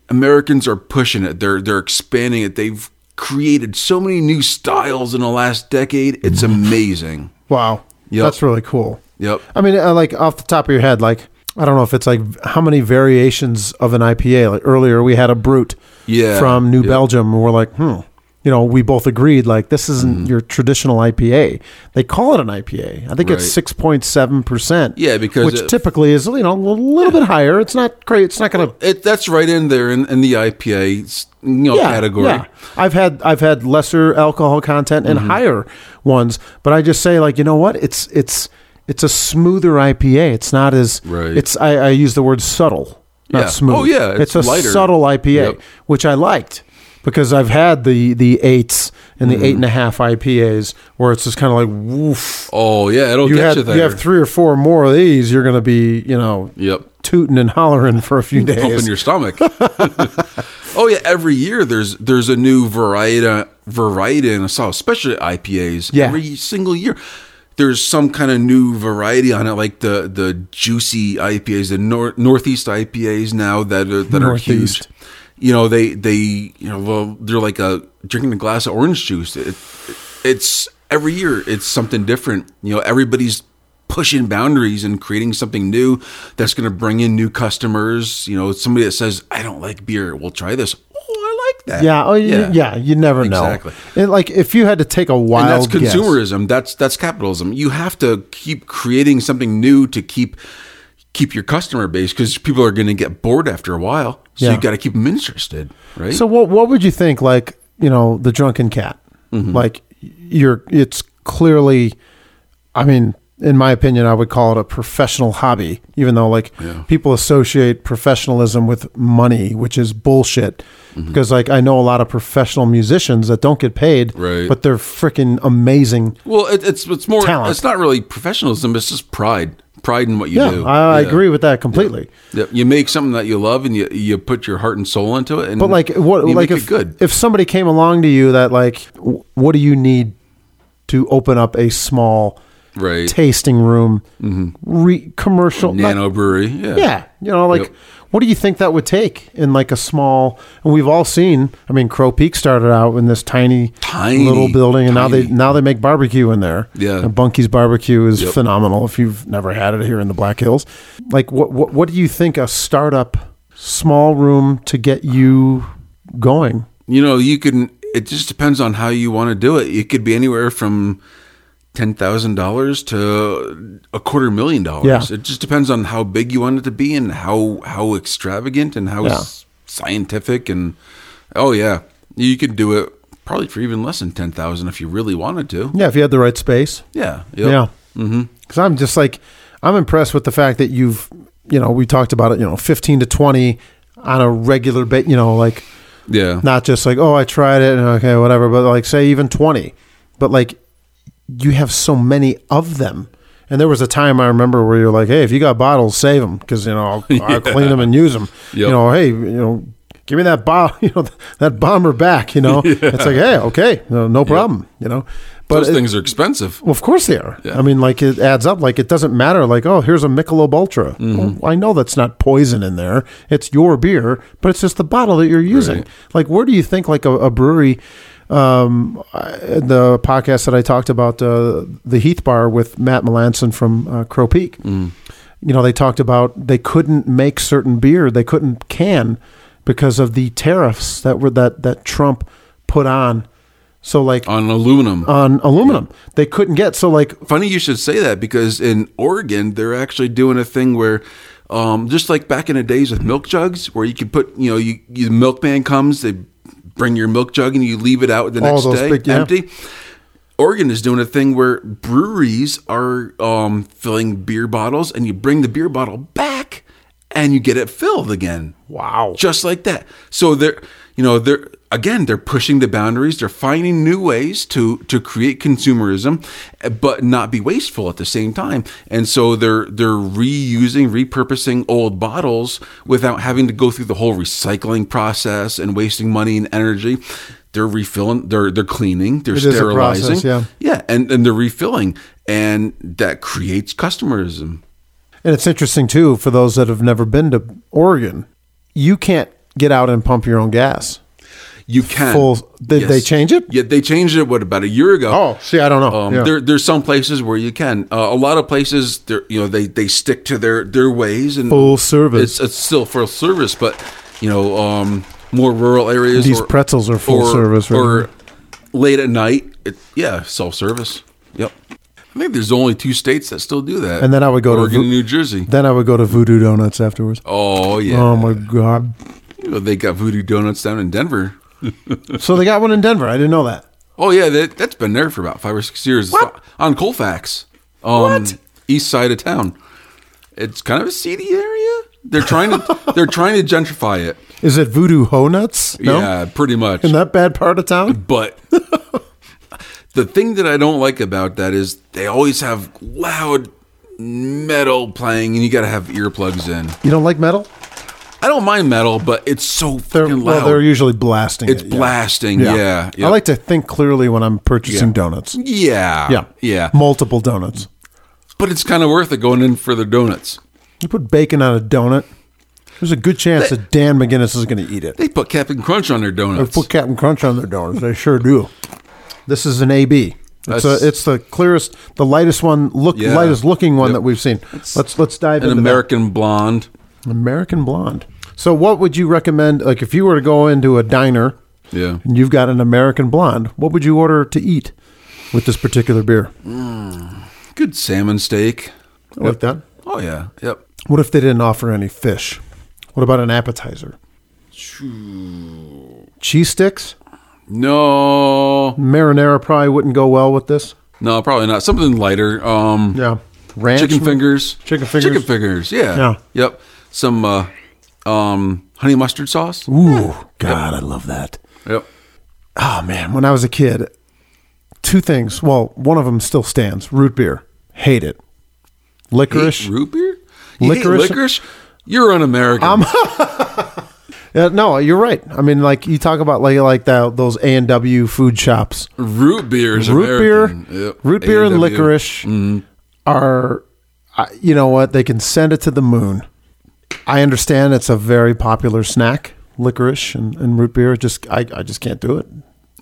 Americans are pushing it. They're they're expanding it. They've created so many new styles in the last decade. It's
Mm-hmm.
amazing.
wow
Yep.
that's really cool
Yep.
I mean, uh, like off the top of your head, like I don't know if it's like v- how many variations of an IPA. Like earlier, we had a Brute,
Yeah,
from New
yeah.
Belgium. And we're like, hmm, you know, we both agreed like this isn't
Mm-hmm.
your traditional IPA. They call it an IPA. I think it's
Right.
six point seven percent.
Yeah, because
which
it-
typically is you know a little, little bit higher. It's not great. It's not going to
It that's right in there in, in the IPA 's, you know, category.
I've had I've had lesser alcohol content
Mm-hmm.
and higher ones, but I just say like you know what it's it's it's a smoother IPA. It's not as
Right.
It's I, I use the word subtle, not
Yeah.
smooth.
Oh, yeah,
it's,
it's
a
lighter.
subtle IPA,
Yep.
which I liked because I've had the the eights and
Mm-hmm.
the eight and a half IPAs where it's just kind of like woof.
Oh yeah, it'll
You
get
have
you there.
you have three or four more of these, you're going to be you know
Yep.
tooting and hollering for a few
Pump
days.
in your stomach. oh yeah, every year there's there's a new variety variety in a style, especially IPAs.
Yeah.
every single year there's some kind of new variety on it, like the the juicy IPAs, the nor- northeast IPAs now that are that
Northeast.
are huge. You know they they you know well, they're like a drinking a glass of orange juice. It, it's every year it's something different. You know everybody's pushing boundaries and creating something new that's going to bring in new customers. You know somebody that says I don't like beer, we'll try this. Oh, I like that.
Yeah, oh, yeah, yeah. You never know.
Exactly.
And like, if you had to take a wild,
and that's
guess-
consumerism. That's that's capitalism. You have to keep creating something new to keep keep your customer base because people are going to get bored after a while. So
Yeah.
you got to keep them interested, right?
So what what would you think? Like, you know,
Mm-hmm.
the drunken cat. Like, you're. It's clearly. I mean, in my opinion, I would call it a professional hobby, even though like
Yeah.
people associate professionalism with money, which is bullshit.
Mm-hmm.
Because like I know a lot of professional musicians that don't get paid,
Right.
but they're freaking amazing.
Well, it, it's it's more.
Talent.
It's not really professionalism. It's just pride. Pride in what you
yeah,
do.
I, I
Yeah.
agree with that completely.
Yeah, you make something that you love, and you you put your heart and soul into it. And
But like what
Mm-hmm. you
like
make
if
it good.
if somebody came along to you that like w- what do you need to open up a small
Right.
tasting room re- commercial not-
Mm-hmm. Nano brewery. Yeah.
Yeah, you know, like
Yep.
what do you think that would take in like a small? And we've all seen. I mean, Crow Peak started out in this tiny,
Tiny,
little building, and now they now they make barbecue in there.
Yeah.
and Bunky's barbecue is
Yep.
phenomenal. If you've never had it here in the Black Hills, like what what what do you think a startup small room to get you going?
You know, you can. It just depends on how you want to do it. It could be anywhere from ten thousand dollars to a quarter million dollars.
Yeah.
It just depends on how big you want it to be and how how extravagant and how
Yeah.
s- scientific and oh yeah, you could do it probably for even less than ten thousand if you really wanted to.
Yeah, if you had the right space.
Yeah.
Yeah.
Mm-hmm.
Because I'm just like, I'm impressed with the fact that you've, you know, we talked about it, you know, 15 to 20 on a regular bit, you know, like,
Yeah.
not just like, oh, I tried it and okay, whatever, but like, say even 20. But like, you have so many of them. And there was a time I remember where you're like, hey, if you got bottles, save them because, you know, I'll, I'll clean them and use them. You
Yep.
know, hey, you know, give me that bomb, you know, that bomber back, you know. It's like, hey, okay, no, no problem, you know.
Those
it-
things are expensive.
well, of course they are. I mean, like it adds up. Like it doesn't matter. Like oh, here's a Michelob Ultra. Well, I know that's not poison in there. It's your beer, but it's just the bottle that you're using. Like where do you think like a, a brewery? Um, I- the podcast that I talked about uh, the Heath Bar with Matt Melanson from uh, Crow Peak. You know, they talked about they couldn't make certain beer. They couldn't can because of the tariffs that were that that Trump put on. So like
On aluminum.
on aluminum. They couldn't get so like
Funny you should say that because in Oregon they're actually doing a thing where, um, just like back in the days with milk jugs, where you could put, you know, you, you the milkman comes, they bring your milk jug and you leave it out the
All
next
those
day
big- yeah.
empty. Oregon is doing a thing where breweries are um, filling beer bottles, and you bring the beer bottle back, and you get it filled again.
wow.
just like that. So they're, you know, they're again, they're pushing the boundaries. They're finding new ways to to create consumerism, eh, but not be wasteful at the same time. And so they're they're reusing, repurposing old bottles without having to go through the whole recycling process and wasting money and energy. They're refilling. They're they're cleaning. They're
It is a
sterilizing.
process, yeah.
yeah, and and they're refilling, and that creates customerism.
And it's interesting too for those that have never been to Oregon. You can't get out and pump your own gas.
You can.
Full- did they change it?
Yeah, they changed it. What about a year ago?
Oh, see, I don't know.
Um,
Yeah.
There, there's some places where you can. Uh, a lot of places, they're- you know, they they stick to their their ways and
Full service.
It's, it's still full service, but you know, um, more rural areas.
These pretzels are full
or-
service, right?
Or late at night, it, yeah, self service. Yep. I think there's only two states that still do that.
And then I would go to
Oregon
Vo-
and New Jersey.
Then I would go to Voodoo Donuts afterwards.
oh yeah.
Oh my god!
You know, they got Voodoo Donuts down in Denver.
So they got one in Denver. I didn't know that.
Oh yeah, that, that's been there for about five or six years. It's On Colfax, um, east side of town. It's kind of a seedy area. They're trying to they're trying to gentrify it.
Is it Voodoo Ho Nuts? No,
Yeah, pretty much.
in that bad part of town.
but the thing that I don't like about that is they always have loud metal playing, and you got to have earplugs in.
You don't like metal?
I don't mind metal, but it's so
They're,
fucking
well,
loud.
they're usually blasting.
it's
it, yeah.
blasting. Yeah, yeah.
I like to think clearly when I'm purchasing donuts.
Yeah,
Yeah,
yeah.
Multiple donuts.
But it's kind of worth it going in for the donuts.
You put bacon on a donut. There's a good chance that Dan McGinnis is going to eat it.
They put Captain Crunch on their
They
donuts.
put Captain Crunch on their donuts. They sure do. This is an AB. It's,
That's-
a, it's the clearest, the lightest one, look
Yeah.
lightest looking one
Yep.
that we've seen. let's let's dive
An
into that.
American blonde.
American blonde. So, what would you recommend? Like, if you were to go into a diner
Yeah.
and you've got an American blonde, what would you order to eat with this particular beer?
Good salmon steak.
I Like that.
Oh yeah. Yep.
What if they didn't offer any fish? What about an appetizer? Cheese sticks.
No.
Marinara probably wouldn't go well with this.
No, probably not. Something lighter. Um
Yeah.
ranch, chicken fingers,
Chicken fingers?
chicken fingers. Yeah.
Yeah.
Yep. Some uh, um, honey mustard sauce.
Ooh, God, I love that.
Yep.
Oh man, when I was a kid, two things. Well, one of them still stands: root beer. Hate it. Licorice.
Hate root beer. You hate
Licorice-
licorice. You're an American.
Yeah, no, you're right. I mean, like you talk about like like that those A and W food shops.
root beer is
root
American.
beer,
Yep.
root beer and Mm-hmm.
A&W.
licorice are, I- you know what? They can send it to the moon. I understand it's a very popular snack, licorice and, and root beer. Just I, I just can't do it.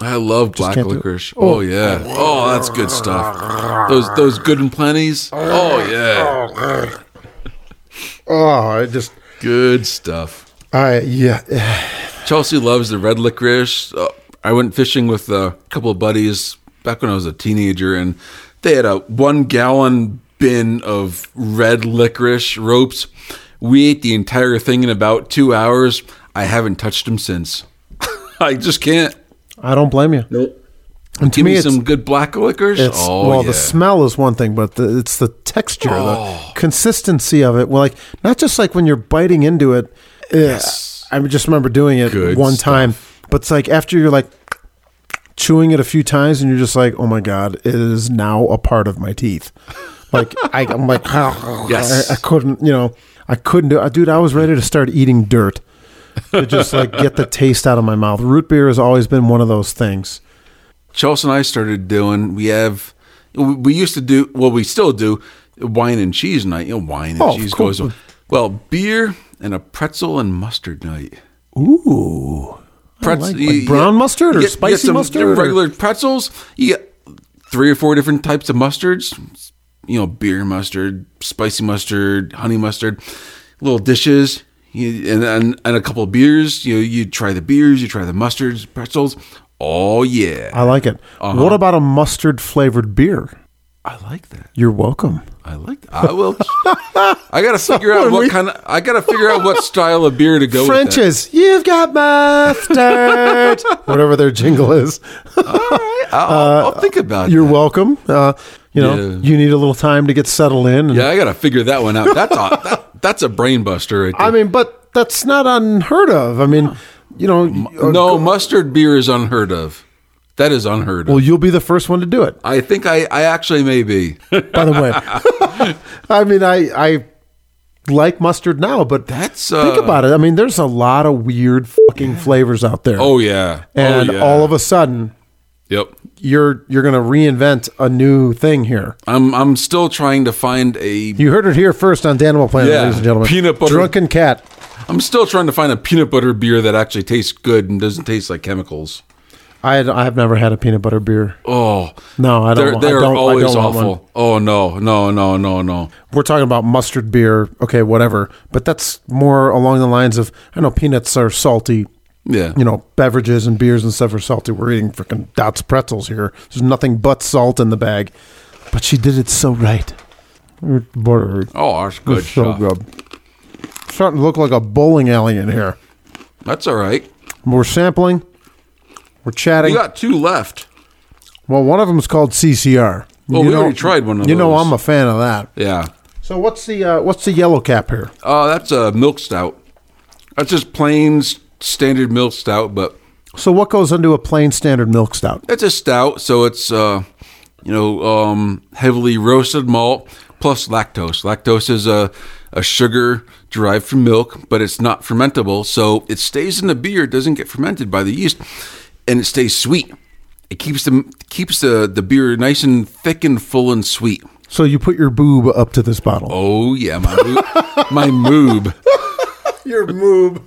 I love black
can't do it.
licorice. Oh.
Oh.
yeah. Oh, that's good stuff. Those those good and plenties. Oh yeah.
Oh, I just
Good stuff.
I yeah.
Chelsea loves the red licorice. Uh, I went fishing with a couple of buddies back when I was a teenager, and they had a one gallon bin of red licorice ropes. We ate the entire thing in about two hours. I haven't touched them since. I just can't.
I don't blame you.
Nope.
And to
Give
me,
me,
it's-
some good black licorice.
It's
oh,
well,
yeah. Oh.
the smell is one thing, but the, it's the texture, the consistency of it. Well, like not just like when you're biting into it. eh, I just remember doing it
Good
one time, but it's like after you're like chewing it a few times, and you're just like, oh my god, it is now a part of my teeth. Like I, I'm like, "Ah,
Yes.
I, I couldn't, you know, I couldn't do. it. Dude, I was ready to start eating dirt to just like get the taste out of my mouth. Root beer has always been one of those things.
Chelsea and I started doing. We have, we used to do. Well, we still do wine and cheese night. You know, wine and
Oh, of
cheese
course.
goes. Well, beer and a pretzel and mustard night.
Ooh.
Pretz-
like-
you-
like
you
brown mustard or
you you
spicy mustard or-
Regular pretzels. You get three or four different types of mustards. You know, beer mustard, spicy mustard, honey mustard. Little dishes. You, and, and and a couple of beers. You you try the beers. You try the mustards, pretzels. Oh yeah,
I like it.
Uh-huh.
What about a mustard flavored beer?
I like that.
You're welcome.
I like that. I will. I gotta figure out
When
what
we-
kind of. I gotta figure out what style of beer to go with.
French's, you've got mustard. Whatever their jingle is.
that. I'll, I'll think about.
uh, You're
that.
welcome. Uh, you know,
Yeah.
you need a little time to get settled in. and-
Yeah, I gotta figure that one out. That's a that, that's a brain buster. Right there.
I mean, but that's not unheard of. I mean, you know, uh,
no mustard beer is unheard of. That is unheard of.
Well, you'll be the first one to do it.
I think I I actually may be.
By the way, I mean, I I like mustard now, but
That's,
think
uh,
about it. I mean, there's a lot of weird fucking flavors out there.
Oh yeah.
and
oh, yeah.
all of a sudden,
Yep.
you're you're going to reinvent a new thing here.
I'm I'm still trying to find a.
You heard it here first on Danimal Planet,
Yeah,
ladies and gentlemen.
peanut butter-
Drunken cat.
I'm still trying to find a peanut butter beer that actually tastes good and doesn't taste like chemicals.
I had, I've never had a peanut butter beer.
Oh
No, I don't.
They're,
want-
they're
I don't, I
always
don't want
awful.
one.
Oh no, no, no, no, no.
We're talking about mustard beer. Okay, whatever. But that's more along the lines of I know peanuts are salty.
Yeah.
You know, beverages and beers and stuff are salty. We're eating freaking Dots pretzels here. There's nothing but salt in the bag. But she did it so right. Butter.
Oh, that's good.
so
stuff.
good. Starting to look like a bowling alley in here.
That's all right.
We're sampling. We're
We
chatting.
got two left.
well, one of them is called CCR.
Well, Oh, we already tried one of
You know,
those.
I'm a fan of that.
Yeah.
So what's the uh, what's the yellow cap here?
Oh, that's a milk stout. That's just plain s- standard milk stout, but
So what goes into a plain standard milk stout?
it's a stout, so it's uh, you know um, heavily roasted malt plus lactose. Lactose is a a sugar derived from milk, but it's not fermentable, so it stays in the beer, it doesn't get fermented by the yeast, and it stays sweet. It keeps the keeps the the beer nice and thick and full and sweet.
So you put your boob up to this bottle.
Oh yeah, my moob, my moob.
Your boob.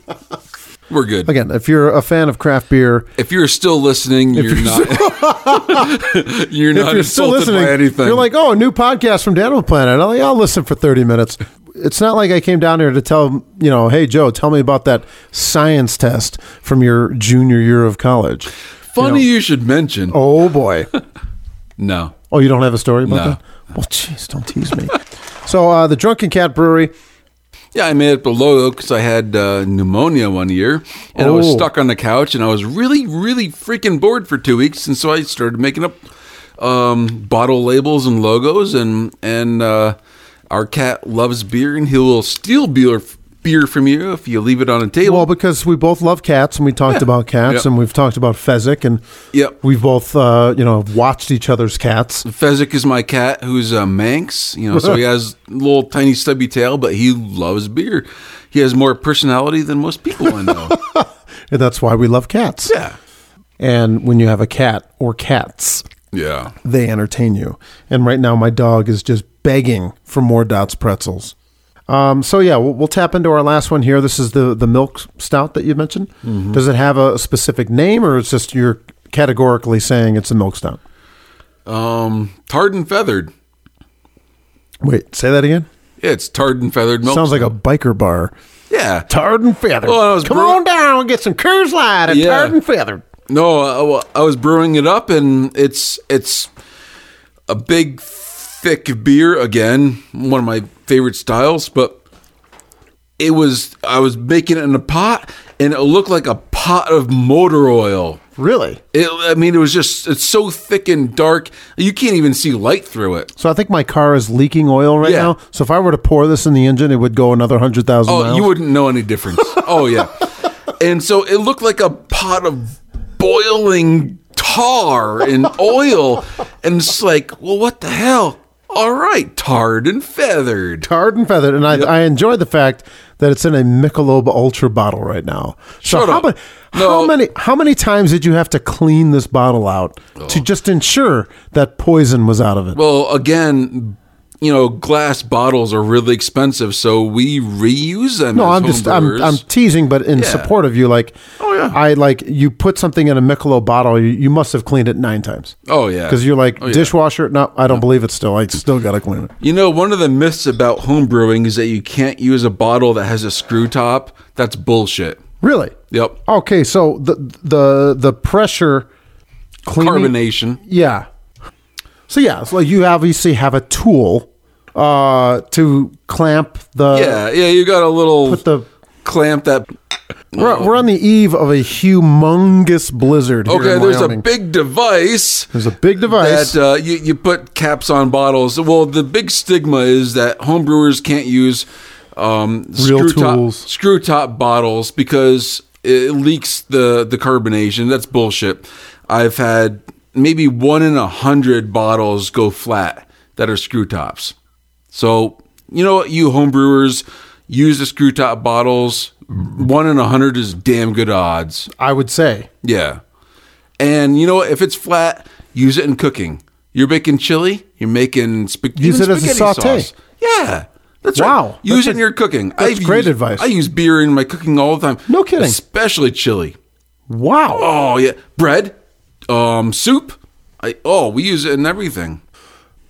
We're good.
Again, if you're a fan of craft beer,
If you're still listening, you're, not. you're
if
not
you're still
insulted
listening,
by anything.
you're like, oh, a new podcast from Danimal Planet. I'll, I'll listen for 30 minutes. It's not like I came down here to tell, you know, hey, Joe, tell me about that science test from your junior year of college.
funny. You, should mention.
Oh, boy.
No,
Oh, you don't have a story about
No.
that? Well, jeez, don't tease me. so, uh, the Drunken Cat Brewery.
Yeah, I made it below because I had uh, pneumonia one year, and I was
Oh.
stuck on the couch, and I was really, really freaking bored for two weeks, and so I started making up um, bottle labels and logos, and and uh, our cat loves beer, and he will steal beer beer from you if you leave it on a table.
Well, because we both love cats, and we talked
Yeah.
about cats,
Yep.
and we've talked about Fezzik, and
Yep.
we've both uh, you know watched each other's cats.
Fezzik is my cat, who's a Manx. You know, so he has a little tiny stubby tail, but he loves beer. He has more personality than most people I know.
And that's why we love cats.
Yeah.
And when you have a cat or cats,
Yeah.
they entertain you. And right now, my dog is just begging for more Dots pretzels. Um, so yeah, we'll, we'll tap into our last one here. This is the the milk stout that you mentioned.
Mm-hmm.
Does it have a specific name, or it's just you're categorically saying it's a milk stout?
Um, tarred and feathered.
Wait, say that again.
Yeah, it's tarred and feathered milk.
Sounds like a biker bar.
yeah.
Tarred and feathered.
Well, I was
Come
brew-
on down, get some Coors Light and
Yeah.
tarred and feathered.
No, I, well, I was brewing it up, and it's it's a big, thick beer again. One of my favorite styles, but it was I was making it in a pot, and it looked like a pot of motor oil.
Really?
It, I mean, it was just it's so thick and dark, you can't even see light through it.
So I think my car is leaking oil right
Yeah.
now. So if I were to pour this in the engine, it would go another hundred thousand
Oh,
miles.
you wouldn't know any difference. oh yeah, and so it looked like a pot of boiling tar and oil, and it's like, well, what the hell? All right, tarred and feathered.
Tarred and feathered, and I, I enjoy the fact that it's in a Michelob Ultra bottle right now. So
Shut
how,
up.
ma- how
No.
many how many times did you have to clean this bottle out to just ensure that poison was out of it?
Oh. Well, again, you know, glass bottles are really expensive, so we reuse them.
No,
as
I'm just I'm,
homebrewers.
I'm teasing, but in
Yeah. Oh,
support of you, like I like you put something in a Michelob bottle, you, you must have cleaned it nine times.
Oh, yeah.
because you're like
Oh, yeah.
dishwasher. No, I don't believe it. Still, I still gotta clean it.
You know, one of the myths about homebrewing is that you can't use a bottle that has a screw top. That's bullshit.
Really?
Yep.
Okay, so the the the pressure cleaning,
Carbonation.
Yeah. So yeah, so like you obviously have a tool uh to clamp the
yeah, yeah, you got a little
Uh, put the
clamp that.
we're, we're on the eve of a humongous blizzard. Here
Okay,
in
there's a
Wyoming.
big device.
There's a big device.
that uh, you, you put caps on bottles. Well, the big stigma is that homebrewers can't use um,
Real
screw
tools.
top screw top bottles because it leaks the the carbonation. That's bullshit. I've had maybe one in a hundred bottles go flat that are screw tops. So you know what, you homebrewers use the screw top bottles. One in a hundred is damn good odds.
I would say.
Yeah. And you know what? If it's flat, use it in cooking. You're making chili. You're making sp-
Use
even
it as a
spaghetti
saute.
Sauce. Yeah. That's
Wow.
right. Use
That's
it in
a-
your cooking.
that's great
used-
advice.
I use beer in my cooking all the time.
No kidding.
Especially chili.
Wow.
Oh yeah, bread, um, soup. I, oh, we use it in everything.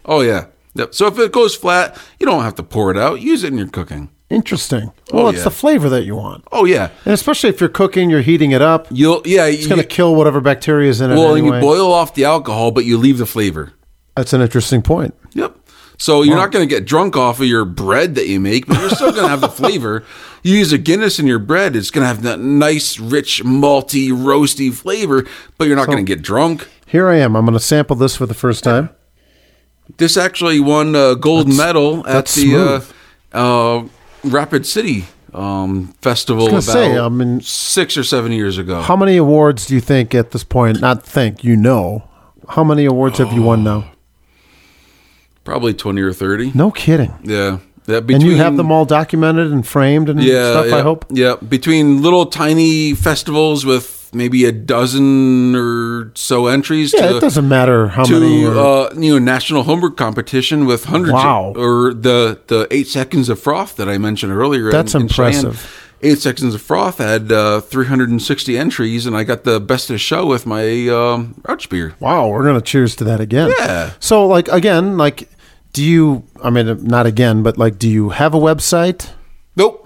Oh yeah. Yep. So if it goes flat, you don't have to pour it out. Use it in your cooking.
Interesting. Well,
Oh,
it's
yeah.
the flavor that you want.
Oh yeah.
And especially if you're cooking, you're heating it up.
You'll yeah.
it's going to kill whatever bacteria is in it.
Well,
anyway.
you boil off the alcohol, but you leave the flavor.
That's an interesting point.
Yep. So you're not going to get drunk off of your bread that you make, but you're still going to have the flavor. You use a Guinness in your bread, it's going to have that nice, rich, malty, roasty flavor, but you're not going to get drunk.
Here I am. I'm going to sample this for the first time.
This actually won a gold medal at
that's
the
smooth.
uh, uh, Rapid City um, Festival
I
about
was gonna say, I mean-
six or seven years ago.
How many awards do you think at this point? Not think, you know. How many awards have you won now?
Probably 20 or 30.
No kidding.
Yeah. That
and you have
between-
them all documented and framed and stuff,
yeah,
I hope.
Yeah, between little tiny festivals with maybe a dozen or so entries
Yeah,
to,
it doesn't matter how
to
many. are-
uh, you know national homebrew competition with hundreds of-
Wow.
or the the eight seconds of froth that I mentioned earlier.
That's
Cheyenne.
impressive.
Eight seconds of froth had uh, 360 entries, and I got the best of show with my um, Rauch beer.
wow, we're going to cheers to that again.
Yeah.
So, like, again, like, do you, I mean, not again, but like, do you have a website?
Nope.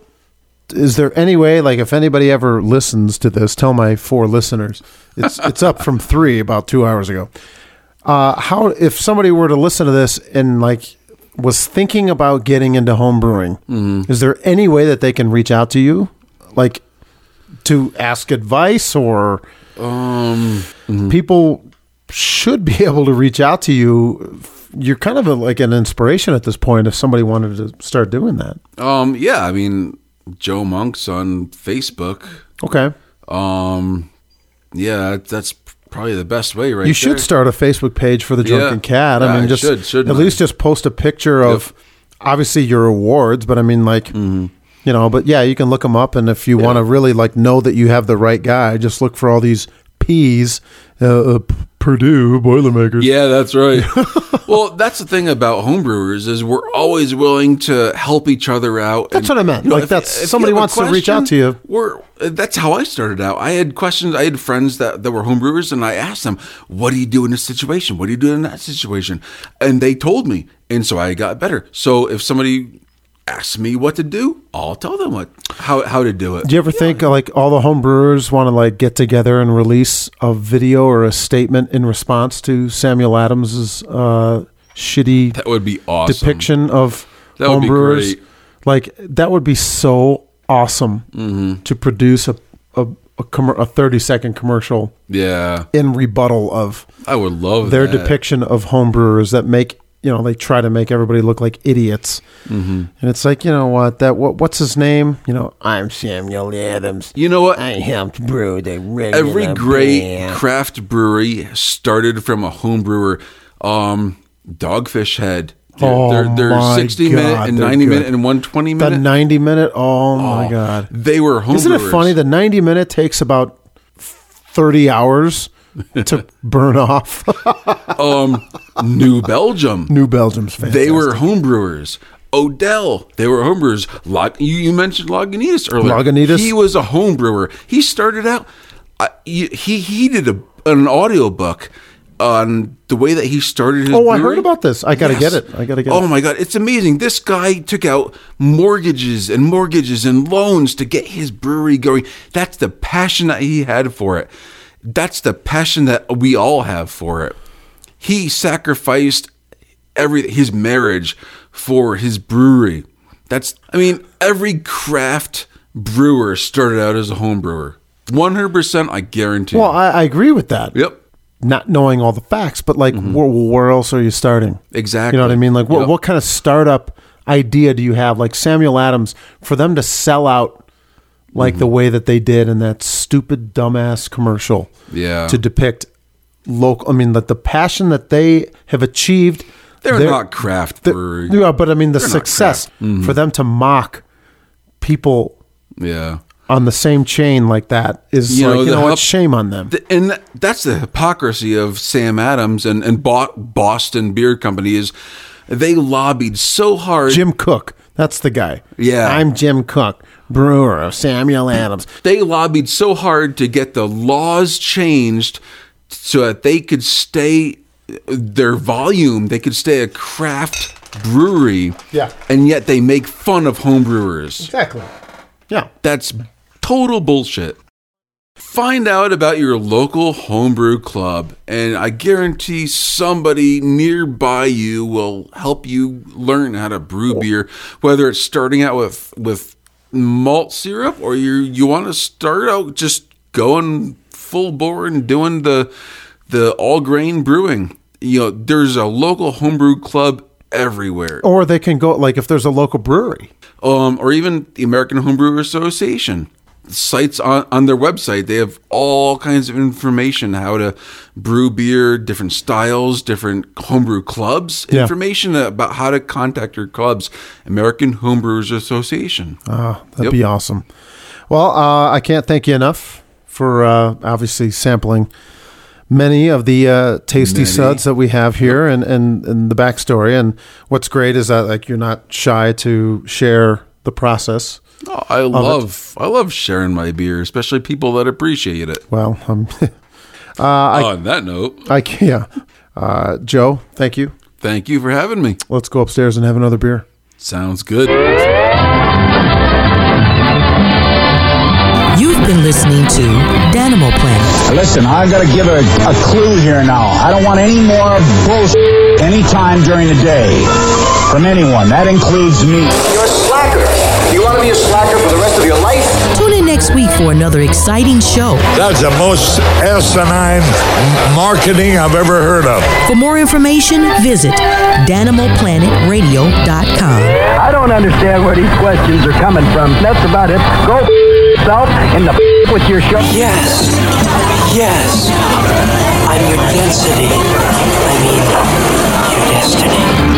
is there any way like if anybody ever listens to this tell my four listeners it's it's up from three about two hours ago uh how if somebody were to listen to this and like was thinking about getting into home brewing is there any way that they can reach out to you like to ask advice or people should be able to reach out to you. You're kind of a, like an inspiration at this point if somebody wanted to start doing that.
Um, yeah, I mean Joe Monk's on Facebook.
Okay.
Um, yeah, that's probably the best way, right?
you should
there.
start a Facebook page for the
Yeah.
Drunken Cat. I
Yeah, I
mean, just
should, shouldn't
at
I?
least just post a picture of obviously your awards, but I mean, like
Mm-hmm.
you know, but yeah, you can look them up, and if you want to really like know that you have the right guy, just look for all these P's, uh, uh, P- Purdue Boilermakers.
Yeah, that's right. well, that's the thing about homebrewers is we're always willing to help each other out.
That's what I meant. Like, that's- somebody
have a
wants to reach out to you.
We're that's how I started out. I had questions. I had friends that, that were homebrewers, and I asked them, "What do you do in this situation? What do you do in that situation?" And they told me, and so I got better. So if somebody asks me what to do, I'll tell them what how how to do it.
Do you ever think uh, like all the home brewers want to like get together and release a video or a statement in response to Samuel Adams's uh, shitty
That would be awesome.
depiction of
That would
home
be
brewers?
great.
Like that would be so awesome
Mm-hmm.
to produce a a a, commer a thirty second commercial
Yeah,
in rebuttal of
I would love
their
that.
depiction of home brewers that make you know they try to make everybody look like idiots.
Mhm.
And it's like you know what that what what's his name? You know I'm Samuel Adams.
You know what?
I helped brew the regular
Every great
beer.
craft brewery started from a home brewer. Um, Dogfish Head. They're,
Oh
they're, they're
my
60 minute
God,
and
they're
90 minute
good.
and 120
the
minute.
90 minute. Oh, my god.
They were home
Isn't it
brewers.
funny? The 90 minute takes about 30 hours to burn off.
um, New Belgium.
New Belgium's fantastic.
They were home brewers. Odell, they were home brewers. Lag- you, you mentioned Lagunitas earlier.
Lagunitas?
He was a home brewer. He started out, uh, he, he he did a, an audiobook on the way that he started his
Oh, I
brewery.
heard about this. I gotta get it. I gotta get
oh
it.
my god, it's amazing. This guy took out mortgages and mortgages and loans to get his brewery going. That's the passion that he had for it. That's the passion that we all have for it. He sacrificed every his marriage for his brewery. That's I mean, every craft brewer started out as a home brewer. 100% I guarantee.
Well, I, I agree with that.
Yep. Mm-hmm.
Not knowing all the facts, but like, where, where else are you starting?
Exactly.
You know what I mean? Like, what,
Yep.
what kind of startup idea do you have? Like Samuel Adams, for them to sell out like
Mm-hmm.
the way that they did in that stupid dumbass commercial,
Yeah.
to depict local. I mean, that the passion that they have achieved.
They're not craft brewery.
Yeah, but I mean the
They're not
success
craft. Mhm.
for them to mock people
yeah.
on the same chain like that is like you
the
know what
hyp-
shame on them.
the- and th- that's the hypocrisy of Sam Adams and and Bo- Boston Beer Company is they lobbied so hard.
Jim Cook, that's the guy.
Yeah.
I'm Jim Cook, brewer of Samuel Adams.
they lobbied so hard to get the laws changed so that they could stay their volume. They could stay a craft brewery.
Yeah.
and yet they make fun of home brewers.
Exactly. Yeah.
That's total bullshit. Find out about your local homebrew club, and I guarantee somebody nearby you will help you learn how to brew beer. Whether it's starting out with with malt syrup, or you you want to start out just going full bore and doing the the all grain brewing. You know, there's a local homebrew club everywhere
Or they can go like if there's a local brewery.
um, or even the American Homebrewer Association. Sites on, on their website, they have all kinds of information how to brew beer, different styles, different homebrew clubs,
Yeah.
information about how to contact your clubs. American Homebrewers Association.
Ah, that'd
Yep.
be awesome. Well, uh, I can't thank you enough for uh, obviously sampling many of the uh, tasty
Many.
suds that we have here and, and, and the backstory. And what's great is that like you're not shy to share the process.
Oh, I
it.
love I love sharing my beer, especially people that appreciate it.
Well, um, uh, I,
on that note,
I can- yeah. Uh, Joe, thank you.
thank you for having me.
Let's go upstairs and have another beer.
Sounds good.
You've been listening to Danimal Planet.
Listen, I gotta give a, a clue here now. I don't want any more bullshit anytime during the day from anyone. That includes me.
You're a slacker. Do you want to be a slacker for the rest of your life?
Tune in next next week for another exciting show.
That's the most asinine marketing I've ever heard of.
For more information, visit DanimalPlanetRadio.com.
I don't understand where these questions are coming from. That's about it. Go f- yourself and the f- with your show.
Yes. Yes. I'm your density. I mean, your destiny.